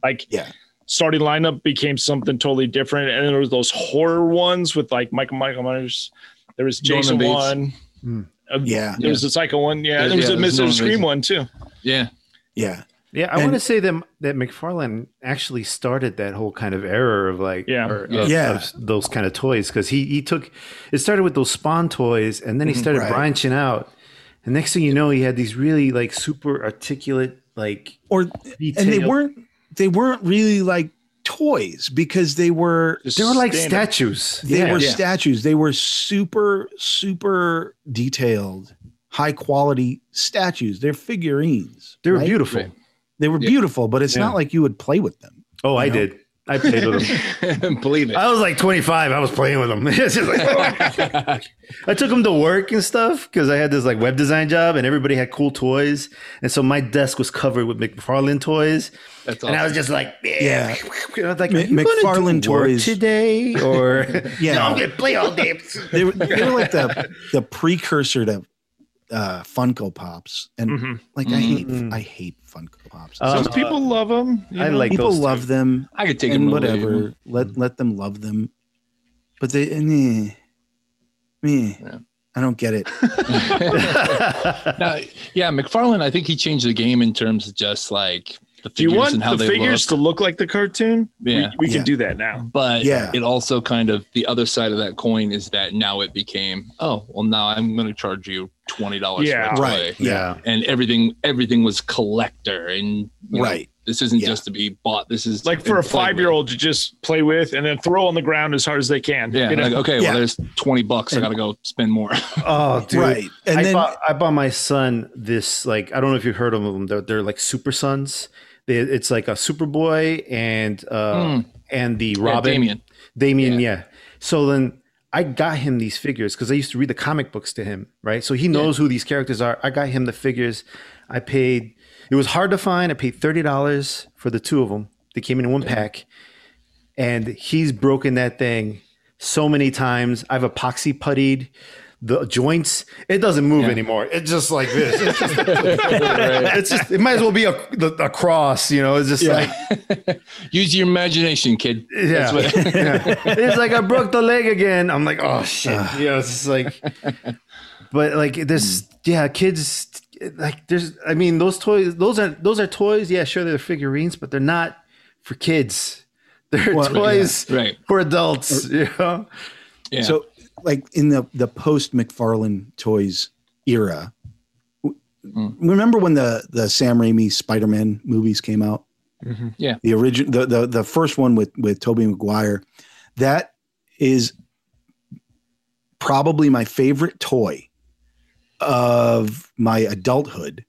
[SPEAKER 3] like,
[SPEAKER 2] Yeah.
[SPEAKER 3] starting lineup became something totally different. And there was those horror ones with like Michael Michael Myers, there was
[SPEAKER 4] Norman
[SPEAKER 3] Jason
[SPEAKER 4] Bates.
[SPEAKER 3] one,
[SPEAKER 1] Hmm.
[SPEAKER 3] Uh,
[SPEAKER 2] Yeah,
[SPEAKER 3] there was the psycho one, yeah,
[SPEAKER 4] Yeah,
[SPEAKER 3] there was
[SPEAKER 4] yeah,
[SPEAKER 3] a
[SPEAKER 4] Mm. there's
[SPEAKER 3] Mr.
[SPEAKER 4] Norman
[SPEAKER 3] Scream
[SPEAKER 4] Bates.
[SPEAKER 3] one too.
[SPEAKER 4] Yeah.
[SPEAKER 2] yeah,
[SPEAKER 1] yeah, I
[SPEAKER 2] And-
[SPEAKER 1] want to say that that McFarlane actually started that whole kind of era of like
[SPEAKER 3] Yeah.
[SPEAKER 1] or,
[SPEAKER 4] Yeah.
[SPEAKER 1] Of,
[SPEAKER 2] Yeah.
[SPEAKER 1] of those kind of toys because he he took it started with those Spawn toys and then he
[SPEAKER 4] Mhm.
[SPEAKER 1] started
[SPEAKER 2] Right.
[SPEAKER 1] branching out. And next thing you know, he had these really like super articulate like
[SPEAKER 2] or and they
[SPEAKER 1] detailed-
[SPEAKER 2] weren't they weren't really like toys because they were
[SPEAKER 3] Just
[SPEAKER 1] they were like
[SPEAKER 3] stand up.
[SPEAKER 1] statues.
[SPEAKER 2] they
[SPEAKER 1] yeah.
[SPEAKER 2] were
[SPEAKER 4] Yeah.
[SPEAKER 2] statues. They were super super detailed, high quality statues. They're figurines.
[SPEAKER 1] they were
[SPEAKER 2] right?
[SPEAKER 1] beautiful.
[SPEAKER 4] Right.
[SPEAKER 2] They were
[SPEAKER 4] Yeah.
[SPEAKER 2] beautiful, but it's
[SPEAKER 1] Yeah.
[SPEAKER 2] not like you would play with them.
[SPEAKER 1] Oh, I
[SPEAKER 2] You know?
[SPEAKER 1] did. I played with them.
[SPEAKER 4] Believe it.
[SPEAKER 1] I was like 25. I was playing with them. It's just like- oh, I took them to work and stuff because I had this like web design job and everybody had cool toys. And so my desk was covered with McFarlane toys.
[SPEAKER 4] That's
[SPEAKER 1] And I
[SPEAKER 4] awesome.
[SPEAKER 1] was just like,
[SPEAKER 2] Yeah.
[SPEAKER 1] I was like,
[SPEAKER 2] Ma-
[SPEAKER 1] "Are you gonna do
[SPEAKER 2] McFarlane
[SPEAKER 1] work
[SPEAKER 2] toys.
[SPEAKER 1] today or
[SPEAKER 2] Yeah.
[SPEAKER 1] no, I'm gonna play all day.
[SPEAKER 2] they were, they were like the the precursor to uh, Funko Pops, and
[SPEAKER 3] Mhm.
[SPEAKER 2] like
[SPEAKER 1] Mhm.
[SPEAKER 2] I hate I hate Funko Pops.
[SPEAKER 4] uh,
[SPEAKER 1] Um,
[SPEAKER 3] Some people love them.
[SPEAKER 1] I like
[SPEAKER 2] People
[SPEAKER 1] those
[SPEAKER 2] love them
[SPEAKER 4] I could take
[SPEAKER 2] and
[SPEAKER 4] him whatever.
[SPEAKER 2] whatever.
[SPEAKER 1] Mm-hmm.
[SPEAKER 2] Let let them love them, but they eh, meh, meh.
[SPEAKER 4] Yeah.
[SPEAKER 2] I don't get it.
[SPEAKER 4] Now, yeah, McFarlane. I think he changed the game in terms of just like the
[SPEAKER 3] Do you
[SPEAKER 4] figures
[SPEAKER 3] want
[SPEAKER 4] and how
[SPEAKER 3] the
[SPEAKER 4] they
[SPEAKER 3] figures
[SPEAKER 4] look.
[SPEAKER 3] to look like the cartoon?
[SPEAKER 4] Yeah.
[SPEAKER 3] We, we
[SPEAKER 2] Yeah.
[SPEAKER 3] can do that now.
[SPEAKER 4] but
[SPEAKER 2] Yeah.
[SPEAKER 4] it also kind of the other side of that coin is that now it became oh well now I'm going to charge you twenty dollars
[SPEAKER 3] Yeah.
[SPEAKER 4] for a toy.
[SPEAKER 2] Right.
[SPEAKER 1] yeah.
[SPEAKER 4] and everything everything was collector and you know,
[SPEAKER 2] Right.
[SPEAKER 4] this isn't
[SPEAKER 2] Yeah.
[SPEAKER 4] just to be bought this is
[SPEAKER 3] Like for a
[SPEAKER 4] to play with.
[SPEAKER 3] five year old to just play with and then throw on the ground as hard as they can.
[SPEAKER 4] yeah
[SPEAKER 3] You know?
[SPEAKER 4] like, okay
[SPEAKER 2] Yeah.
[SPEAKER 4] well there's 20 bucks
[SPEAKER 2] And-
[SPEAKER 4] i gotta go spend more
[SPEAKER 1] Oh, dude.
[SPEAKER 2] Right, and
[SPEAKER 1] I,
[SPEAKER 2] then
[SPEAKER 1] bought, I bought my son this like I don't know if you've heard of them. They're, they're like Super Sons. They, it's like a Superboy and uh,
[SPEAKER 4] Mm.
[SPEAKER 1] and the
[SPEAKER 4] Yeah,
[SPEAKER 1] Robin
[SPEAKER 4] Damien.
[SPEAKER 1] Damien,
[SPEAKER 4] Yeah.
[SPEAKER 1] yeah. So then I got him these figures because I used to read the comic books to him, right? So he knows who these characters are. I got him the figures. I paid. It was hard to find. I paid thirty dollars for the two of them. They came in one pack, and he's broken that thing so many times. I've epoxy puttied the joints. It doesn't move
[SPEAKER 4] Yeah.
[SPEAKER 1] anymore. It's just like this. It's just, it's just- it might as well be a, the, a cross, you know. It's just like
[SPEAKER 4] use your imagination kid
[SPEAKER 1] yeah.
[SPEAKER 4] That's what-
[SPEAKER 1] Yeah. It's like I broke the leg again. I'm like, oh shit. yeah, it's just like but like Hmm. this yeah, kids like there's I mean those toys those are those are toys. Yeah, sure they're figurines, but they're not for kids. They're
[SPEAKER 2] Well,
[SPEAKER 1] toys
[SPEAKER 4] right
[SPEAKER 1] for adults, you know.
[SPEAKER 4] yeah so
[SPEAKER 2] So, like in the the post McFarlane toys era, w-
[SPEAKER 4] Hmm.
[SPEAKER 2] remember when the the Sam Raimi Spider Man movies came out?
[SPEAKER 3] Mhm.
[SPEAKER 4] Mm-hmm. Yeah.
[SPEAKER 2] the original, the, the the first one with with Tobey Maguire, that is probably my favorite toy of my adulthood.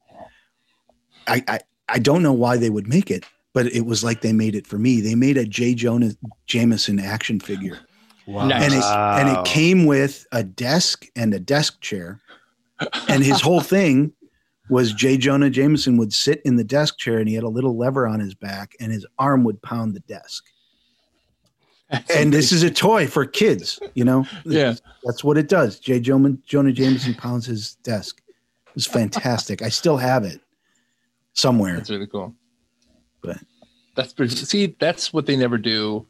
[SPEAKER 2] I I, I don't know why they would make it. But it was like they made it for me. They made a J. Jonah Jameson action figure
[SPEAKER 1] Wow.
[SPEAKER 4] Nice.
[SPEAKER 2] and it and it came with a desk and a desk chair, and his whole thing was Jay Jonah Jameson would sit in the desk chair and he had a little lever on his back and his arm would pound the desk. and this is a toy for kids, you know.
[SPEAKER 4] yeah
[SPEAKER 2] that's what it does. Jay Jonah, Jonah Jameson pounds his desk. It was fantastic. I still have it somewhere.
[SPEAKER 4] that's really cool
[SPEAKER 2] But-
[SPEAKER 4] that's pretty see that's what they never do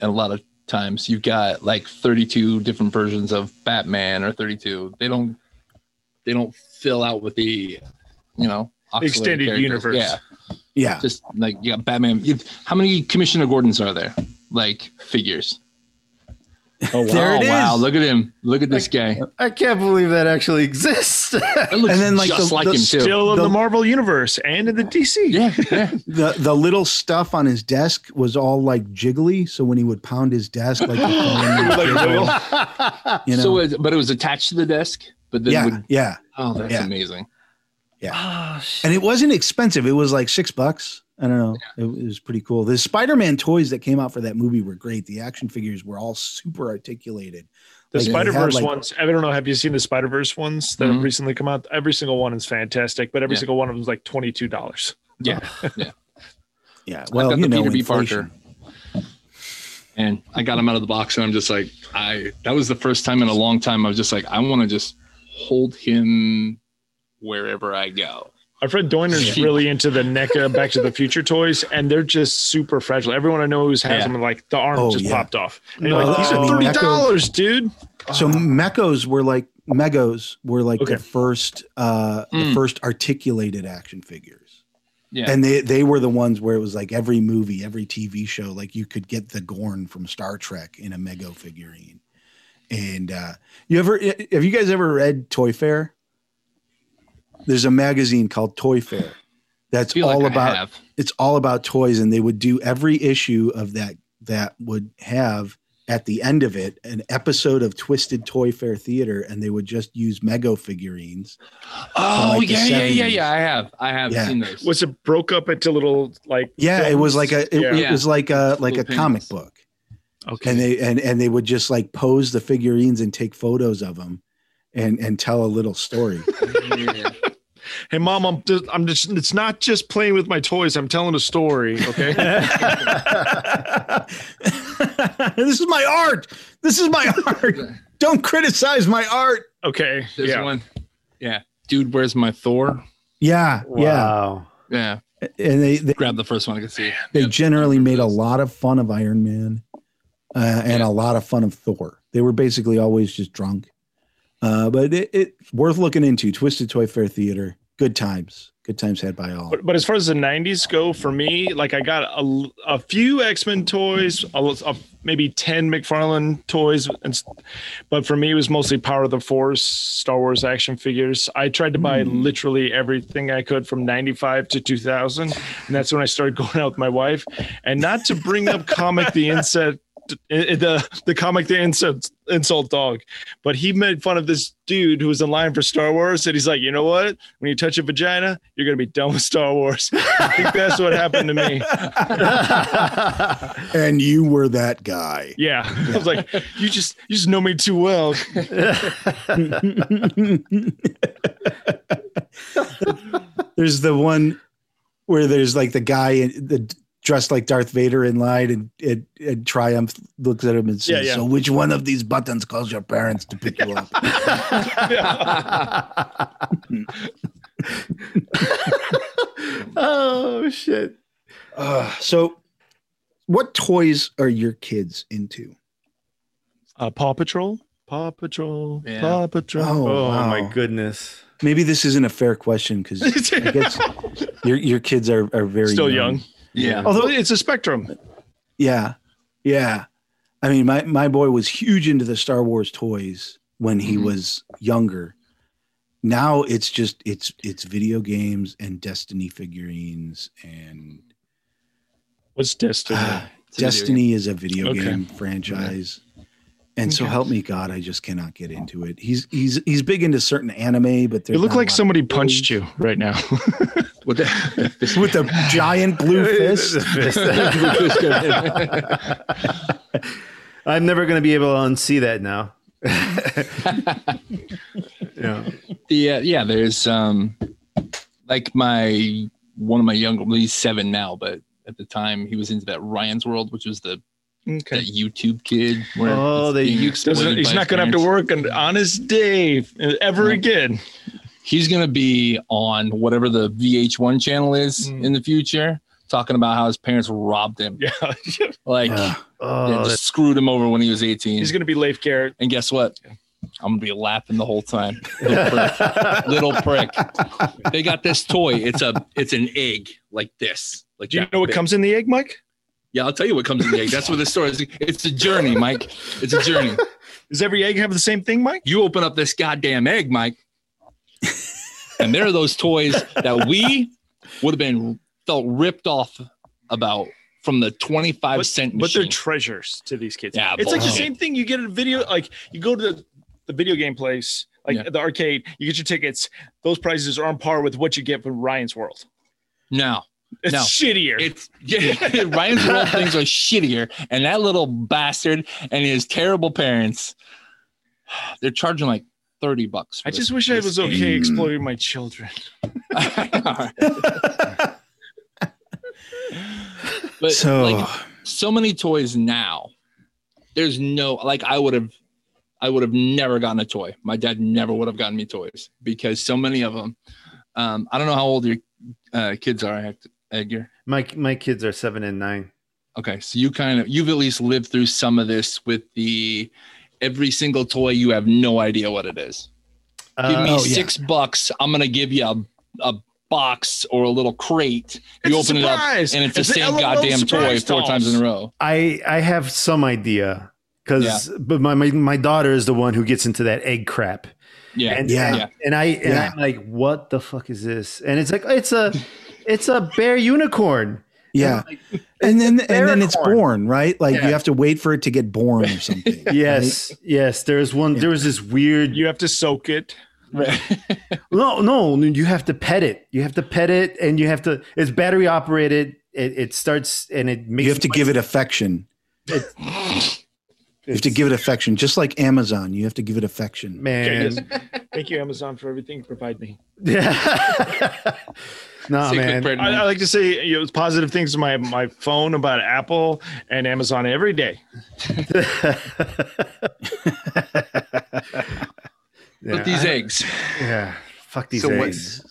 [SPEAKER 4] and a lot of times you've got like 32 different versions of batman or 32 they don't they don't fill out with the you know auxiliary
[SPEAKER 3] Extended
[SPEAKER 4] characters.
[SPEAKER 3] universe.
[SPEAKER 4] yeah
[SPEAKER 2] Yeah,
[SPEAKER 4] just like you got Batman. You, how many Commissioner Gordons are there? Like figures. Oh wow!
[SPEAKER 2] There it
[SPEAKER 4] wow!
[SPEAKER 2] is.
[SPEAKER 4] Look at him! Look at this guy.
[SPEAKER 1] I can't believe that actually exists.
[SPEAKER 4] That looks
[SPEAKER 2] And then, like,
[SPEAKER 4] just
[SPEAKER 2] the-
[SPEAKER 4] like
[SPEAKER 2] the
[SPEAKER 4] him too.
[SPEAKER 3] Still in
[SPEAKER 2] The-
[SPEAKER 3] the Marvel universe and in the DC.
[SPEAKER 4] yeah, yeah.
[SPEAKER 2] the the little stuff on his desk was all like jiggly. So when he would pound his desk, like,
[SPEAKER 3] Like,
[SPEAKER 2] you
[SPEAKER 3] well,
[SPEAKER 2] know,
[SPEAKER 4] So, it, but it was attached to the desk. But then,
[SPEAKER 2] yeah,
[SPEAKER 4] would,
[SPEAKER 2] yeah.
[SPEAKER 4] oh, that's
[SPEAKER 2] Yeah.
[SPEAKER 4] amazing.
[SPEAKER 1] oh, shit.
[SPEAKER 2] and it wasn't expensive. It was like six bucks. I don't know. It, it was pretty cool. The Spider-Man toys that came out for that movie were great. The action figures were all super articulated.
[SPEAKER 3] the
[SPEAKER 2] Like, they had,
[SPEAKER 3] Spider Verse
[SPEAKER 2] like-
[SPEAKER 3] ones. I don't know. Have you seen the Spider Verse ones that
[SPEAKER 4] Mhm.
[SPEAKER 3] have recently come out? Every single one is fantastic, but every
[SPEAKER 4] Yeah.
[SPEAKER 3] single one of them is like twenty two dollars.
[SPEAKER 4] Yeah, yeah.
[SPEAKER 2] Yeah.
[SPEAKER 4] I
[SPEAKER 2] Well,
[SPEAKER 4] got
[SPEAKER 2] you
[SPEAKER 4] the
[SPEAKER 2] know,
[SPEAKER 4] Peter B.
[SPEAKER 2] inflation.
[SPEAKER 4] Parker. And I got him out of the box, and I'm just like, I. That was the first time in a long time. I was just like, I want to just hold him wherever I go.
[SPEAKER 3] Our friend Doyner's
[SPEAKER 4] Yeah.
[SPEAKER 3] really into the NECA Back to the Future toys, and they're just super fragile. Everyone I know who's has
[SPEAKER 4] Yeah.
[SPEAKER 3] them, like the arm
[SPEAKER 2] Oh,
[SPEAKER 3] just
[SPEAKER 2] yeah.
[SPEAKER 3] popped off. And you're like,
[SPEAKER 1] No.
[SPEAKER 3] these are
[SPEAKER 1] I
[SPEAKER 2] mean,
[SPEAKER 3] thirty
[SPEAKER 2] NECA
[SPEAKER 3] dollars, dude.
[SPEAKER 2] So Mechos were like Megos were like the
[SPEAKER 3] Okay.
[SPEAKER 2] first uh the
[SPEAKER 4] Mm.
[SPEAKER 2] first articulated action figures.
[SPEAKER 4] Yeah.
[SPEAKER 2] And they they were the ones where it was like every movie, every TV show, like you could get the Gorn from Star Trek in a Mego figurine. And uh you ever have you guys ever read Toy Fair? There's a magazine called Toy Fair that's
[SPEAKER 4] feel
[SPEAKER 2] all
[SPEAKER 4] like I
[SPEAKER 2] about
[SPEAKER 4] have.
[SPEAKER 2] it's all about toys and they would do every issue of that that would have at the end of it an episode of Twisted Toy Fair Theater, and they would just use Mego figurines.
[SPEAKER 4] Oh
[SPEAKER 2] like, the
[SPEAKER 4] yeah, yeah, yeah,
[SPEAKER 2] 70s.
[SPEAKER 4] yeah. I have, I have
[SPEAKER 2] Yeah.
[SPEAKER 4] seen those.
[SPEAKER 3] Was it broke up into little like?
[SPEAKER 2] Yeah, it was like a it,
[SPEAKER 3] Yeah.
[SPEAKER 2] it was like a like a
[SPEAKER 4] Little
[SPEAKER 2] comic
[SPEAKER 4] pins.
[SPEAKER 2] book.
[SPEAKER 1] Okay.
[SPEAKER 2] and they and and they would just like pose the figurines and take photos of them and and tell a little story
[SPEAKER 3] Hey, mom, I'm just, I'm just. It's not just playing with my toys. I'm telling a story. Okay.
[SPEAKER 2] this is my art this is my art don't criticize my art
[SPEAKER 3] okay.
[SPEAKER 4] There's
[SPEAKER 3] yeah.
[SPEAKER 4] one. Yeah, dude, where's my Thor?
[SPEAKER 2] yeah
[SPEAKER 1] wow.
[SPEAKER 4] Yeah,
[SPEAKER 2] yeah and they they,
[SPEAKER 4] grab the first one I can see.
[SPEAKER 2] they
[SPEAKER 4] Yeah.
[SPEAKER 2] generally made a lot of fun of iron man uh, and
[SPEAKER 4] Yeah.
[SPEAKER 2] a lot of fun of thor they were basically always just drunk uh, but it, it worth looking into twisted toy fair theater good times good times had by all
[SPEAKER 3] But, but as far as the 90s go, for me, like I got a, a few X Men toys, a, a- maybe 10 McFarlane toys. And, s- but for me, it was mostly Power of the Force, Star Wars action figures. I tried to buy literally everything I could from 95 to 2000. And that's when I started going out with my wife. And not to bring up Comic the Insect. eh, The the comic the insult insult dog, but he made fun of this dude who was in line for Star Wars, and he's like, you know what? when you touch a vagina, you're gonna be done with Star Wars. I think that's what happened to me.
[SPEAKER 2] and you were that guy
[SPEAKER 3] Yeah. I was like, you just you just know me too well.
[SPEAKER 2] there's the one where there's like the guy in the dressed like Darth Vader in line and, and, and Triumph looks at him and says,
[SPEAKER 3] Yeah, yeah.
[SPEAKER 2] So which one of these buttons calls your parents to pick you up?
[SPEAKER 1] oh shit.
[SPEAKER 2] Ugh. so what toys are your kids into?
[SPEAKER 3] Uh, Paw Patrol. Paw Patrol.
[SPEAKER 4] Yeah.
[SPEAKER 3] Paw Patrol.
[SPEAKER 2] Oh,
[SPEAKER 1] Oh
[SPEAKER 2] wow.
[SPEAKER 1] my goodness.
[SPEAKER 2] Maybe this isn't a fair question because I guess your your kids are, are very
[SPEAKER 3] Oh. Still young.
[SPEAKER 4] Yeah,
[SPEAKER 3] Although it's a spectrum.
[SPEAKER 2] Yeah. Yeah. I mean, my, my boy was huge into the Star Wars toys when he
[SPEAKER 3] Mm-hmm.
[SPEAKER 4] Mhm.
[SPEAKER 2] was younger. Now it's just it's it's video games and Destiny figurines and
[SPEAKER 3] What's Destiny?
[SPEAKER 2] Ah,
[SPEAKER 4] It's a video
[SPEAKER 2] Destiny is a video
[SPEAKER 3] Okay.
[SPEAKER 2] game franchise. And so help me God, I just cannot get into it. He's he's he's big into certain anime, but
[SPEAKER 3] you
[SPEAKER 2] there's
[SPEAKER 3] look
[SPEAKER 2] not a
[SPEAKER 3] like
[SPEAKER 2] lot-
[SPEAKER 3] somebody punched you right now.
[SPEAKER 4] game. What the-
[SPEAKER 2] with the giant blue fist.
[SPEAKER 1] I'm never gonna be able to unsee that now. yeah.
[SPEAKER 4] the uh, yeah there's um like my one of my younger well, he's seven now but at the time he was into that ryan's world which was the that
[SPEAKER 3] okay.
[SPEAKER 4] youtube kid where
[SPEAKER 1] Oh,
[SPEAKER 4] it's
[SPEAKER 1] the
[SPEAKER 4] being
[SPEAKER 1] you-
[SPEAKER 4] exploited
[SPEAKER 3] Doesn't, he's
[SPEAKER 4] by
[SPEAKER 3] not
[SPEAKER 4] his
[SPEAKER 3] gonna have to
[SPEAKER 4] parents.
[SPEAKER 3] work an honest day ever
[SPEAKER 4] No.
[SPEAKER 3] again.
[SPEAKER 4] he's gonna be on whatever the vh1 channel is
[SPEAKER 3] Mm.
[SPEAKER 4] in the future talking about how his parents robbed him
[SPEAKER 3] Yeah.
[SPEAKER 4] like
[SPEAKER 2] Ugh.
[SPEAKER 4] they
[SPEAKER 1] Oh,
[SPEAKER 4] just screwed him over when he was 18
[SPEAKER 3] he's gonna be Leif Garrett.
[SPEAKER 4] and guess what i'm gonna be laughing the whole time little prick,
[SPEAKER 1] that-
[SPEAKER 4] little prick. they got this toy it's a it's an egg like this like
[SPEAKER 3] Do you
[SPEAKER 4] that
[SPEAKER 3] know what
[SPEAKER 4] big.
[SPEAKER 3] comes in the egg, Mike?
[SPEAKER 4] Yeah, I'll tell you what comes in the egg. That's where the story is. It's a journey, Mike. It's a journey.
[SPEAKER 3] Does every egg have the same thing, Mike?
[SPEAKER 4] You open up this goddamn egg, Mike, and there are those toys that we would have been felt ripped off about from the twenty-five cent
[SPEAKER 3] but they're
[SPEAKER 4] machine.
[SPEAKER 3] treasures to these kids.
[SPEAKER 4] Yeah,
[SPEAKER 3] it's like the
[SPEAKER 4] bullshit.
[SPEAKER 3] same thing you get at a video. Like you go to the, the video game place, like
[SPEAKER 4] Yeah.
[SPEAKER 3] the arcade, you get your tickets. Those prices are on par with what you get from Ryan's World.
[SPEAKER 4] no,
[SPEAKER 3] It's
[SPEAKER 4] No.
[SPEAKER 3] shittier.
[SPEAKER 4] it's yeah, Ryan's world things are shittier, and that little bastard and his terrible parents, they're charging like thirty bucks. for
[SPEAKER 3] I
[SPEAKER 4] this-
[SPEAKER 3] just wish I
[SPEAKER 4] this
[SPEAKER 3] was
[SPEAKER 4] game.
[SPEAKER 3] okay exploiting my children.
[SPEAKER 4] but
[SPEAKER 2] so
[SPEAKER 4] like, so many toys now. There's no like I would have I would have never gotten a toy. My dad never would have gotten me toys because so many of them. Um, I don't know how old your uh, kids are, Hect- Edgar.
[SPEAKER 1] my my kids are seven and nine.
[SPEAKER 4] Okay, so you kind of you've at least lived through some of this with the every single toy you have no idea what it is. Give me
[SPEAKER 1] Uh,
[SPEAKER 2] yeah.
[SPEAKER 4] six bucks. I'm gonna give you a, a box or a little crate. You
[SPEAKER 3] It's a
[SPEAKER 4] open it up
[SPEAKER 3] surprise.
[SPEAKER 4] and it's the same
[SPEAKER 3] LOL
[SPEAKER 4] goddamn toy
[SPEAKER 3] surprise
[SPEAKER 4] four
[SPEAKER 3] dolls.
[SPEAKER 4] times in a row.
[SPEAKER 1] I I have some idea because but my, my my daughter is the one who gets into that egg crap.
[SPEAKER 4] Yeah.
[SPEAKER 1] And,
[SPEAKER 2] Yeah.
[SPEAKER 1] and,
[SPEAKER 4] Yeah.
[SPEAKER 1] and I and
[SPEAKER 2] Yeah.
[SPEAKER 1] I'm like, what the fuck is this? And it's like it's a it's a bear unicorn.
[SPEAKER 2] yeah. And then and then it's
[SPEAKER 3] Paracorn.
[SPEAKER 2] born, right? Like
[SPEAKER 4] Yeah.
[SPEAKER 2] you have to wait for it to get born or something.
[SPEAKER 1] Yes, yes. There is one. There was this weird.
[SPEAKER 3] You have to soak it.
[SPEAKER 1] No, no. You have to pet it. You have to pet it, and you have to. It's battery operated. It, it starts and it makes.
[SPEAKER 2] You have to give it affection. You have to give it affection, just like Amazon. You have to give it affection.
[SPEAKER 1] man.
[SPEAKER 3] Thank you, Amazon, for everything you provide me.
[SPEAKER 1] Yeah. nah,
[SPEAKER 4] Secret
[SPEAKER 1] oh, man.
[SPEAKER 4] bread and
[SPEAKER 3] I, I like to say you know, positive things to my, my phone about Apple and Amazon every day.
[SPEAKER 1] yeah,
[SPEAKER 4] But these
[SPEAKER 1] I-
[SPEAKER 4] eggs.
[SPEAKER 1] Yeah. Fuck these
[SPEAKER 4] So what-
[SPEAKER 1] eggs.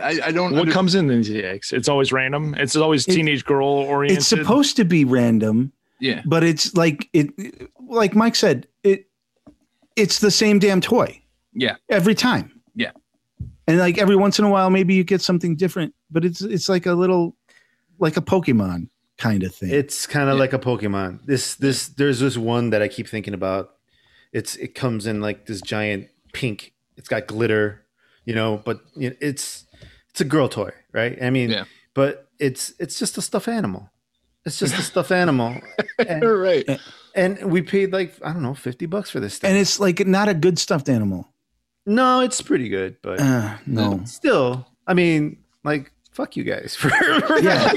[SPEAKER 4] I, I don't.
[SPEAKER 3] What
[SPEAKER 4] under-
[SPEAKER 3] comes in these eggs? It's always random. It's always
[SPEAKER 2] It-
[SPEAKER 3] teenage girl oriented.
[SPEAKER 2] It's supposed to be random,
[SPEAKER 4] yeah.
[SPEAKER 2] but it's like it like Mike said, it it's the same damn toy.
[SPEAKER 4] Yeah.
[SPEAKER 2] Every time.
[SPEAKER 4] Yeah.
[SPEAKER 2] And like every once in a while maybe you get something different, but it's it's like a little like a Pokemon kind of thing.
[SPEAKER 1] It's kind of
[SPEAKER 4] Yeah.
[SPEAKER 1] like a Pokemon. This this there's this one that I keep thinking about. It's it comes in like this giant pink. It's got glitter, you know, but you know, it's it's a girl toy, right? I mean,
[SPEAKER 4] Yeah.
[SPEAKER 1] but it's it's just a stuffed animal. It's just a stuffed animal, and,
[SPEAKER 4] right.
[SPEAKER 1] and we paid like I don't know fifty bucks for this
[SPEAKER 2] and
[SPEAKER 1] thing.
[SPEAKER 2] it's like not a good stuffed animal.
[SPEAKER 1] no, it's pretty good, but
[SPEAKER 2] Uh, no.
[SPEAKER 1] still, I mean, like fuck you guys for, for
[SPEAKER 2] Yeah.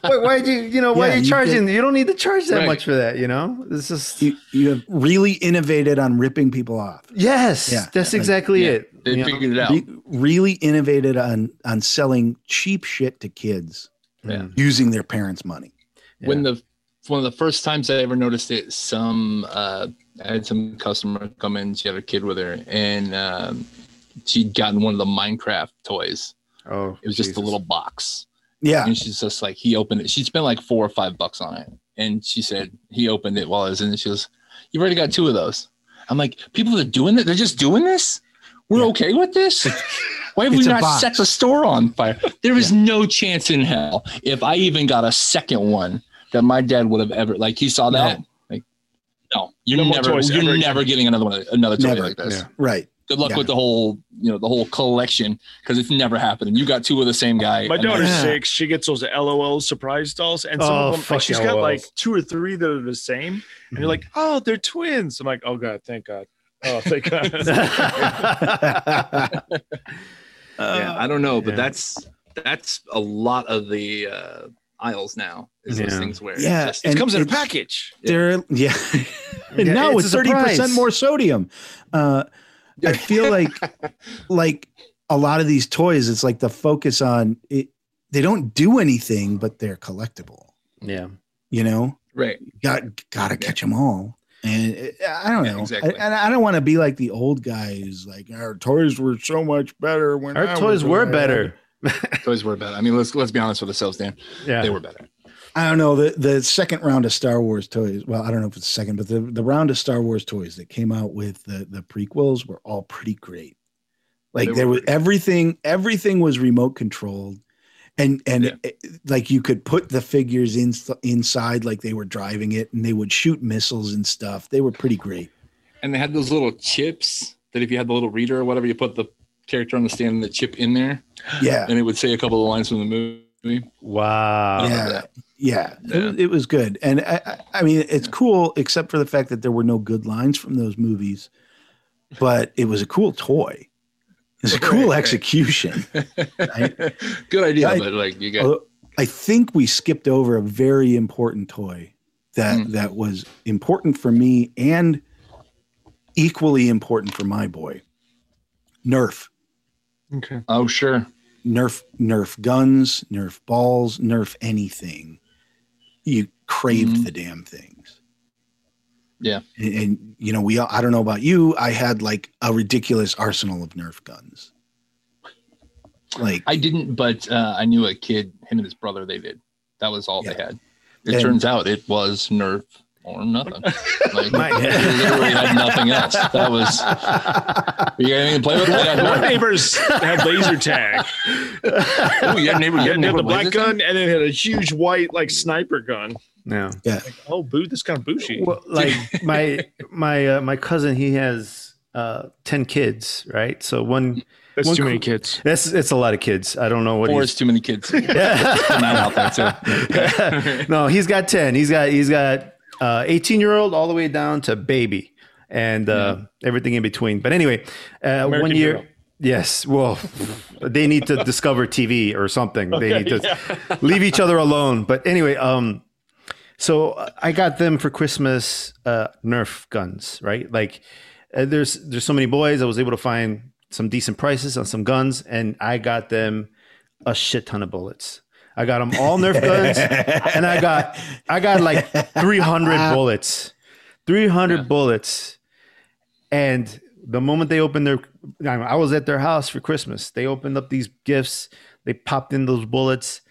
[SPEAKER 1] why, why'd you you know why
[SPEAKER 2] Yeah,
[SPEAKER 1] are you
[SPEAKER 2] you
[SPEAKER 1] charging you don't need to charge that
[SPEAKER 4] Right.
[SPEAKER 1] much for that you know this is
[SPEAKER 2] You, you have really innovated on ripping people off.
[SPEAKER 1] yes
[SPEAKER 2] Yeah.
[SPEAKER 1] that's
[SPEAKER 2] Like,
[SPEAKER 1] exactly
[SPEAKER 4] yeah,
[SPEAKER 1] it
[SPEAKER 4] They
[SPEAKER 1] you know?
[SPEAKER 4] figured it out.
[SPEAKER 2] Re- really innovated on on selling cheap shit to kids
[SPEAKER 4] Yeah.
[SPEAKER 2] using their parents' money.
[SPEAKER 4] when the it's one of the first times I ever noticed it, some uh, I had some customer come in. She had her kid with her, and um, she'd gotten one of the Minecraft toys.
[SPEAKER 1] oh
[SPEAKER 4] It was just a
[SPEAKER 1] Jesus.
[SPEAKER 4] little box,
[SPEAKER 2] Yeah.
[SPEAKER 4] and she's just like, he opened it. She spent like four or five bucks on it, and she said he opened it while I was in. it. She goes, "You've already got two of those." I'm like, "People are doing it. They're just doing this. We're
[SPEAKER 2] Yeah.
[SPEAKER 4] okay with this." Why have
[SPEAKER 2] It's
[SPEAKER 4] we
[SPEAKER 2] a
[SPEAKER 4] not
[SPEAKER 2] box.
[SPEAKER 4] set the store on fire? There is no chance in hell if I even got a second one that my dad would have ever like. He saw
[SPEAKER 2] No.
[SPEAKER 4] that. Like, no, you're
[SPEAKER 3] No more
[SPEAKER 4] never
[SPEAKER 3] toys ever
[SPEAKER 4] you're
[SPEAKER 3] again.
[SPEAKER 4] never getting another one another toy
[SPEAKER 2] Never.
[SPEAKER 4] like this.
[SPEAKER 1] Yeah.
[SPEAKER 2] Right.
[SPEAKER 4] Good luck
[SPEAKER 2] Yeah.
[SPEAKER 4] with the whole you know the whole collection because it's never happening. You got two of the same guy.
[SPEAKER 3] My
[SPEAKER 4] and
[SPEAKER 3] daughter's
[SPEAKER 2] Yeah.
[SPEAKER 3] six. She gets those LOL surprise dolls, and some
[SPEAKER 1] Oh,
[SPEAKER 3] of them,
[SPEAKER 1] fuck
[SPEAKER 3] like, she's got like
[SPEAKER 1] LOLs.
[SPEAKER 3] two or three that are the same. And you're like, oh, they're twins. I'm like, oh god, thank God. Oh, thank God.
[SPEAKER 4] yeah, I don't know, but
[SPEAKER 1] Yeah.
[SPEAKER 4] that's that's a lot of the uh, aisles now. Is
[SPEAKER 1] Yeah.
[SPEAKER 4] those things where
[SPEAKER 2] Yeah,
[SPEAKER 4] it's
[SPEAKER 2] and-
[SPEAKER 3] It comes in a
[SPEAKER 2] it's-
[SPEAKER 3] package.
[SPEAKER 2] They're yeah.
[SPEAKER 1] Yeah,
[SPEAKER 2] no,
[SPEAKER 1] it's
[SPEAKER 2] it's
[SPEAKER 1] a
[SPEAKER 2] thirty
[SPEAKER 1] surprise.
[SPEAKER 2] percent more sodium. Uh, I feel like like a lot of these toys, it's like the focus on it. They don't do anything, but they're collectible.
[SPEAKER 1] yeah
[SPEAKER 2] You know,
[SPEAKER 4] right.
[SPEAKER 2] got gotta catch them all. And it- I don't
[SPEAKER 4] Yeah,
[SPEAKER 2] know.
[SPEAKER 4] exactly.
[SPEAKER 2] I, and I don't want to be like the old guy who's like, our toys were so much better when
[SPEAKER 1] our
[SPEAKER 2] I
[SPEAKER 1] toys
[SPEAKER 2] was
[SPEAKER 1] were
[SPEAKER 2] alive."
[SPEAKER 1] better
[SPEAKER 4] Toys were better. I mean, let's let's be honest with ourselves, Dan.
[SPEAKER 1] yeah
[SPEAKER 4] They were better.
[SPEAKER 2] I don't know the the second round of Star Wars toys. Well, I don't know if it's the second, but the, the round of Star Wars toys that came out with the the prequels were all pretty great. Like
[SPEAKER 4] They
[SPEAKER 2] there
[SPEAKER 4] were
[SPEAKER 2] was everything everything was remote controlled, and and
[SPEAKER 4] Yeah.
[SPEAKER 2] it- like you could put the figures in inside like they were driving it, and they would shoot missiles and stuff. They were pretty great.
[SPEAKER 4] And they had those little chips that if you had the little reader or whatever, you put the character on the stand and the chip in there,
[SPEAKER 2] Yeah,
[SPEAKER 4] and it would say a couple of lines from the movie.
[SPEAKER 1] wow
[SPEAKER 4] Yeah.
[SPEAKER 2] yeah, It,
[SPEAKER 4] Yeah.
[SPEAKER 2] was, it was good. And I, I, I mean, it's cool except for the fact that there were no good lines from those movies, but it was a cool toy. It's a cool
[SPEAKER 4] Right, right.
[SPEAKER 2] execution.
[SPEAKER 4] Good idea,
[SPEAKER 2] I-
[SPEAKER 4] but like you got
[SPEAKER 2] Although I think we skipped over a very important toy that
[SPEAKER 4] Hmm.
[SPEAKER 2] that was important for me and equally important for my boy. Nerf,
[SPEAKER 3] Okay.
[SPEAKER 4] oh sure,
[SPEAKER 2] Nerf, Nerf guns, Nerf balls, Nerf anything. You craved
[SPEAKER 4] Mhm.
[SPEAKER 2] the damn things.
[SPEAKER 4] yeah,
[SPEAKER 2] and, and, you know we all, i don't know about you i had like a ridiculous arsenal of nerf guns like
[SPEAKER 4] I didn't, but uh, I knew a kid, him and his brother, they did. That was all they
[SPEAKER 2] Yeah.
[SPEAKER 4] had. It
[SPEAKER 2] And-
[SPEAKER 4] turns out it was Nerf or nothing. Like,
[SPEAKER 1] My-
[SPEAKER 4] they literally had nothing else. That was you got anything to play with? They had
[SPEAKER 3] My
[SPEAKER 4] Nerf.
[SPEAKER 3] neighbors had laser tag.
[SPEAKER 4] Ooh, you had neighbor, you
[SPEAKER 3] They
[SPEAKER 4] had
[SPEAKER 3] had
[SPEAKER 4] neighbor
[SPEAKER 3] the
[SPEAKER 4] with
[SPEAKER 3] black
[SPEAKER 4] this
[SPEAKER 3] gun,
[SPEAKER 4] thing?
[SPEAKER 3] and then had a huge white like sniper gun.
[SPEAKER 1] no
[SPEAKER 3] Oh, boo! This kind of bushy.
[SPEAKER 1] well, like my my uh, my cousin he has uh 10 kids right so one
[SPEAKER 3] That's
[SPEAKER 1] One
[SPEAKER 3] too many
[SPEAKER 1] cou-
[SPEAKER 3] kids.
[SPEAKER 1] That's it's a lot of kids. I don't know what
[SPEAKER 4] Four
[SPEAKER 1] he's
[SPEAKER 4] is too many kids. Putting that out there too.
[SPEAKER 1] no, he's got ten. He's got he's got uh, eighteen year old all the way down to baby and uh, everything in between. But anyway, uh,
[SPEAKER 3] Hmm. American
[SPEAKER 1] one year.
[SPEAKER 3] Hero.
[SPEAKER 1] Yes. Well, they need to discover TV or something. they need to leave each other alone. But anyway, um, so I got them for Christmas uh, Nerf guns, right? Like, uh, there's there's so many boys. I was able to find some decent prices on some guns, and I got them a shit ton of bullets. I got them all Nerf guns, and I got I got like 300 bullets, 300
[SPEAKER 4] Yeah.
[SPEAKER 1] bullets, and the moment they opened their, I was at their house for Christmas. They opened up these gifts. They popped in those bullets,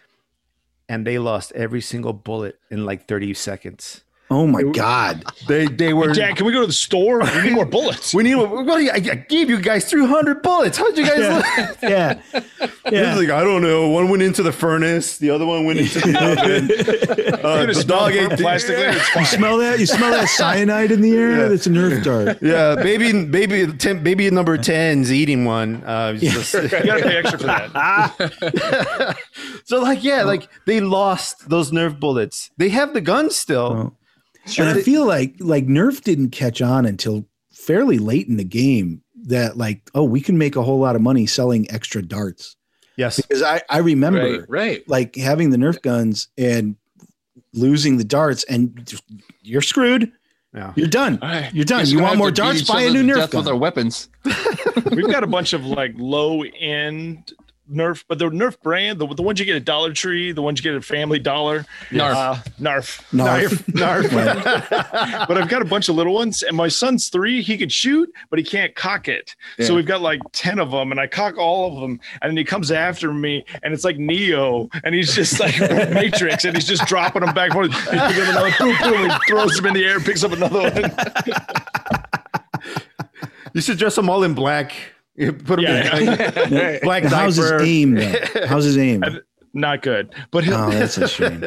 [SPEAKER 1] and they lost every single bullet in like 30 seconds.
[SPEAKER 2] Oh my god!
[SPEAKER 1] They they were.
[SPEAKER 3] Dad, can we go to the store? We need more bullets.
[SPEAKER 1] We need. We're going. to- I I gave you guys 300 bullets. How'd you guys? look?
[SPEAKER 2] Yeah,
[SPEAKER 1] It's
[SPEAKER 2] yeah.
[SPEAKER 1] like I don't know. One went into the furnace. The other one went into the oven. Uh,
[SPEAKER 3] You're gonna
[SPEAKER 1] the
[SPEAKER 3] smell
[SPEAKER 1] dog
[SPEAKER 3] the burnt
[SPEAKER 1] ate the-
[SPEAKER 3] plastic later. It's fine.
[SPEAKER 2] Smell that? You smell that cyanide in the air?
[SPEAKER 1] Yeah.
[SPEAKER 2] That's a nerve dart.
[SPEAKER 1] Yeah, baby, baby, ten, baby number ten's eating one. Uh, just-
[SPEAKER 3] You gotta pay extra for that.
[SPEAKER 1] so like, yeah, like they lost those Nerf bullets. They have the gun still.
[SPEAKER 2] Oh. And I feel like like Nerf didn't catch on until fairly late in the game. That like, oh, we can make a whole lot of money selling extra darts.
[SPEAKER 1] Yes,
[SPEAKER 2] Because I I remember
[SPEAKER 4] right, right.
[SPEAKER 2] like having the Nerf guns and losing the darts, and just, you're screwed.
[SPEAKER 1] Yeah.
[SPEAKER 2] You're done.
[SPEAKER 4] All right.
[SPEAKER 2] You're done.
[SPEAKER 4] Just
[SPEAKER 2] You
[SPEAKER 4] gonna
[SPEAKER 2] want
[SPEAKER 4] have
[SPEAKER 2] more
[SPEAKER 4] to beat
[SPEAKER 2] darts?
[SPEAKER 4] each
[SPEAKER 2] Buy a
[SPEAKER 4] other
[SPEAKER 2] new
[SPEAKER 4] to
[SPEAKER 2] Nerf
[SPEAKER 4] death
[SPEAKER 2] gun.
[SPEAKER 4] with our weapons.
[SPEAKER 3] We've got a bunch of like low end Nerf, but the Nerf brand, the, the ones you get at Dollar Tree, the ones you get at Family Dollar,
[SPEAKER 4] Narf.
[SPEAKER 3] uh, Narf.
[SPEAKER 2] Narf.
[SPEAKER 1] Nerf.
[SPEAKER 3] But I've got a bunch of little ones, and my son's three. He could shoot, but he can't cock it.
[SPEAKER 4] Yeah.
[SPEAKER 3] So we've got like ten of them, and I cock all of them, and then he comes after me, and it's like Neo, and he's just like Matrix, and he's just dropping them back and forth. He picks up another, boom, boom, he throws them in the air, picks up another one.
[SPEAKER 1] you should dress them all in black. You Put them
[SPEAKER 3] Yeah,
[SPEAKER 1] in
[SPEAKER 3] yeah.
[SPEAKER 1] black, black
[SPEAKER 2] How's his
[SPEAKER 1] diaper.
[SPEAKER 2] aim? Though? How's his aim?
[SPEAKER 3] Not good. But he'll,
[SPEAKER 2] Oh, that's a shame.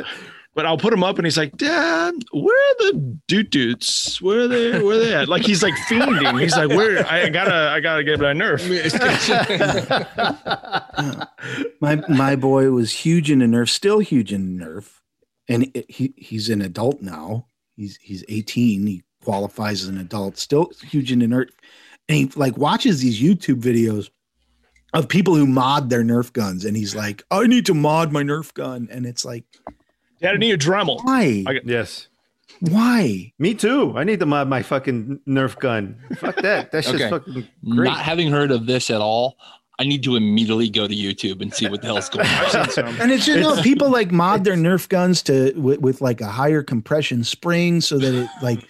[SPEAKER 3] but I'll put him up and he's like, Dad, where are the doot doots? Where are they? Where are they at? Like he's like fiending. He's like, Where I gotta I gotta get my nerf.
[SPEAKER 2] My my boy was huge into Nerf, still huge into Nerf, and it- he he's an adult now. He's he's 18. He qualifies as an adult, still huge into Nerf, and he like watches these YouTube videos of people who mod their Nerf guns, and he's like, I need to mod my Nerf gun, and it's like,
[SPEAKER 3] Dad, I need a Dremel.
[SPEAKER 2] why,
[SPEAKER 3] I-
[SPEAKER 1] Yes,
[SPEAKER 2] why?
[SPEAKER 1] me too. I need to mod my fucking Nerf gun. Fuck that. That shit's
[SPEAKER 4] Okay.
[SPEAKER 1] fucking great.
[SPEAKER 4] Not having heard of this at all, I need to immediately go to YouTube and see what the hell's going on.
[SPEAKER 2] And it's you know people like mod their Nerf guns to with, with like a higher compression spring so that it like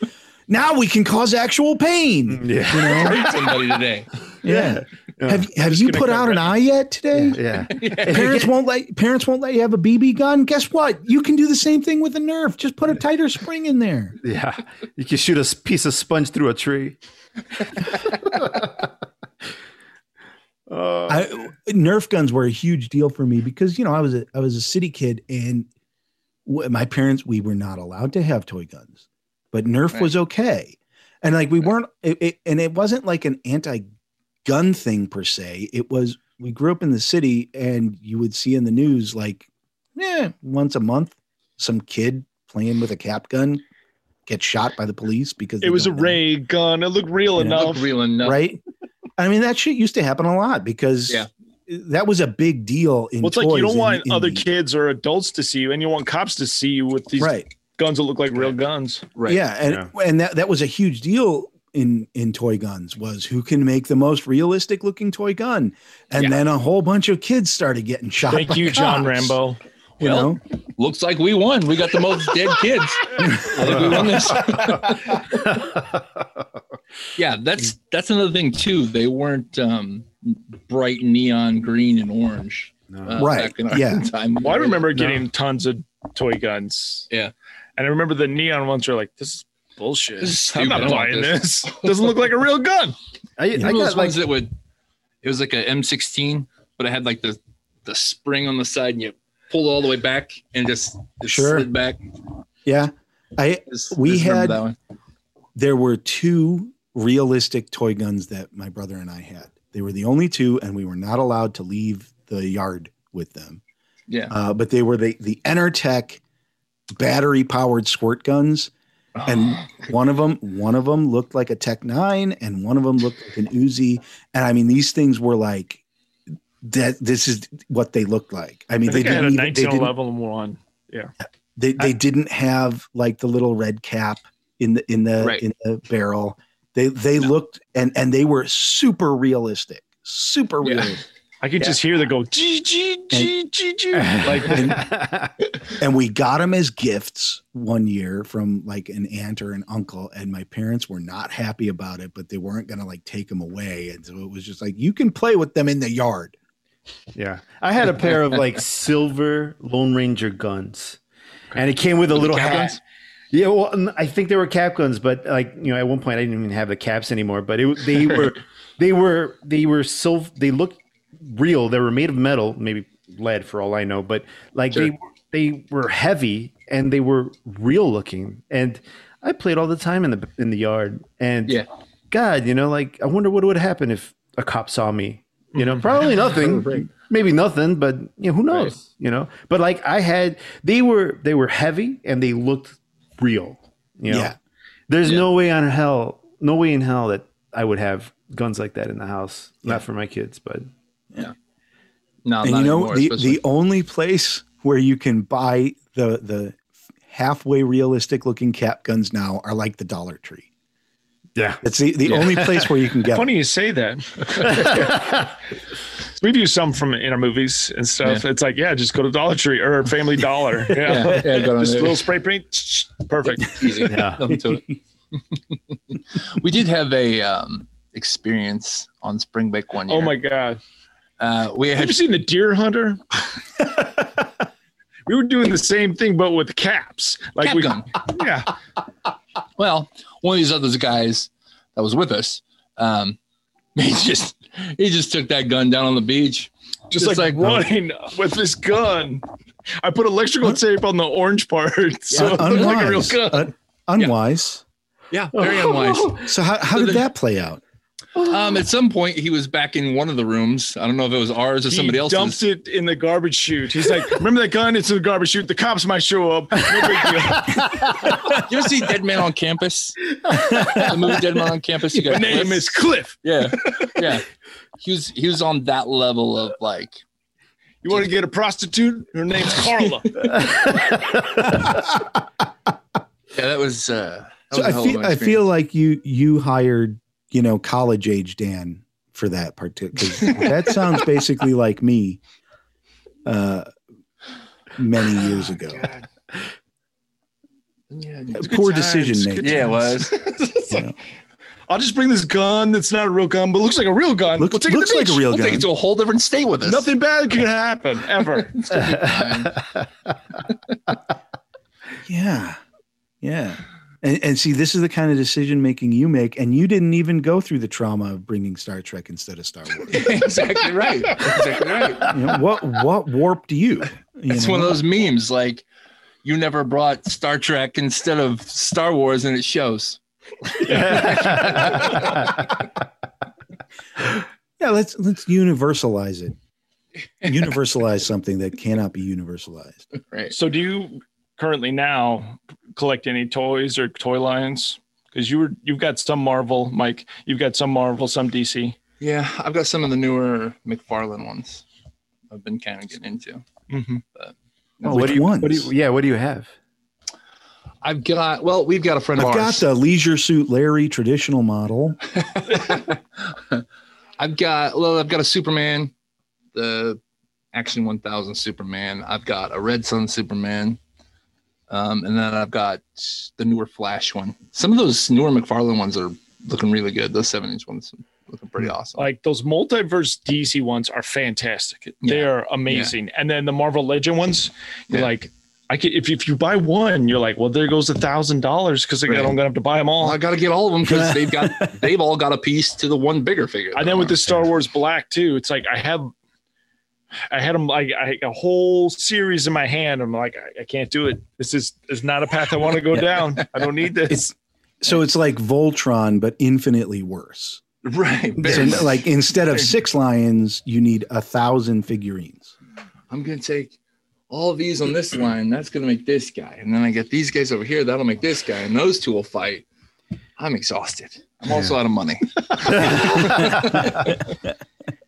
[SPEAKER 2] now we can cause actual pain.
[SPEAKER 1] Mm. yeah.
[SPEAKER 2] You know?
[SPEAKER 4] Hurt somebody today.
[SPEAKER 2] Yeah.
[SPEAKER 1] Yeah.
[SPEAKER 2] Have Have you
[SPEAKER 3] gonna
[SPEAKER 2] put
[SPEAKER 3] cut
[SPEAKER 2] out an
[SPEAKER 3] right-
[SPEAKER 2] eye yet today?
[SPEAKER 1] Yeah.
[SPEAKER 2] Parents won't let parents won't let you have a BB gun. Guess what? You can do the same thing with a Nerf. Just put a tighter spring in there.
[SPEAKER 1] Yeah, you can shoot a s- piece of sponge through a tree. uh,
[SPEAKER 2] I, Nerf guns were a huge deal for me because you know I was a I was a city kid and w- my parents we were not allowed to have toy guns, but Nerf was okay, and like we weren't it, it, and it wasn't like an anti gun thing per se. It was we grew up in the city and you would see in the news like yeah once a month some kid playing with a cap gun gets shot by the police because they
[SPEAKER 3] It was a
[SPEAKER 2] don't know
[SPEAKER 3] ray gun. It looked real
[SPEAKER 2] Yeah.
[SPEAKER 3] enough.
[SPEAKER 4] Look real enough.
[SPEAKER 2] right? I mean, that shit used to happen a lot because
[SPEAKER 4] Yeah.
[SPEAKER 2] that was a big deal in
[SPEAKER 3] Well, it's like you
[SPEAKER 2] toys
[SPEAKER 3] don't
[SPEAKER 2] in-
[SPEAKER 3] want
[SPEAKER 2] in
[SPEAKER 3] other
[SPEAKER 2] the-
[SPEAKER 3] kids or adults to see you, and you want cops to see you with these
[SPEAKER 2] right?
[SPEAKER 3] guns that look like real guns.
[SPEAKER 4] Right.
[SPEAKER 2] Yeah, and
[SPEAKER 1] Yeah.
[SPEAKER 2] and that that was a huge deal in in toy guns was who can make the most realistic looking toy gun, and
[SPEAKER 4] Yeah.
[SPEAKER 2] then a whole bunch of kids started getting shot.
[SPEAKER 3] Thank
[SPEAKER 2] by
[SPEAKER 3] you, John
[SPEAKER 2] cops,
[SPEAKER 3] Rambo.
[SPEAKER 2] You
[SPEAKER 4] Well,
[SPEAKER 2] know,
[SPEAKER 4] Looks like we won. We got the most dead kids. I think we won this. yeah, that's that's another thing too. They weren't um, bright neon green and orange.
[SPEAKER 1] no.
[SPEAKER 4] uh,
[SPEAKER 2] Right,
[SPEAKER 4] Back in our
[SPEAKER 2] yeah.
[SPEAKER 4] Time.
[SPEAKER 3] Well, I remember getting tons of toy guns.
[SPEAKER 4] Yeah.
[SPEAKER 3] And I remember the neon ones were like, this is bullshit.
[SPEAKER 4] This is
[SPEAKER 3] I'm
[SPEAKER 4] stupid. I
[SPEAKER 3] not
[SPEAKER 4] don't want
[SPEAKER 3] buying this. Doesn't look like a real gun.
[SPEAKER 1] I, I
[SPEAKER 2] Yeah.
[SPEAKER 4] Remember
[SPEAKER 1] got like
[SPEAKER 4] those ones that would. It was like a M16, but it had like the the spring on the side, and you pulled all the way back and just, just
[SPEAKER 2] Sure.
[SPEAKER 4] slid back.
[SPEAKER 2] yeah, I
[SPEAKER 4] Just-
[SPEAKER 2] We
[SPEAKER 4] just remember
[SPEAKER 2] had-
[SPEAKER 4] that one.
[SPEAKER 2] there were two realistic toy guns that my brother and I had. They were the only two, and we were not allowed to leave the yard with them.
[SPEAKER 4] Yeah.
[SPEAKER 2] Uh, but they were the the Enertech battery powered squirt guns, and one of them one of them looked like a Tech Nine, and one of them looked like an Uzi. And I mean, these things were like that. This is what they looked like. I mean,
[SPEAKER 3] I
[SPEAKER 2] they
[SPEAKER 3] think I had a
[SPEAKER 2] didn't, even, they, didn't
[SPEAKER 3] 1911 one.
[SPEAKER 2] they they didn't have like the little red cap in the in the
[SPEAKER 4] Right.
[SPEAKER 2] in the barrel. They they looked and and they were super realistic, super
[SPEAKER 4] Yeah.
[SPEAKER 2] realistic.
[SPEAKER 3] I could
[SPEAKER 1] Yeah.
[SPEAKER 3] just hear the go.
[SPEAKER 4] G G G G G. Like
[SPEAKER 2] And we got them as gifts one year from like an aunt or an uncle, and my parents were not happy about it, but they weren't gonna like take them away, and so it was just like you can play with them in the yard.
[SPEAKER 1] yeah, I had a pair of like silver Lone Ranger guns, and it came with a little
[SPEAKER 4] cap
[SPEAKER 1] hat.
[SPEAKER 4] guns?
[SPEAKER 1] Yeah, well, n- I think they were cap guns, but like you know, at one point I didn't even have the caps anymore. But it, they were, they were, they were so they looked real. They were made of metal, maybe lead for all I know, but like
[SPEAKER 4] Sure.
[SPEAKER 1] they they were heavy and they were real looking. And I played all the time in the in the yard. And
[SPEAKER 4] Yeah.
[SPEAKER 1] God, you know, like I wonder what would happen if a cop saw me. You know, probably nothing maybe nothing, but you know, who knows? You know, but like I had, they were they were heavy and they looked real. You know?
[SPEAKER 2] Yeah.
[SPEAKER 1] there's
[SPEAKER 4] Yeah.
[SPEAKER 1] no way on hell, no way in hell that I would have guns like that in the house. Not for my kids, but
[SPEAKER 4] no,
[SPEAKER 2] and
[SPEAKER 4] not
[SPEAKER 2] you know
[SPEAKER 4] anymore,
[SPEAKER 2] the
[SPEAKER 4] especially-
[SPEAKER 2] the only place where you can buy the the halfway realistic looking cap guns now are like the Dollar Tree.
[SPEAKER 1] yeah,
[SPEAKER 2] It's the, the
[SPEAKER 4] Yeah.
[SPEAKER 2] only place where you can get.
[SPEAKER 3] Funny you say that. We've used some from in our movies and stuff. It's like, yeah, just go to Dollar Tree or Family Dollar.
[SPEAKER 4] yeah,
[SPEAKER 3] Yeah.
[SPEAKER 4] yeah, go down
[SPEAKER 3] Just a
[SPEAKER 4] there.
[SPEAKER 3] little spray paint. Perfect.
[SPEAKER 4] easy.
[SPEAKER 1] yeah.
[SPEAKER 4] Nothing to it. we did have a um, experience on spring break one year.
[SPEAKER 3] Oh my God.
[SPEAKER 4] Uh, we
[SPEAKER 3] Have
[SPEAKER 4] had
[SPEAKER 3] you seen The Deer Hunter? we were doing the same thing, but with caps. Like
[SPEAKER 4] cap
[SPEAKER 3] we,
[SPEAKER 4] gun.
[SPEAKER 3] yeah.
[SPEAKER 4] Well, one of these other guys that was with us, um, he just he just took that gun down on the beach. Just
[SPEAKER 3] just, like,
[SPEAKER 4] like-
[SPEAKER 3] running with this gun. I put electrical tape on the orange part, so it looked like a real
[SPEAKER 2] unwise.
[SPEAKER 3] gun.
[SPEAKER 2] Un- unwise.
[SPEAKER 4] Yeah, very unwise.
[SPEAKER 2] So how, how
[SPEAKER 4] So
[SPEAKER 2] did
[SPEAKER 4] the-
[SPEAKER 2] that play out?
[SPEAKER 4] Oh. Um, at some point, he was back in one of the rooms. I don't know if it was ours or somebody
[SPEAKER 3] he
[SPEAKER 4] else's.
[SPEAKER 3] dumped it in the garbage chute. He's like, "Remember that gun? It's in the garbage chute. The cops might show up. No big deal."
[SPEAKER 4] You ever see Dead Man on Campus? the movie Dead Man on Campus. You
[SPEAKER 3] My
[SPEAKER 4] got
[SPEAKER 3] name
[SPEAKER 4] Cliff?
[SPEAKER 3] is Cliff.
[SPEAKER 4] yeah, yeah. He was he was on that level of like
[SPEAKER 3] You want to get a prostitute? Her name's Carla.
[SPEAKER 4] yeah. That was uh. That
[SPEAKER 2] So
[SPEAKER 4] was
[SPEAKER 2] I
[SPEAKER 4] a
[SPEAKER 2] feel
[SPEAKER 4] hell of an
[SPEAKER 2] I
[SPEAKER 4] experience.
[SPEAKER 2] feel like you you hired you know college age Dan for that particular. that sounds basically like me. Uh, many years
[SPEAKER 4] Oh,
[SPEAKER 2] ago.
[SPEAKER 4] Yeah,
[SPEAKER 2] Poor decision making.
[SPEAKER 4] yeah, it was.
[SPEAKER 3] It's like,
[SPEAKER 2] Yeah.
[SPEAKER 3] I'll just bring this gun. That's not a real gun, but looks like a real gun.
[SPEAKER 2] Looks,
[SPEAKER 3] We'll take it to
[SPEAKER 2] looks
[SPEAKER 3] the
[SPEAKER 2] like a
[SPEAKER 3] beach.
[SPEAKER 2] real
[SPEAKER 4] We'll take
[SPEAKER 2] gun.
[SPEAKER 4] it to a whole different state with us.
[SPEAKER 3] Nothing bad can happen ever.
[SPEAKER 2] Yeah, yeah. And, and see, this is the kind of decision making you make, and you didn't even go through the trauma of bringing Star Trek instead of Star Wars.
[SPEAKER 4] exactly right. Exactly right.
[SPEAKER 2] You know, what what warped you? you
[SPEAKER 4] It's
[SPEAKER 2] know?
[SPEAKER 4] one of those memes like you never brought Star Trek instead of Star Wars and it shows.
[SPEAKER 2] Yeah, let's let's universalize it. Universalize something that cannot be universalized.
[SPEAKER 4] Right.
[SPEAKER 3] So, do you currently now collect any toys or toy lines? Because you were you've got some Marvel, Mike. You've got some Marvel, some DC.
[SPEAKER 4] Yeah, I've got some of the newer McFarlane ones. I've been kind of getting into.
[SPEAKER 3] Mm-hmm.
[SPEAKER 2] Oh,
[SPEAKER 1] what
[SPEAKER 2] which
[SPEAKER 1] do you?
[SPEAKER 2] ones?
[SPEAKER 1] What do you? Yeah, what do you have?
[SPEAKER 4] I've got well, we've got a friend of
[SPEAKER 2] I've got
[SPEAKER 4] ours.
[SPEAKER 2] the leisure suit Larry traditional model.
[SPEAKER 4] I've got well, I've got a Superman, the Action 1000 Superman. I've got a Red Sun Superman. Um, and then I've got the newer Flash one. Some of those newer McFarlane ones are looking really good. Those seven inch ones are looking pretty awesome.
[SPEAKER 3] Like those multiverse DC ones are fantastic. They
[SPEAKER 4] Yeah.
[SPEAKER 3] are amazing. And then the Marvel Legend ones, you're
[SPEAKER 4] Yeah.
[SPEAKER 3] like, I could if if you buy one, you're like, well, there goes a thousand dollars because
[SPEAKER 4] Right.
[SPEAKER 3] I'm gonna have to buy them all.
[SPEAKER 4] Well, I got to get all of them because they've got they've all got a piece to the one bigger figure.
[SPEAKER 3] and then with the Star Wars Black too, it's like I have, I had them like I, a whole series in my hand. I'm like, I, I can't do it. This is is not a path I want to go down. I don't need this.
[SPEAKER 2] So it's like Voltron, but infinitely worse.
[SPEAKER 4] Right.
[SPEAKER 2] So,
[SPEAKER 4] bears.
[SPEAKER 2] like instead of six lions, you need a thousand figurines.
[SPEAKER 4] I'm gonna take all of these on this line. That's gonna make this guy, and then I get these guys over here. That'll make this guy, and those two will fight. I'm exhausted. I'm also out of money.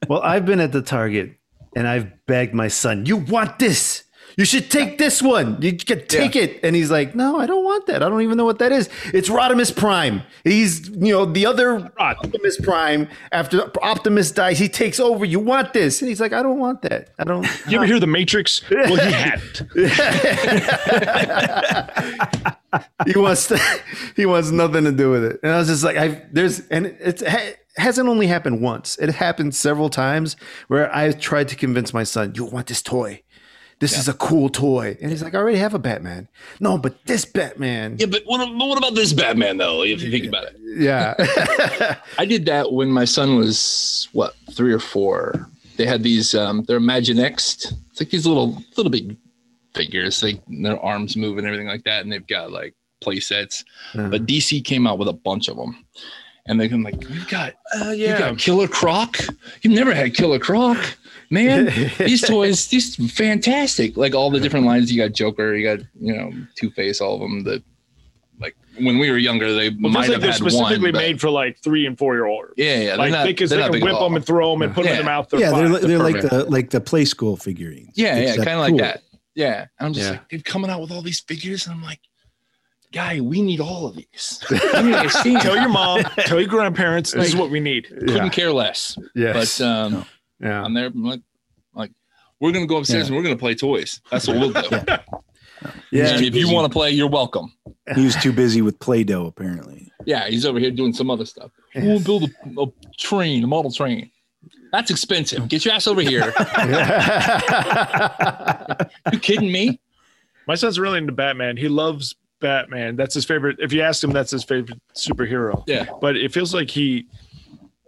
[SPEAKER 1] well, I've been at the Target and I've begged my son, you want this? You should take this one. You could take it. And he's like, no, I don't want that. I don't even know what that is. It's Rodimus Prime. He's, you know, the other Optimus Prime. After Optimus dies, he takes over. You want this? And he's like, I don't want that. I don't.
[SPEAKER 3] You ever hear the Matrix? Well, he had it.
[SPEAKER 1] he wants to, he wants nothing to do with it. And I was just like, I there's and it's it hasn't only happened once. It happened several times where I tried to convince my son, you want this toy. This is a cool toy. And he's like, I already have a Batman. No, but this Batman.
[SPEAKER 4] yeah, but what, but what about this Batman though? If you think about it,
[SPEAKER 1] Yeah.
[SPEAKER 4] I did that when my son was what three or four. They had these. Um, they're Imaginext. It's like these little little big figures. They their arms move and everything like that, and they've got like play sets. But DC came out with a bunch of them. And they're like, you got
[SPEAKER 3] Uh,
[SPEAKER 4] You got Killer Croc. You've never had Killer Croc, man. these toys, these fantastic. Like all the different lines. You got Joker. You got you know Two Face. All of them. That like when we were younger, they
[SPEAKER 3] Well,
[SPEAKER 4] might
[SPEAKER 3] feels like
[SPEAKER 4] have
[SPEAKER 3] they're
[SPEAKER 4] had one.
[SPEAKER 3] specifically
[SPEAKER 4] but-
[SPEAKER 3] made for like three and four year olds.
[SPEAKER 4] yeah, yeah. They're
[SPEAKER 3] like
[SPEAKER 4] not,
[SPEAKER 3] they, cause
[SPEAKER 4] they're
[SPEAKER 3] they
[SPEAKER 4] not
[SPEAKER 3] can
[SPEAKER 4] big at
[SPEAKER 3] whip
[SPEAKER 4] all.
[SPEAKER 3] them and throw them and put them in
[SPEAKER 4] Yeah.
[SPEAKER 3] their mouth. They're
[SPEAKER 2] yeah,
[SPEAKER 3] fine.
[SPEAKER 2] they're they're like
[SPEAKER 4] perfect.
[SPEAKER 2] the like the play school figurines.
[SPEAKER 4] Yeah, yeah,
[SPEAKER 2] except
[SPEAKER 4] kind of like
[SPEAKER 2] cool.
[SPEAKER 4] that. Yeah, and I'm just
[SPEAKER 1] Yeah.
[SPEAKER 4] like they're coming out with all these figures, and I'm like, guy, we need all of these. We need a stand.
[SPEAKER 3] tell your mom, tell your grandparents, this is what we need.
[SPEAKER 4] Couldn't
[SPEAKER 1] yeah.
[SPEAKER 4] care less.
[SPEAKER 1] Yes.
[SPEAKER 4] But um,
[SPEAKER 2] No.
[SPEAKER 1] yeah.
[SPEAKER 4] I'm there. I'm like, like we're gonna go upstairs
[SPEAKER 2] Yeah.
[SPEAKER 4] and we're gonna play toys. That's what we'll do.
[SPEAKER 1] Yeah.
[SPEAKER 4] And if you want to play, you're welcome.
[SPEAKER 2] He was too busy with play doh apparently.
[SPEAKER 4] Yeah, he's over here doing some other stuff.
[SPEAKER 1] Yeah.
[SPEAKER 4] We'll build a, a train, a model train. That's expensive. Get your ass over here. you kidding me?
[SPEAKER 3] My son's really into Batman. He loves Batman. That's his favorite. If you ask him, that's his favorite superhero.
[SPEAKER 4] Yeah.
[SPEAKER 3] But it feels like he,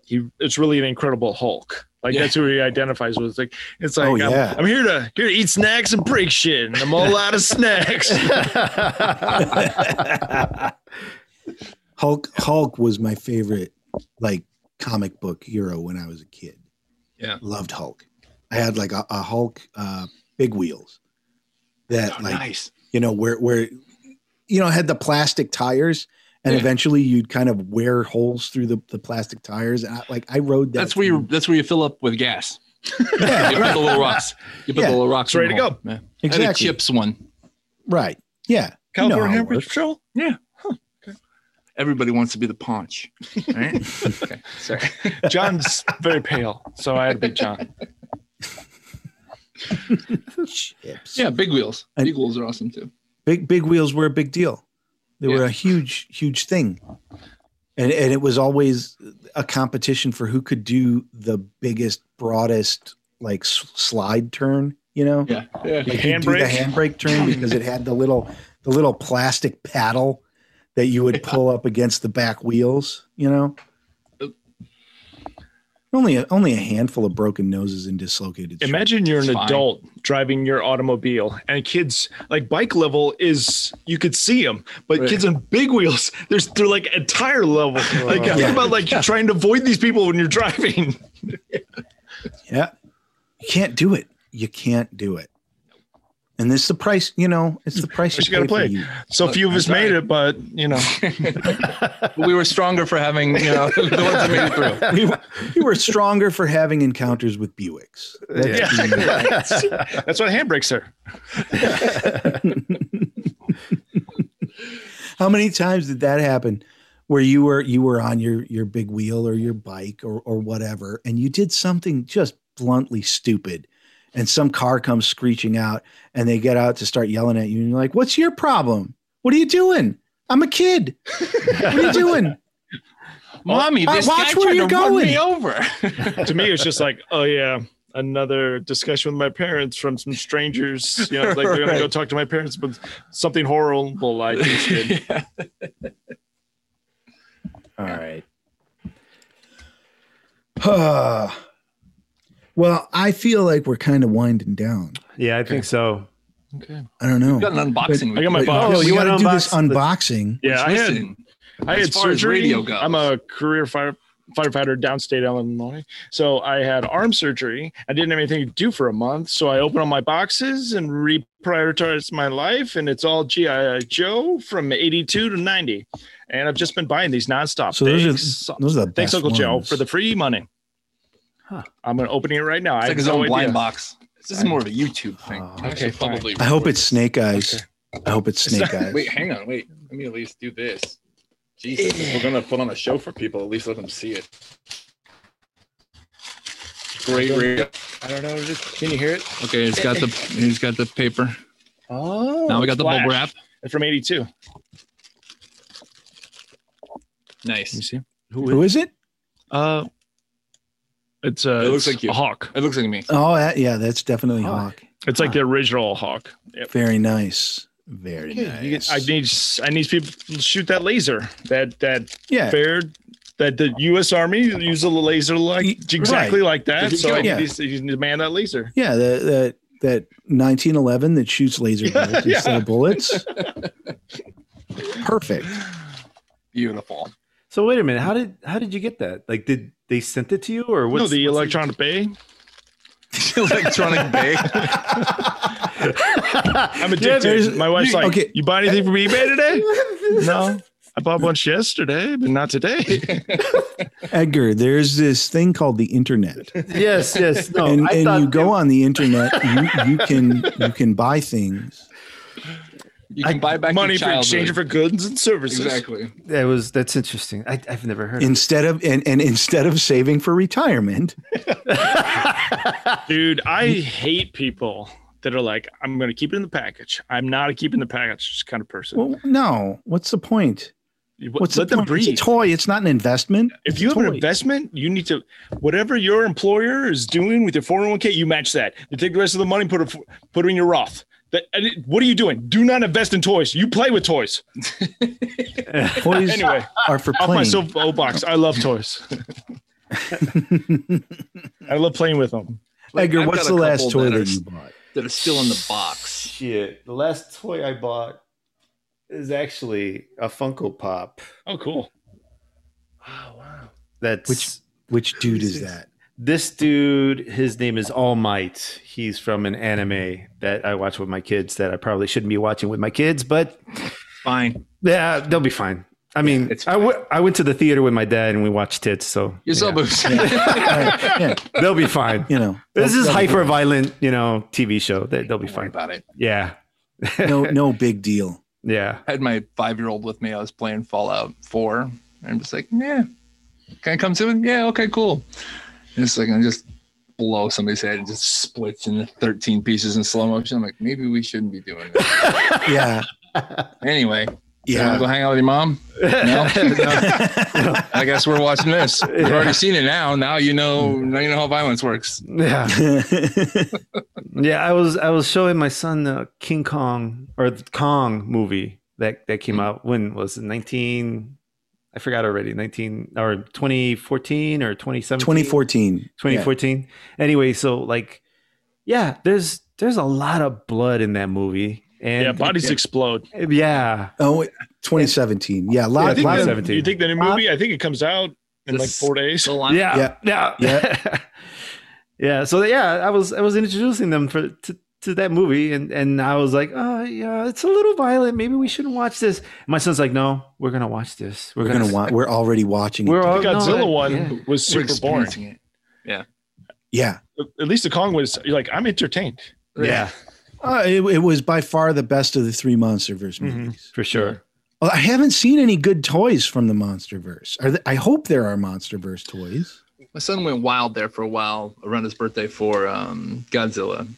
[SPEAKER 3] he, it's really an incredible Hulk. Like
[SPEAKER 4] Yeah.
[SPEAKER 3] that's who he identifies with. It's like it's like
[SPEAKER 2] Oh,
[SPEAKER 3] I'm,
[SPEAKER 2] yeah.
[SPEAKER 3] I'm here to here to eat snacks and break shit, and I'm all out of snacks.
[SPEAKER 2] Hulk Hulk was my favorite like comic book hero when I was a kid.
[SPEAKER 4] Yeah.
[SPEAKER 2] Loved Hulk. I had like a, a Hulk uh big wheels that
[SPEAKER 4] Oh,
[SPEAKER 2] like
[SPEAKER 4] nice.
[SPEAKER 2] you know where where you know had the plastic tires and
[SPEAKER 4] Yeah.
[SPEAKER 2] eventually you'd kind of wear holes through the, the plastic tires and I, like I rode that.
[SPEAKER 4] That's where you.
[SPEAKER 2] thing.
[SPEAKER 4] That's where you fill up with gas.
[SPEAKER 2] Yeah,
[SPEAKER 4] You put the
[SPEAKER 2] right,
[SPEAKER 4] little rocks. You put
[SPEAKER 2] Yeah.
[SPEAKER 4] the little rocks.
[SPEAKER 3] It's ready
[SPEAKER 4] in
[SPEAKER 3] to
[SPEAKER 4] the
[SPEAKER 3] go.
[SPEAKER 4] hole. Yeah. I had a
[SPEAKER 2] exactly.
[SPEAKER 4] chips one.
[SPEAKER 2] Right. Yeah. You know how it
[SPEAKER 3] California
[SPEAKER 2] works.
[SPEAKER 3] Heritage Patrol.
[SPEAKER 4] Yeah. Everybody wants to be the paunch. Right? okay. Sorry.
[SPEAKER 3] John's very pale, so I had to be John.
[SPEAKER 2] Chips.
[SPEAKER 4] Yeah, big wheels.
[SPEAKER 2] And-
[SPEAKER 4] Big wheels are awesome too.
[SPEAKER 2] big big wheels were a big deal. They were
[SPEAKER 4] Yeah.
[SPEAKER 2] a huge huge thing, and and it was always a competition for who could do the biggest, broadest like s- slide turn. You know,
[SPEAKER 4] Yeah. Yeah.
[SPEAKER 2] like you'd do the
[SPEAKER 3] Handbrake?
[SPEAKER 2] handbrake turn because it had the little the little plastic paddle that you would pull up against the back wheels. You know. Only a, only a handful of broken noses and dislocated. shoulders.
[SPEAKER 3] Imagine you're an
[SPEAKER 4] It's fine.
[SPEAKER 3] adult driving your automobile, and kids like bike level is you could see them, but
[SPEAKER 4] Right.
[SPEAKER 3] kids on big wheels, there's they're like at tire level. Like
[SPEAKER 1] Yeah.
[SPEAKER 3] think about like trying to avoid these people when you're driving.
[SPEAKER 2] Yeah. You can't do it. You can't do it. And this is the price, you know, it's the price
[SPEAKER 3] What you gotta
[SPEAKER 2] pay
[SPEAKER 3] play.
[SPEAKER 2] for you.
[SPEAKER 3] So
[SPEAKER 4] Look,
[SPEAKER 3] few of
[SPEAKER 4] I'm
[SPEAKER 3] us
[SPEAKER 4] sorry.
[SPEAKER 3] made it, but you know,
[SPEAKER 4] we were stronger for having you know the ones that made it through.
[SPEAKER 2] We were, we were stronger for having encounters with Buicks. That's-
[SPEAKER 3] yeah, that's, that's what handbrakes are.
[SPEAKER 2] How many times did that happen where you were you were on your your big wheel or your bike or or whatever and you did something just bluntly stupid and some car comes screeching out and they get out to start yelling at you and you're like, "What's your problem? What are you doing? I'm a kid. What are you doing?"
[SPEAKER 4] Mommy,
[SPEAKER 2] Uh,
[SPEAKER 4] this
[SPEAKER 2] watch
[SPEAKER 4] guy
[SPEAKER 2] where
[SPEAKER 4] tried
[SPEAKER 2] you're
[SPEAKER 4] to run
[SPEAKER 2] going.
[SPEAKER 4] me over.
[SPEAKER 3] to me, it's just like, oh yeah, another discussion with my parents from some strangers. You know, like they're gonna go
[SPEAKER 4] Right.
[SPEAKER 3] talk to my parents, but something horrible I just did.
[SPEAKER 2] All right. Uh, well, I feel like we're kind of winding down.
[SPEAKER 1] yeah, I think so.
[SPEAKER 4] Okay.
[SPEAKER 2] I don't know.
[SPEAKER 4] We got an unboxing.
[SPEAKER 3] I got my
[SPEAKER 2] But-
[SPEAKER 3] box.
[SPEAKER 2] yeah, we
[SPEAKER 1] You
[SPEAKER 2] got to
[SPEAKER 1] wanna
[SPEAKER 2] do this
[SPEAKER 1] unbox
[SPEAKER 2] unboxing.
[SPEAKER 3] Yeah, I had
[SPEAKER 4] Listen,
[SPEAKER 3] I
[SPEAKER 4] As
[SPEAKER 3] had
[SPEAKER 4] far as
[SPEAKER 3] surgery.
[SPEAKER 4] radio goes.
[SPEAKER 3] I'm a career fire firefighter downstate Illinois. So I had arm surgery. I didn't have anything to do for a month. So I opened up my boxes and reprioritized my life. And it's all G.I. Joe from 82 to 90. And I've just been buying these nonstop.
[SPEAKER 2] So those are-
[SPEAKER 3] thanks,
[SPEAKER 2] Those are the
[SPEAKER 3] thanks
[SPEAKER 2] best
[SPEAKER 3] Uncle Joe,
[SPEAKER 2] ones.
[SPEAKER 3] for the free money.
[SPEAKER 1] Huh.
[SPEAKER 3] I'm going to open it right now.
[SPEAKER 4] It's
[SPEAKER 3] I
[SPEAKER 4] like
[SPEAKER 3] have
[SPEAKER 4] his
[SPEAKER 3] no
[SPEAKER 4] own blind
[SPEAKER 3] idea.
[SPEAKER 4] box. This is more of a YouTube thing.
[SPEAKER 1] Oh,
[SPEAKER 4] I should
[SPEAKER 3] okay, fine.
[SPEAKER 4] probably.
[SPEAKER 2] I hope it's Snake Eyes.
[SPEAKER 3] Okay.
[SPEAKER 2] I hope it's Snake Eyes.
[SPEAKER 4] Wait, hang on. Wait, let me at least do this. Jesus, if we're gonna put on a show for people. At least let them see it. Great radio.
[SPEAKER 3] I don't know. Just, can you hear it?
[SPEAKER 4] Okay, he's got the he's got the paper.
[SPEAKER 3] Oh.
[SPEAKER 4] Now we got the
[SPEAKER 3] flash.
[SPEAKER 4] bubble wrap.
[SPEAKER 3] From 82. Let me
[SPEAKER 4] Nice.
[SPEAKER 3] see.
[SPEAKER 2] Who is it?
[SPEAKER 3] Uh, it's uh,
[SPEAKER 4] It looks
[SPEAKER 3] it's
[SPEAKER 4] like you.
[SPEAKER 3] a hawk.
[SPEAKER 4] It looks like me.
[SPEAKER 2] Oh, that, yeah, that's definitely
[SPEAKER 1] Hawk.
[SPEAKER 2] Hawk.
[SPEAKER 3] It's like the original hawk. Yep.
[SPEAKER 2] Very nice. Very
[SPEAKER 1] Okay,
[SPEAKER 2] nice.
[SPEAKER 1] you get-
[SPEAKER 3] I need I need people to shoot that laser. That that
[SPEAKER 2] yeah.
[SPEAKER 3] fair that the U.S. Army uses a laser like
[SPEAKER 2] Y-
[SPEAKER 3] exactly like that.
[SPEAKER 4] Did you
[SPEAKER 3] So
[SPEAKER 4] go-
[SPEAKER 3] I need
[SPEAKER 2] Yeah.
[SPEAKER 3] these, you demand that laser.
[SPEAKER 2] Yeah, that that that 1911 that shoots laser
[SPEAKER 3] Yeah,
[SPEAKER 2] bullets instead
[SPEAKER 3] yeah.
[SPEAKER 2] of bullets. Perfect.
[SPEAKER 4] Beautiful.
[SPEAKER 1] So wait a minute. How did how did you get that? Like, did they sent it to you or what's
[SPEAKER 3] no, the
[SPEAKER 1] what's
[SPEAKER 3] electronic bay.
[SPEAKER 4] Electronic bay.
[SPEAKER 3] I'm
[SPEAKER 1] Yeah,
[SPEAKER 3] addicted.
[SPEAKER 2] there's-
[SPEAKER 3] My wife's
[SPEAKER 2] you-
[SPEAKER 3] like,
[SPEAKER 2] okay.
[SPEAKER 3] "You buy anything from eBay today?"
[SPEAKER 1] there's-
[SPEAKER 3] no, I bought a bunch yesterday, but not today.
[SPEAKER 2] Edgar, there's this thing called the internet.
[SPEAKER 1] Yes, yes. No,
[SPEAKER 2] and
[SPEAKER 1] Oh, I
[SPEAKER 2] and
[SPEAKER 1] thought
[SPEAKER 2] you go
[SPEAKER 1] it-
[SPEAKER 2] on the internet, you, you can you can buy things.
[SPEAKER 4] You can buy back
[SPEAKER 3] Money
[SPEAKER 4] your
[SPEAKER 3] for exchange for
[SPEAKER 4] childhood.
[SPEAKER 3] goods and services.
[SPEAKER 4] exactly.
[SPEAKER 1] That was that's interesting. I, I've never heard.
[SPEAKER 2] Instead of and, and instead of saving for retirement,
[SPEAKER 1] of
[SPEAKER 3] Dude, I hate people that are like, I'm going to keep it in the package. I'm not a keep in the package kind of person.
[SPEAKER 2] well, no. What's the point?
[SPEAKER 3] You-
[SPEAKER 2] What's
[SPEAKER 3] Let
[SPEAKER 2] the
[SPEAKER 3] them
[SPEAKER 2] point?
[SPEAKER 3] breathe.
[SPEAKER 2] It's a toy. It's not an investment.
[SPEAKER 3] if you have an
[SPEAKER 2] toy.
[SPEAKER 3] investment, you need to, whatever your employer is doing with your 401k, you match that. You take the rest of the money, and put it, put it in your Roth. That, and it- what are you doing? Do not invest in toys. You play with toys.
[SPEAKER 2] Toys
[SPEAKER 3] Anyway,
[SPEAKER 2] are for
[SPEAKER 3] off
[SPEAKER 2] playing.
[SPEAKER 3] my soapbox. box. I love toys. I love playing with them.
[SPEAKER 4] Like,
[SPEAKER 2] Edgar,
[SPEAKER 4] I've
[SPEAKER 2] what's
[SPEAKER 4] got
[SPEAKER 2] the
[SPEAKER 4] a
[SPEAKER 2] last
[SPEAKER 4] couple
[SPEAKER 2] toy
[SPEAKER 4] that are-
[SPEAKER 2] that you bought?
[SPEAKER 4] that are still in the box.
[SPEAKER 1] Shit. The last toy I bought is actually a Funko Pop.
[SPEAKER 3] Oh, cool.
[SPEAKER 1] That's
[SPEAKER 2] Which- Which dude is
[SPEAKER 1] Jesus.
[SPEAKER 2] that?
[SPEAKER 1] this dude his name is all might he's from an anime that i watch with my kids that i probably shouldn't be watching with my kids but
[SPEAKER 4] Fine.
[SPEAKER 1] yeah they'll be fine i mean
[SPEAKER 4] it's
[SPEAKER 1] I, w- I went to the theater with my dad and we watched tits so
[SPEAKER 4] Your
[SPEAKER 1] yeah,
[SPEAKER 4] elbows.
[SPEAKER 2] All right, yeah,
[SPEAKER 1] they'll be fine
[SPEAKER 2] you know.
[SPEAKER 1] this
[SPEAKER 2] that'll-
[SPEAKER 1] is
[SPEAKER 2] that'll be
[SPEAKER 1] hyper violent you know tv show they, they'll be
[SPEAKER 4] Don't worry
[SPEAKER 1] fine
[SPEAKER 4] about it.
[SPEAKER 1] yeah
[SPEAKER 2] no no big deal.
[SPEAKER 1] yeah
[SPEAKER 4] I had my five year old with me. I was playing Fallout 4. And I'm just like, yeah, can I come to it? Yeah, okay, cool. And it's like, I just blow somebody's head. It just splits into 13 pieces in slow motion. I'm like, maybe we shouldn't be doing that.
[SPEAKER 2] Yeah.
[SPEAKER 4] anyway, you
[SPEAKER 2] Yeah.
[SPEAKER 4] want to go hang out with your mom? No. I guess we're watching this. You've already seen it now. Now you know. Now you know how violence works.
[SPEAKER 1] yeah Yeah, I was I was showing my son the King Kong or the Kong movie that that came out when was it 19 I forgot already 19 or 2014 or 2017
[SPEAKER 2] 2014.
[SPEAKER 1] 2014. Anyway, so like yeah, there's there's a lot of blood in that movie and
[SPEAKER 3] yeah, bodies explode.
[SPEAKER 1] yeah.
[SPEAKER 2] Yeah. Oh, wait, 2017. Yeah, a
[SPEAKER 1] I
[SPEAKER 3] I
[SPEAKER 2] lot,
[SPEAKER 3] think
[SPEAKER 2] lot
[SPEAKER 1] that's-
[SPEAKER 2] of,
[SPEAKER 3] that,
[SPEAKER 1] 17.
[SPEAKER 3] you think that new
[SPEAKER 2] Uh,
[SPEAKER 3] movie? I think it comes out in like
[SPEAKER 1] This-
[SPEAKER 3] four days.
[SPEAKER 1] Yeah. Yeah. Yeah. yeah. So yeah, I was I was introducing them for to, to that movie and and I was like, "Oh, yeah, it's a little violent. Maybe we shouldn't watch this." My son's like, "No, we're going to watch this. We're,
[SPEAKER 2] we're
[SPEAKER 1] going
[SPEAKER 2] gonna
[SPEAKER 1] to
[SPEAKER 2] want. We're already watching.
[SPEAKER 1] We're
[SPEAKER 2] it.
[SPEAKER 1] all-
[SPEAKER 3] The Godzilla
[SPEAKER 1] No, that-
[SPEAKER 3] one
[SPEAKER 1] yeah.
[SPEAKER 3] was
[SPEAKER 4] We're
[SPEAKER 3] super boring.
[SPEAKER 4] experiencing it.
[SPEAKER 2] yeah.
[SPEAKER 3] At least the Kong was you're like, I'm entertained.
[SPEAKER 1] Yeah,
[SPEAKER 2] Uh, it, it was by far the best of the three MonsterVerse
[SPEAKER 1] Mhm.
[SPEAKER 2] movies.
[SPEAKER 1] for sure.
[SPEAKER 2] Well, I haven't seen any good toys from the MonsterVerse. Are th- I hope there are MonsterVerse toys.
[SPEAKER 4] my son went wild there for a while around his birthday for um, Godzilla,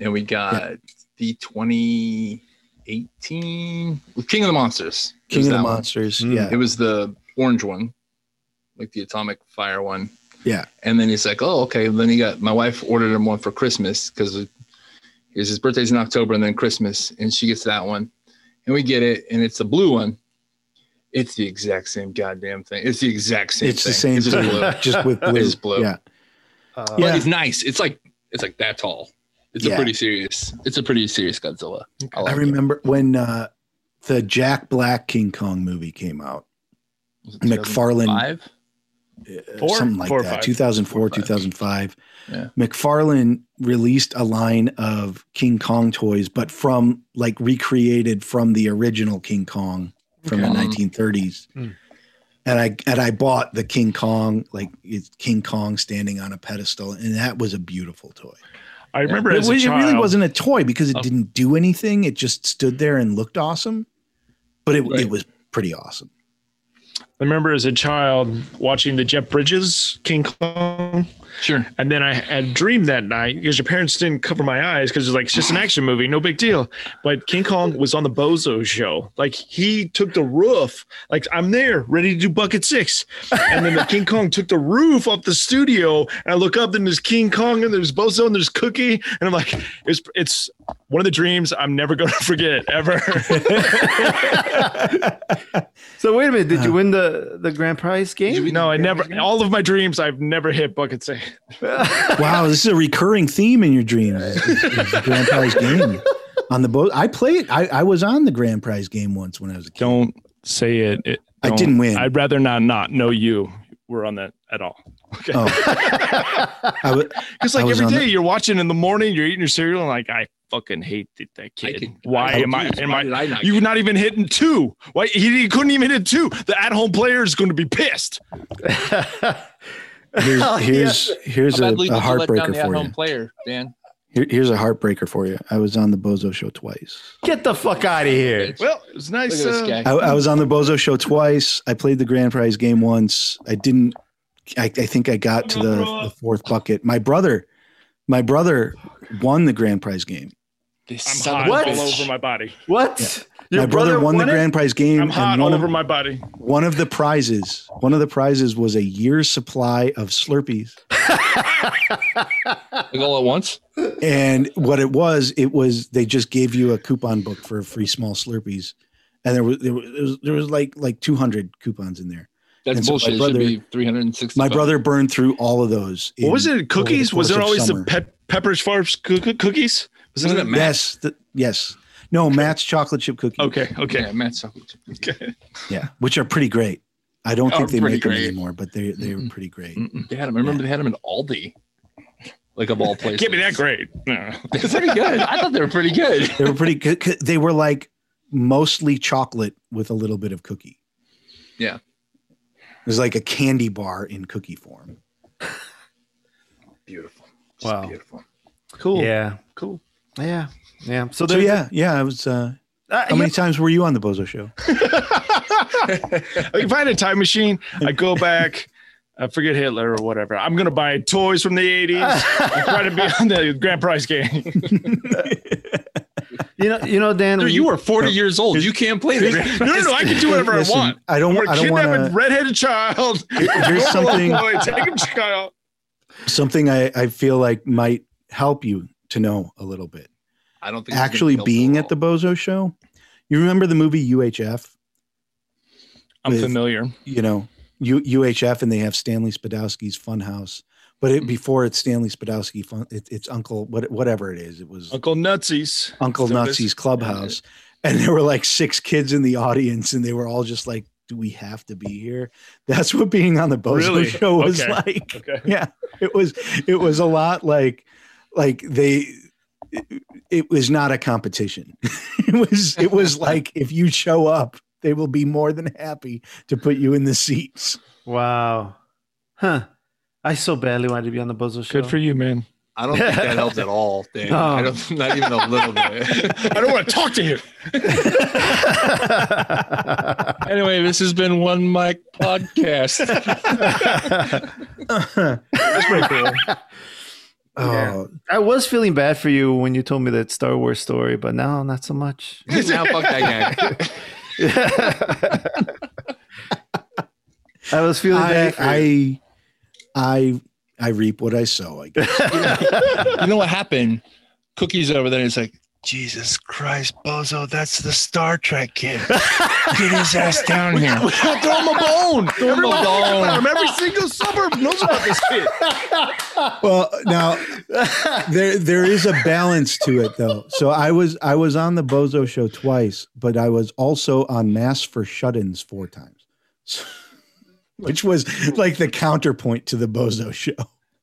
[SPEAKER 4] and we got the 2018 King of the Monsters. It
[SPEAKER 2] King
[SPEAKER 4] was
[SPEAKER 2] of the
[SPEAKER 4] that one.
[SPEAKER 2] Monsters.
[SPEAKER 1] Mm.
[SPEAKER 2] Yeah.
[SPEAKER 4] It was the orange one, like the atomic fire one.
[SPEAKER 2] Yeah.
[SPEAKER 4] And then he's like, "Oh, okay." Then he got my wife ordered him one for Christmas because his birthday's in October, and then Christmas, and she gets that one, and we get it, and it's the blue one. It's the exact same goddamn thing. It's the exact same.
[SPEAKER 2] it's
[SPEAKER 4] thing.
[SPEAKER 2] the same
[SPEAKER 4] It's just
[SPEAKER 2] thing,
[SPEAKER 4] blue.
[SPEAKER 2] just with blue.
[SPEAKER 4] It's blue.
[SPEAKER 2] Yeah.
[SPEAKER 1] Uh,
[SPEAKER 4] But
[SPEAKER 2] Yeah.
[SPEAKER 4] it's nice. It's like it's like that tall. It's
[SPEAKER 2] Yeah.
[SPEAKER 4] a pretty serious. It's a pretty serious Godzilla. like
[SPEAKER 2] I
[SPEAKER 4] it.
[SPEAKER 2] remember when uh, the Jack Black King Kong movie came out.
[SPEAKER 4] Was it
[SPEAKER 2] McFarlane.
[SPEAKER 4] 2005?
[SPEAKER 2] uh,
[SPEAKER 3] Four?
[SPEAKER 2] something like
[SPEAKER 3] Four or
[SPEAKER 2] that.
[SPEAKER 3] five.
[SPEAKER 2] 2004,
[SPEAKER 4] Four or five.
[SPEAKER 2] 2005.
[SPEAKER 4] Yeah.
[SPEAKER 2] McFarlane released a line of King Kong toys, but from like recreated from the original King Kong from
[SPEAKER 4] Okay.
[SPEAKER 2] the 1930s.
[SPEAKER 3] Mm.
[SPEAKER 1] Hmm.
[SPEAKER 2] And I and I bought the King Kong, like it's King Kong standing on a pedestal, and that was a beautiful toy.
[SPEAKER 3] I remember
[SPEAKER 2] It,
[SPEAKER 3] as a
[SPEAKER 2] was- it
[SPEAKER 3] child,
[SPEAKER 2] really wasn't a toy because it
[SPEAKER 4] Oh.
[SPEAKER 2] didn't do anything. It just stood there and looked awesome, but it,
[SPEAKER 4] Right.
[SPEAKER 2] it was pretty awesome.
[SPEAKER 3] I remember as a child watching the Jeff Bridges King Kong,
[SPEAKER 4] Sure.
[SPEAKER 3] and then I had a dream that night because your parents didn't cover my eyes because it's like it's just an action movie, no big deal. But King Kong was on the Bozo show, like he took the roof, like I'm there, ready to do bucket six, and then the King Kong took the roof off the studio, and I look up and there's King Kong and there's Bozo and there's Cookie, and I'm like, it's it's one of the dreams I'm never gonna forget ever.
[SPEAKER 1] So wait a minute. Did you
[SPEAKER 2] Uh,
[SPEAKER 1] win the the grand prize game?
[SPEAKER 3] no, I never. All of my dreams, I've never hit bucket six.
[SPEAKER 2] Wow, this is a recurring theme in your dreams. is- is the grand prize game on the boat. I played. I, I was on the grand prize game once when I was a kid.
[SPEAKER 3] don't say it. It-
[SPEAKER 2] I
[SPEAKER 3] don't.
[SPEAKER 2] didn't win.
[SPEAKER 3] I'd rather not not know you were on that at all.
[SPEAKER 2] Oh, I was,
[SPEAKER 3] Because
[SPEAKER 2] I
[SPEAKER 3] like
[SPEAKER 2] was
[SPEAKER 3] every
[SPEAKER 2] on
[SPEAKER 3] day you're watching in the morning, you're eating your cereal, and like I fucking hate that, that kid. Why am I? Am I? You're not even hitting two. Why he, he couldn't even hit two. The at-home player is going to be pissed.
[SPEAKER 2] here's
[SPEAKER 1] Oh, yeah.
[SPEAKER 2] here's here's a, a heartbreaker for
[SPEAKER 4] home
[SPEAKER 2] you.
[SPEAKER 4] player, Dan.
[SPEAKER 2] Here, here's a heartbreaker for you. I was on the Bozo show twice.
[SPEAKER 1] Get the fuck out of here.
[SPEAKER 3] Well, it was
[SPEAKER 4] Look
[SPEAKER 3] nice.
[SPEAKER 4] at
[SPEAKER 3] uh,
[SPEAKER 4] this
[SPEAKER 2] I,
[SPEAKER 4] guy.
[SPEAKER 2] I was on the Bozo show twice. I played the grand prize game once. I didn't. I, I think I got to the, the fourth bucket. My brother, my brother won the grand prize game.
[SPEAKER 4] This
[SPEAKER 3] I'm
[SPEAKER 4] son
[SPEAKER 3] hot
[SPEAKER 4] of a
[SPEAKER 1] What?
[SPEAKER 3] all
[SPEAKER 4] bitch.
[SPEAKER 3] over my body.
[SPEAKER 1] What?
[SPEAKER 2] my brother, won, the
[SPEAKER 1] it?
[SPEAKER 2] grand prize game.
[SPEAKER 3] I'm hot
[SPEAKER 2] and
[SPEAKER 3] all
[SPEAKER 2] one,
[SPEAKER 3] over
[SPEAKER 2] of,
[SPEAKER 3] my body.
[SPEAKER 2] one of the prizes, one of the prizes was a year's supply of Slurpees.
[SPEAKER 4] Like all at once.
[SPEAKER 2] And what it was, it was they just gave you a coupon book for free small Slurpees, and there was there was, there was like like 200 coupons in there.
[SPEAKER 4] That's
[SPEAKER 2] And so my
[SPEAKER 4] bullshit.
[SPEAKER 2] brother-
[SPEAKER 4] it should be 360.
[SPEAKER 2] My brother burned through all of those.
[SPEAKER 3] What
[SPEAKER 2] in-
[SPEAKER 3] was
[SPEAKER 2] over
[SPEAKER 3] it?
[SPEAKER 2] the
[SPEAKER 3] Cookies? Was
[SPEAKER 2] course
[SPEAKER 3] it
[SPEAKER 2] of
[SPEAKER 3] always the
[SPEAKER 2] summer.
[SPEAKER 3] pep, Pepperidge Farms coo- coo- cookies? Was it
[SPEAKER 4] Wasn't it
[SPEAKER 3] that?
[SPEAKER 4] Matt?
[SPEAKER 2] Yes, the, yes. No, Matt's chocolate chip cookies.
[SPEAKER 3] Okay, okay.
[SPEAKER 4] Yeah, Matt Suckles.
[SPEAKER 3] okay.
[SPEAKER 2] Yeah, which are pretty great. I don't
[SPEAKER 4] Oh,
[SPEAKER 2] think they
[SPEAKER 4] pretty
[SPEAKER 2] make them
[SPEAKER 4] great.
[SPEAKER 2] anymore, but they they were pretty great.
[SPEAKER 4] Mm-mm. They had him. I remember they had him in Aldi. Like of all places.
[SPEAKER 3] Can't be that great. No.
[SPEAKER 4] They're pretty good. I thought they were pretty good.
[SPEAKER 2] They were pretty good. They were like mostly chocolate with a little bit of cookie.
[SPEAKER 4] Yeah.
[SPEAKER 2] It was like a candy bar in cookie form.
[SPEAKER 4] Beautiful.
[SPEAKER 1] Just Wow.
[SPEAKER 4] Beautiful.
[SPEAKER 3] Cool.
[SPEAKER 1] Yeah.
[SPEAKER 3] Cool.
[SPEAKER 1] Yeah. Yeah. So
[SPEAKER 2] So
[SPEAKER 1] there.
[SPEAKER 2] yeah, yeah. I was. Uh,
[SPEAKER 1] Uh,
[SPEAKER 2] how many times were you on the Bozo Show?
[SPEAKER 3] Like, if I had a time machine, I'd go back. I forget Hitler or whatever. I'm gonna buy toys from the
[SPEAKER 2] Ah.
[SPEAKER 3] '80s. and try to be on the grand prize game.
[SPEAKER 1] you know. You know, Dan.
[SPEAKER 4] Dude,
[SPEAKER 1] when
[SPEAKER 4] you were 40 years old. You can't play this.
[SPEAKER 3] No, no, no. I can do whatever
[SPEAKER 2] Listen,
[SPEAKER 3] I want.
[SPEAKER 2] I
[SPEAKER 3] I'm
[SPEAKER 2] don't.
[SPEAKER 3] gonna
[SPEAKER 2] I don't
[SPEAKER 3] kidnap a
[SPEAKER 2] want
[SPEAKER 3] redheaded child.
[SPEAKER 2] to. Here's something.
[SPEAKER 3] Boy, take him, child.
[SPEAKER 2] Something I, I feel like might help you to know a little bit.
[SPEAKER 4] I don't think it's gonna
[SPEAKER 2] actually
[SPEAKER 4] help
[SPEAKER 2] being
[SPEAKER 4] all.
[SPEAKER 2] at the Bozo show. You remember the movie UHF?
[SPEAKER 3] I'm
[SPEAKER 2] With-
[SPEAKER 3] familiar.
[SPEAKER 2] You know, U- UHF, and they have Stanley Spadowski's Funhouse. But it, before it's Stanley Spadowski, fun, it, it's Uncle what, whatever it is. It was
[SPEAKER 3] Uncle Nutsies.
[SPEAKER 2] Uncle
[SPEAKER 3] so this-
[SPEAKER 2] Nazi's Clubhouse, and there were like six kids in the audience, and they were all just like, "Do we have to be here?" That's what being on the Bozo
[SPEAKER 3] Really?
[SPEAKER 2] show was
[SPEAKER 3] Okay.
[SPEAKER 2] like
[SPEAKER 3] Okay.
[SPEAKER 2] yeah it was it was a lot like like they it, it was not a competition it was it was like if you show up they will be more than happy to put you in the seats
[SPEAKER 1] you- wow. Huh. I so badly wanted to be on the Bozo show.
[SPEAKER 3] Good for you, man.
[SPEAKER 4] I don't think that helps at all. Dan.
[SPEAKER 1] No.
[SPEAKER 4] I don't, not even a little bit.
[SPEAKER 3] I don't want to talk to you.
[SPEAKER 4] anyway, this has been One Mic Podcast.
[SPEAKER 2] oh
[SPEAKER 3] That's pretty cool.
[SPEAKER 1] I was feeling bad for you when you told me that Star Wars story, but now not so much.
[SPEAKER 4] now, fuck that guy.
[SPEAKER 1] I was feeling
[SPEAKER 2] I,
[SPEAKER 1] bad. For you.
[SPEAKER 2] I i i reap what i sow i guess
[SPEAKER 4] You know what happened? Cookies over there. It's like, Jesus Christ, Bozo, that's the Star Trek kid. Get his ass down here.
[SPEAKER 3] Throw him a bone.
[SPEAKER 4] Throw him a
[SPEAKER 3] Everyone-
[SPEAKER 4] bone.
[SPEAKER 3] Every single suburb knows about this kid.
[SPEAKER 2] well now there there is a balance to it though so i was i was on the bozo show twice but i was also on mass for shut-ins four times which was like the counterpoint to the Bozo show.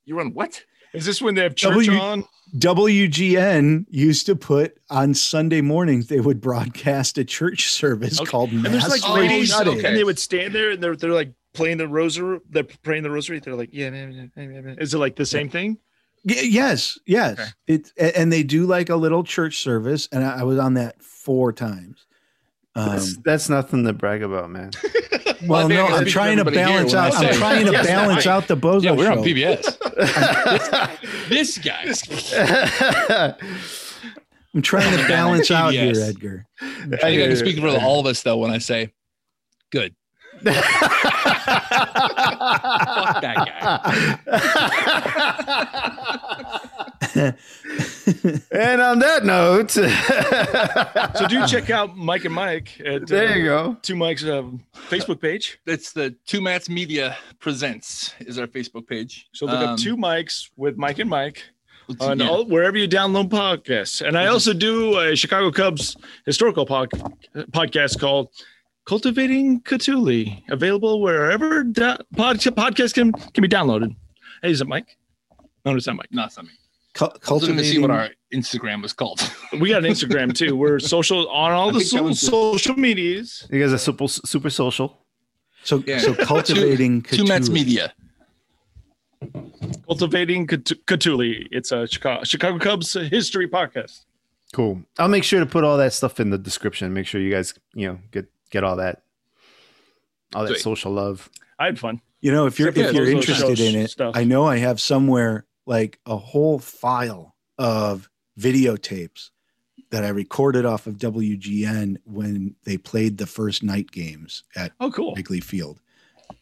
[SPEAKER 4] You run what?
[SPEAKER 3] Is this when they have church
[SPEAKER 2] W-
[SPEAKER 3] on?
[SPEAKER 2] WGN used to put on Sunday mornings, they would broadcast a church service
[SPEAKER 3] Okay.
[SPEAKER 2] called
[SPEAKER 3] And there's
[SPEAKER 2] Mass
[SPEAKER 3] like
[SPEAKER 4] Oh,
[SPEAKER 3] ladies,
[SPEAKER 4] okay.
[SPEAKER 2] Sunday.
[SPEAKER 3] and they would stand there, and they're they're like playing the rosary. They're praying the rosary. They're like, yeah, man, man, man, man, man. is it like the same thing?
[SPEAKER 2] Y- yes, yes.
[SPEAKER 3] Okay.
[SPEAKER 2] It a- and they do like a little church service, and I, I was on that four times. Um,
[SPEAKER 1] That's, that's nothing to brag about, man.
[SPEAKER 2] well, no,
[SPEAKER 4] I think I can
[SPEAKER 2] I'm
[SPEAKER 4] speak for
[SPEAKER 2] trying to
[SPEAKER 4] everybody here
[SPEAKER 2] balance
[SPEAKER 4] when I
[SPEAKER 2] out. I'm
[SPEAKER 4] say-
[SPEAKER 2] trying to
[SPEAKER 3] Yes,
[SPEAKER 2] balance
[SPEAKER 3] I-
[SPEAKER 2] out the Bozo
[SPEAKER 4] Yeah, we're
[SPEAKER 2] show.
[SPEAKER 4] on PBS. this guy.
[SPEAKER 2] I'm trying to
[SPEAKER 4] on
[SPEAKER 2] balance out here,
[SPEAKER 4] PBS.
[SPEAKER 2] Edgar.
[SPEAKER 4] I think I can speak for all of us though when I say good.
[SPEAKER 1] Fuck
[SPEAKER 4] that
[SPEAKER 1] guy. and on that note,
[SPEAKER 3] So do check out Mike and Mike at
[SPEAKER 1] there you
[SPEAKER 3] uh,
[SPEAKER 1] go.
[SPEAKER 3] Two Mike's uh, Facebook page.
[SPEAKER 4] That's the Two Mats Media Presents is our Facebook page.
[SPEAKER 3] So look
[SPEAKER 4] Um,
[SPEAKER 3] up Two Mics with Mike and Mike
[SPEAKER 4] let's-
[SPEAKER 3] on
[SPEAKER 4] yeah. Mm-hmm.
[SPEAKER 3] all, wherever you download podcasts. And I also do a Chicago Cubs historical pod, podcast called Cultivating Cthulhu, available wherever da- pod, podcast can, can be downloaded. Hey, is it Mike? No, it's not Mike.
[SPEAKER 4] not something.
[SPEAKER 2] Cu-
[SPEAKER 4] I was going to
[SPEAKER 2] cultivating.
[SPEAKER 4] see what our Instagram was called.
[SPEAKER 3] We got an Instagram too. We're social on all
[SPEAKER 4] I
[SPEAKER 3] the
[SPEAKER 4] think that
[SPEAKER 3] so-
[SPEAKER 4] was the-
[SPEAKER 3] social medias.
[SPEAKER 1] You guys are super, super social.
[SPEAKER 2] so
[SPEAKER 4] Yeah.
[SPEAKER 2] so cultivating
[SPEAKER 4] Two Mats
[SPEAKER 2] Cthulhu.
[SPEAKER 4] Media.
[SPEAKER 3] Cultivating Cth- Cthulhu. It's a Chicago, Chicago Cubs history podcast.
[SPEAKER 1] Cool. I'll make sure to put all that stuff in the description. Make sure you guys, you know, get get all that, all that
[SPEAKER 4] Sweet.
[SPEAKER 1] social love.
[SPEAKER 3] I had fun.
[SPEAKER 2] You know, if you're
[SPEAKER 3] Except for
[SPEAKER 2] if
[SPEAKER 3] the
[SPEAKER 2] you're
[SPEAKER 3] Bozo
[SPEAKER 2] interested
[SPEAKER 3] show
[SPEAKER 2] in it,
[SPEAKER 3] stuff.
[SPEAKER 2] I know I have somewhere like a whole file of videotapes that I recorded off of WGN when they played the first night games at
[SPEAKER 3] Oh, cool.
[SPEAKER 2] Wrigley Field.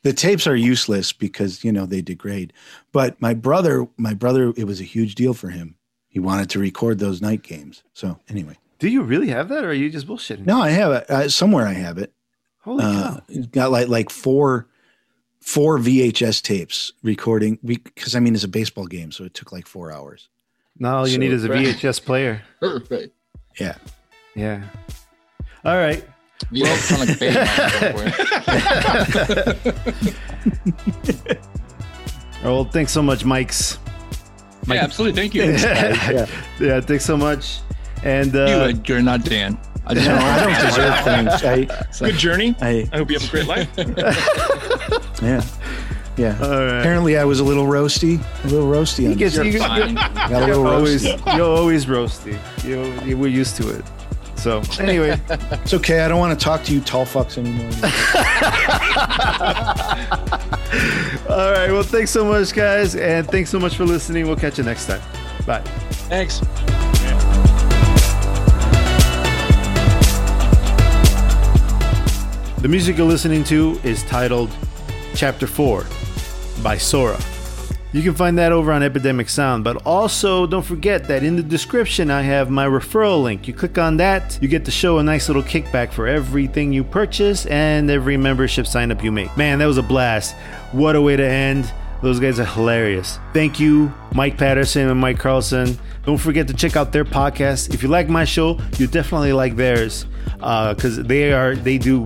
[SPEAKER 2] The tapes are useless because you know they degrade. But my brother, my brother, it was a huge deal for him. He wanted to record those night games. So anyway,
[SPEAKER 1] Do you really have that, or are you just bullshitting?
[SPEAKER 2] no, I have it uh, somewhere. I have it.
[SPEAKER 1] Holy
[SPEAKER 2] Uh,
[SPEAKER 1] cow!
[SPEAKER 2] it's got like like four four VHS tapes recording because I mean it's a baseball game, so it took like four hours.
[SPEAKER 1] Now all you
[SPEAKER 2] so-
[SPEAKER 1] need is a VHS player.
[SPEAKER 4] Perfect.
[SPEAKER 1] Yeah. All right.
[SPEAKER 4] The electronic babe. on
[SPEAKER 1] Well, thanks so much, Mike's.
[SPEAKER 4] there. yeah, absolutely. Thank you. you,
[SPEAKER 1] yeah. thanks so much. And uh,
[SPEAKER 4] Ed, you're not Dan. I just
[SPEAKER 2] No,
[SPEAKER 4] want to
[SPEAKER 2] I don't deserve thanks. I,
[SPEAKER 3] Good journey.
[SPEAKER 2] I
[SPEAKER 3] I hope you have a great life.
[SPEAKER 2] yeah yeah.
[SPEAKER 1] all right.
[SPEAKER 2] Apparently, I was a little roasty, a little roasty
[SPEAKER 1] You
[SPEAKER 2] on this.
[SPEAKER 1] get, you
[SPEAKER 4] You're
[SPEAKER 1] get,
[SPEAKER 4] fine.
[SPEAKER 2] Got a little
[SPEAKER 1] you're always
[SPEAKER 2] roasty.
[SPEAKER 1] you're always roasty. You, you we're used to it. So anyway,
[SPEAKER 2] It's okay. I don't want to talk to you tall fucks anymore.
[SPEAKER 1] all right. Well, thanks so much, guys, and thanks so much for listening. We'll catch you next time. Bye.
[SPEAKER 4] Thanks.
[SPEAKER 1] The music you're listening to is titled Chapter 4 by Sora. You can find that over on Epidemic Sound, but also don't forget that in the description I have my referral link. You click on that, you get to show a nice little kickback for everything you purchase and every membership sign up you make. Man, that was a blast. What a way to end. Those guys are hilarious. Thank you, Mike Patterson and Mike Carlson. Don't forget to check out their podcast. If you like my show, you definitely like theirs because they are they do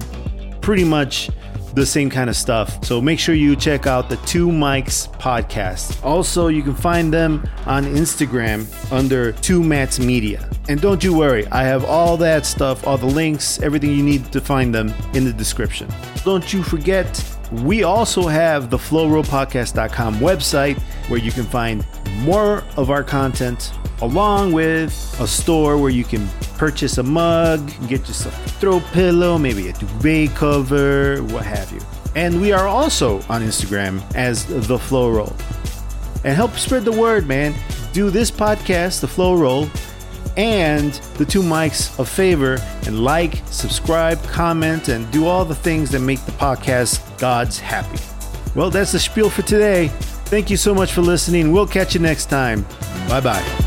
[SPEAKER 1] pretty much the same kind of stuff. So make sure you check out the Two Mics podcast. Also, you can find them on Instagram under Two Mats Media. And don't you worry, I have all that stuff, all the links, everything you need to find them in the description. Don't you forget, we also have the flowrowpodcast.com website where you can find more of our content along with a store where you can purchase a mug, get yourself a throw pillow, maybe a duvet cover, what have you. And we are also on Instagram as The Flow Roll. And help spread the word, man. Do this podcast, The Flow Roll, and the two mics a favor and like, subscribe, comment, and do all the things that make the podcast gods happy. Well, that's the spiel for today. Thank you so much for listening. We'll catch you next time. Bye bye.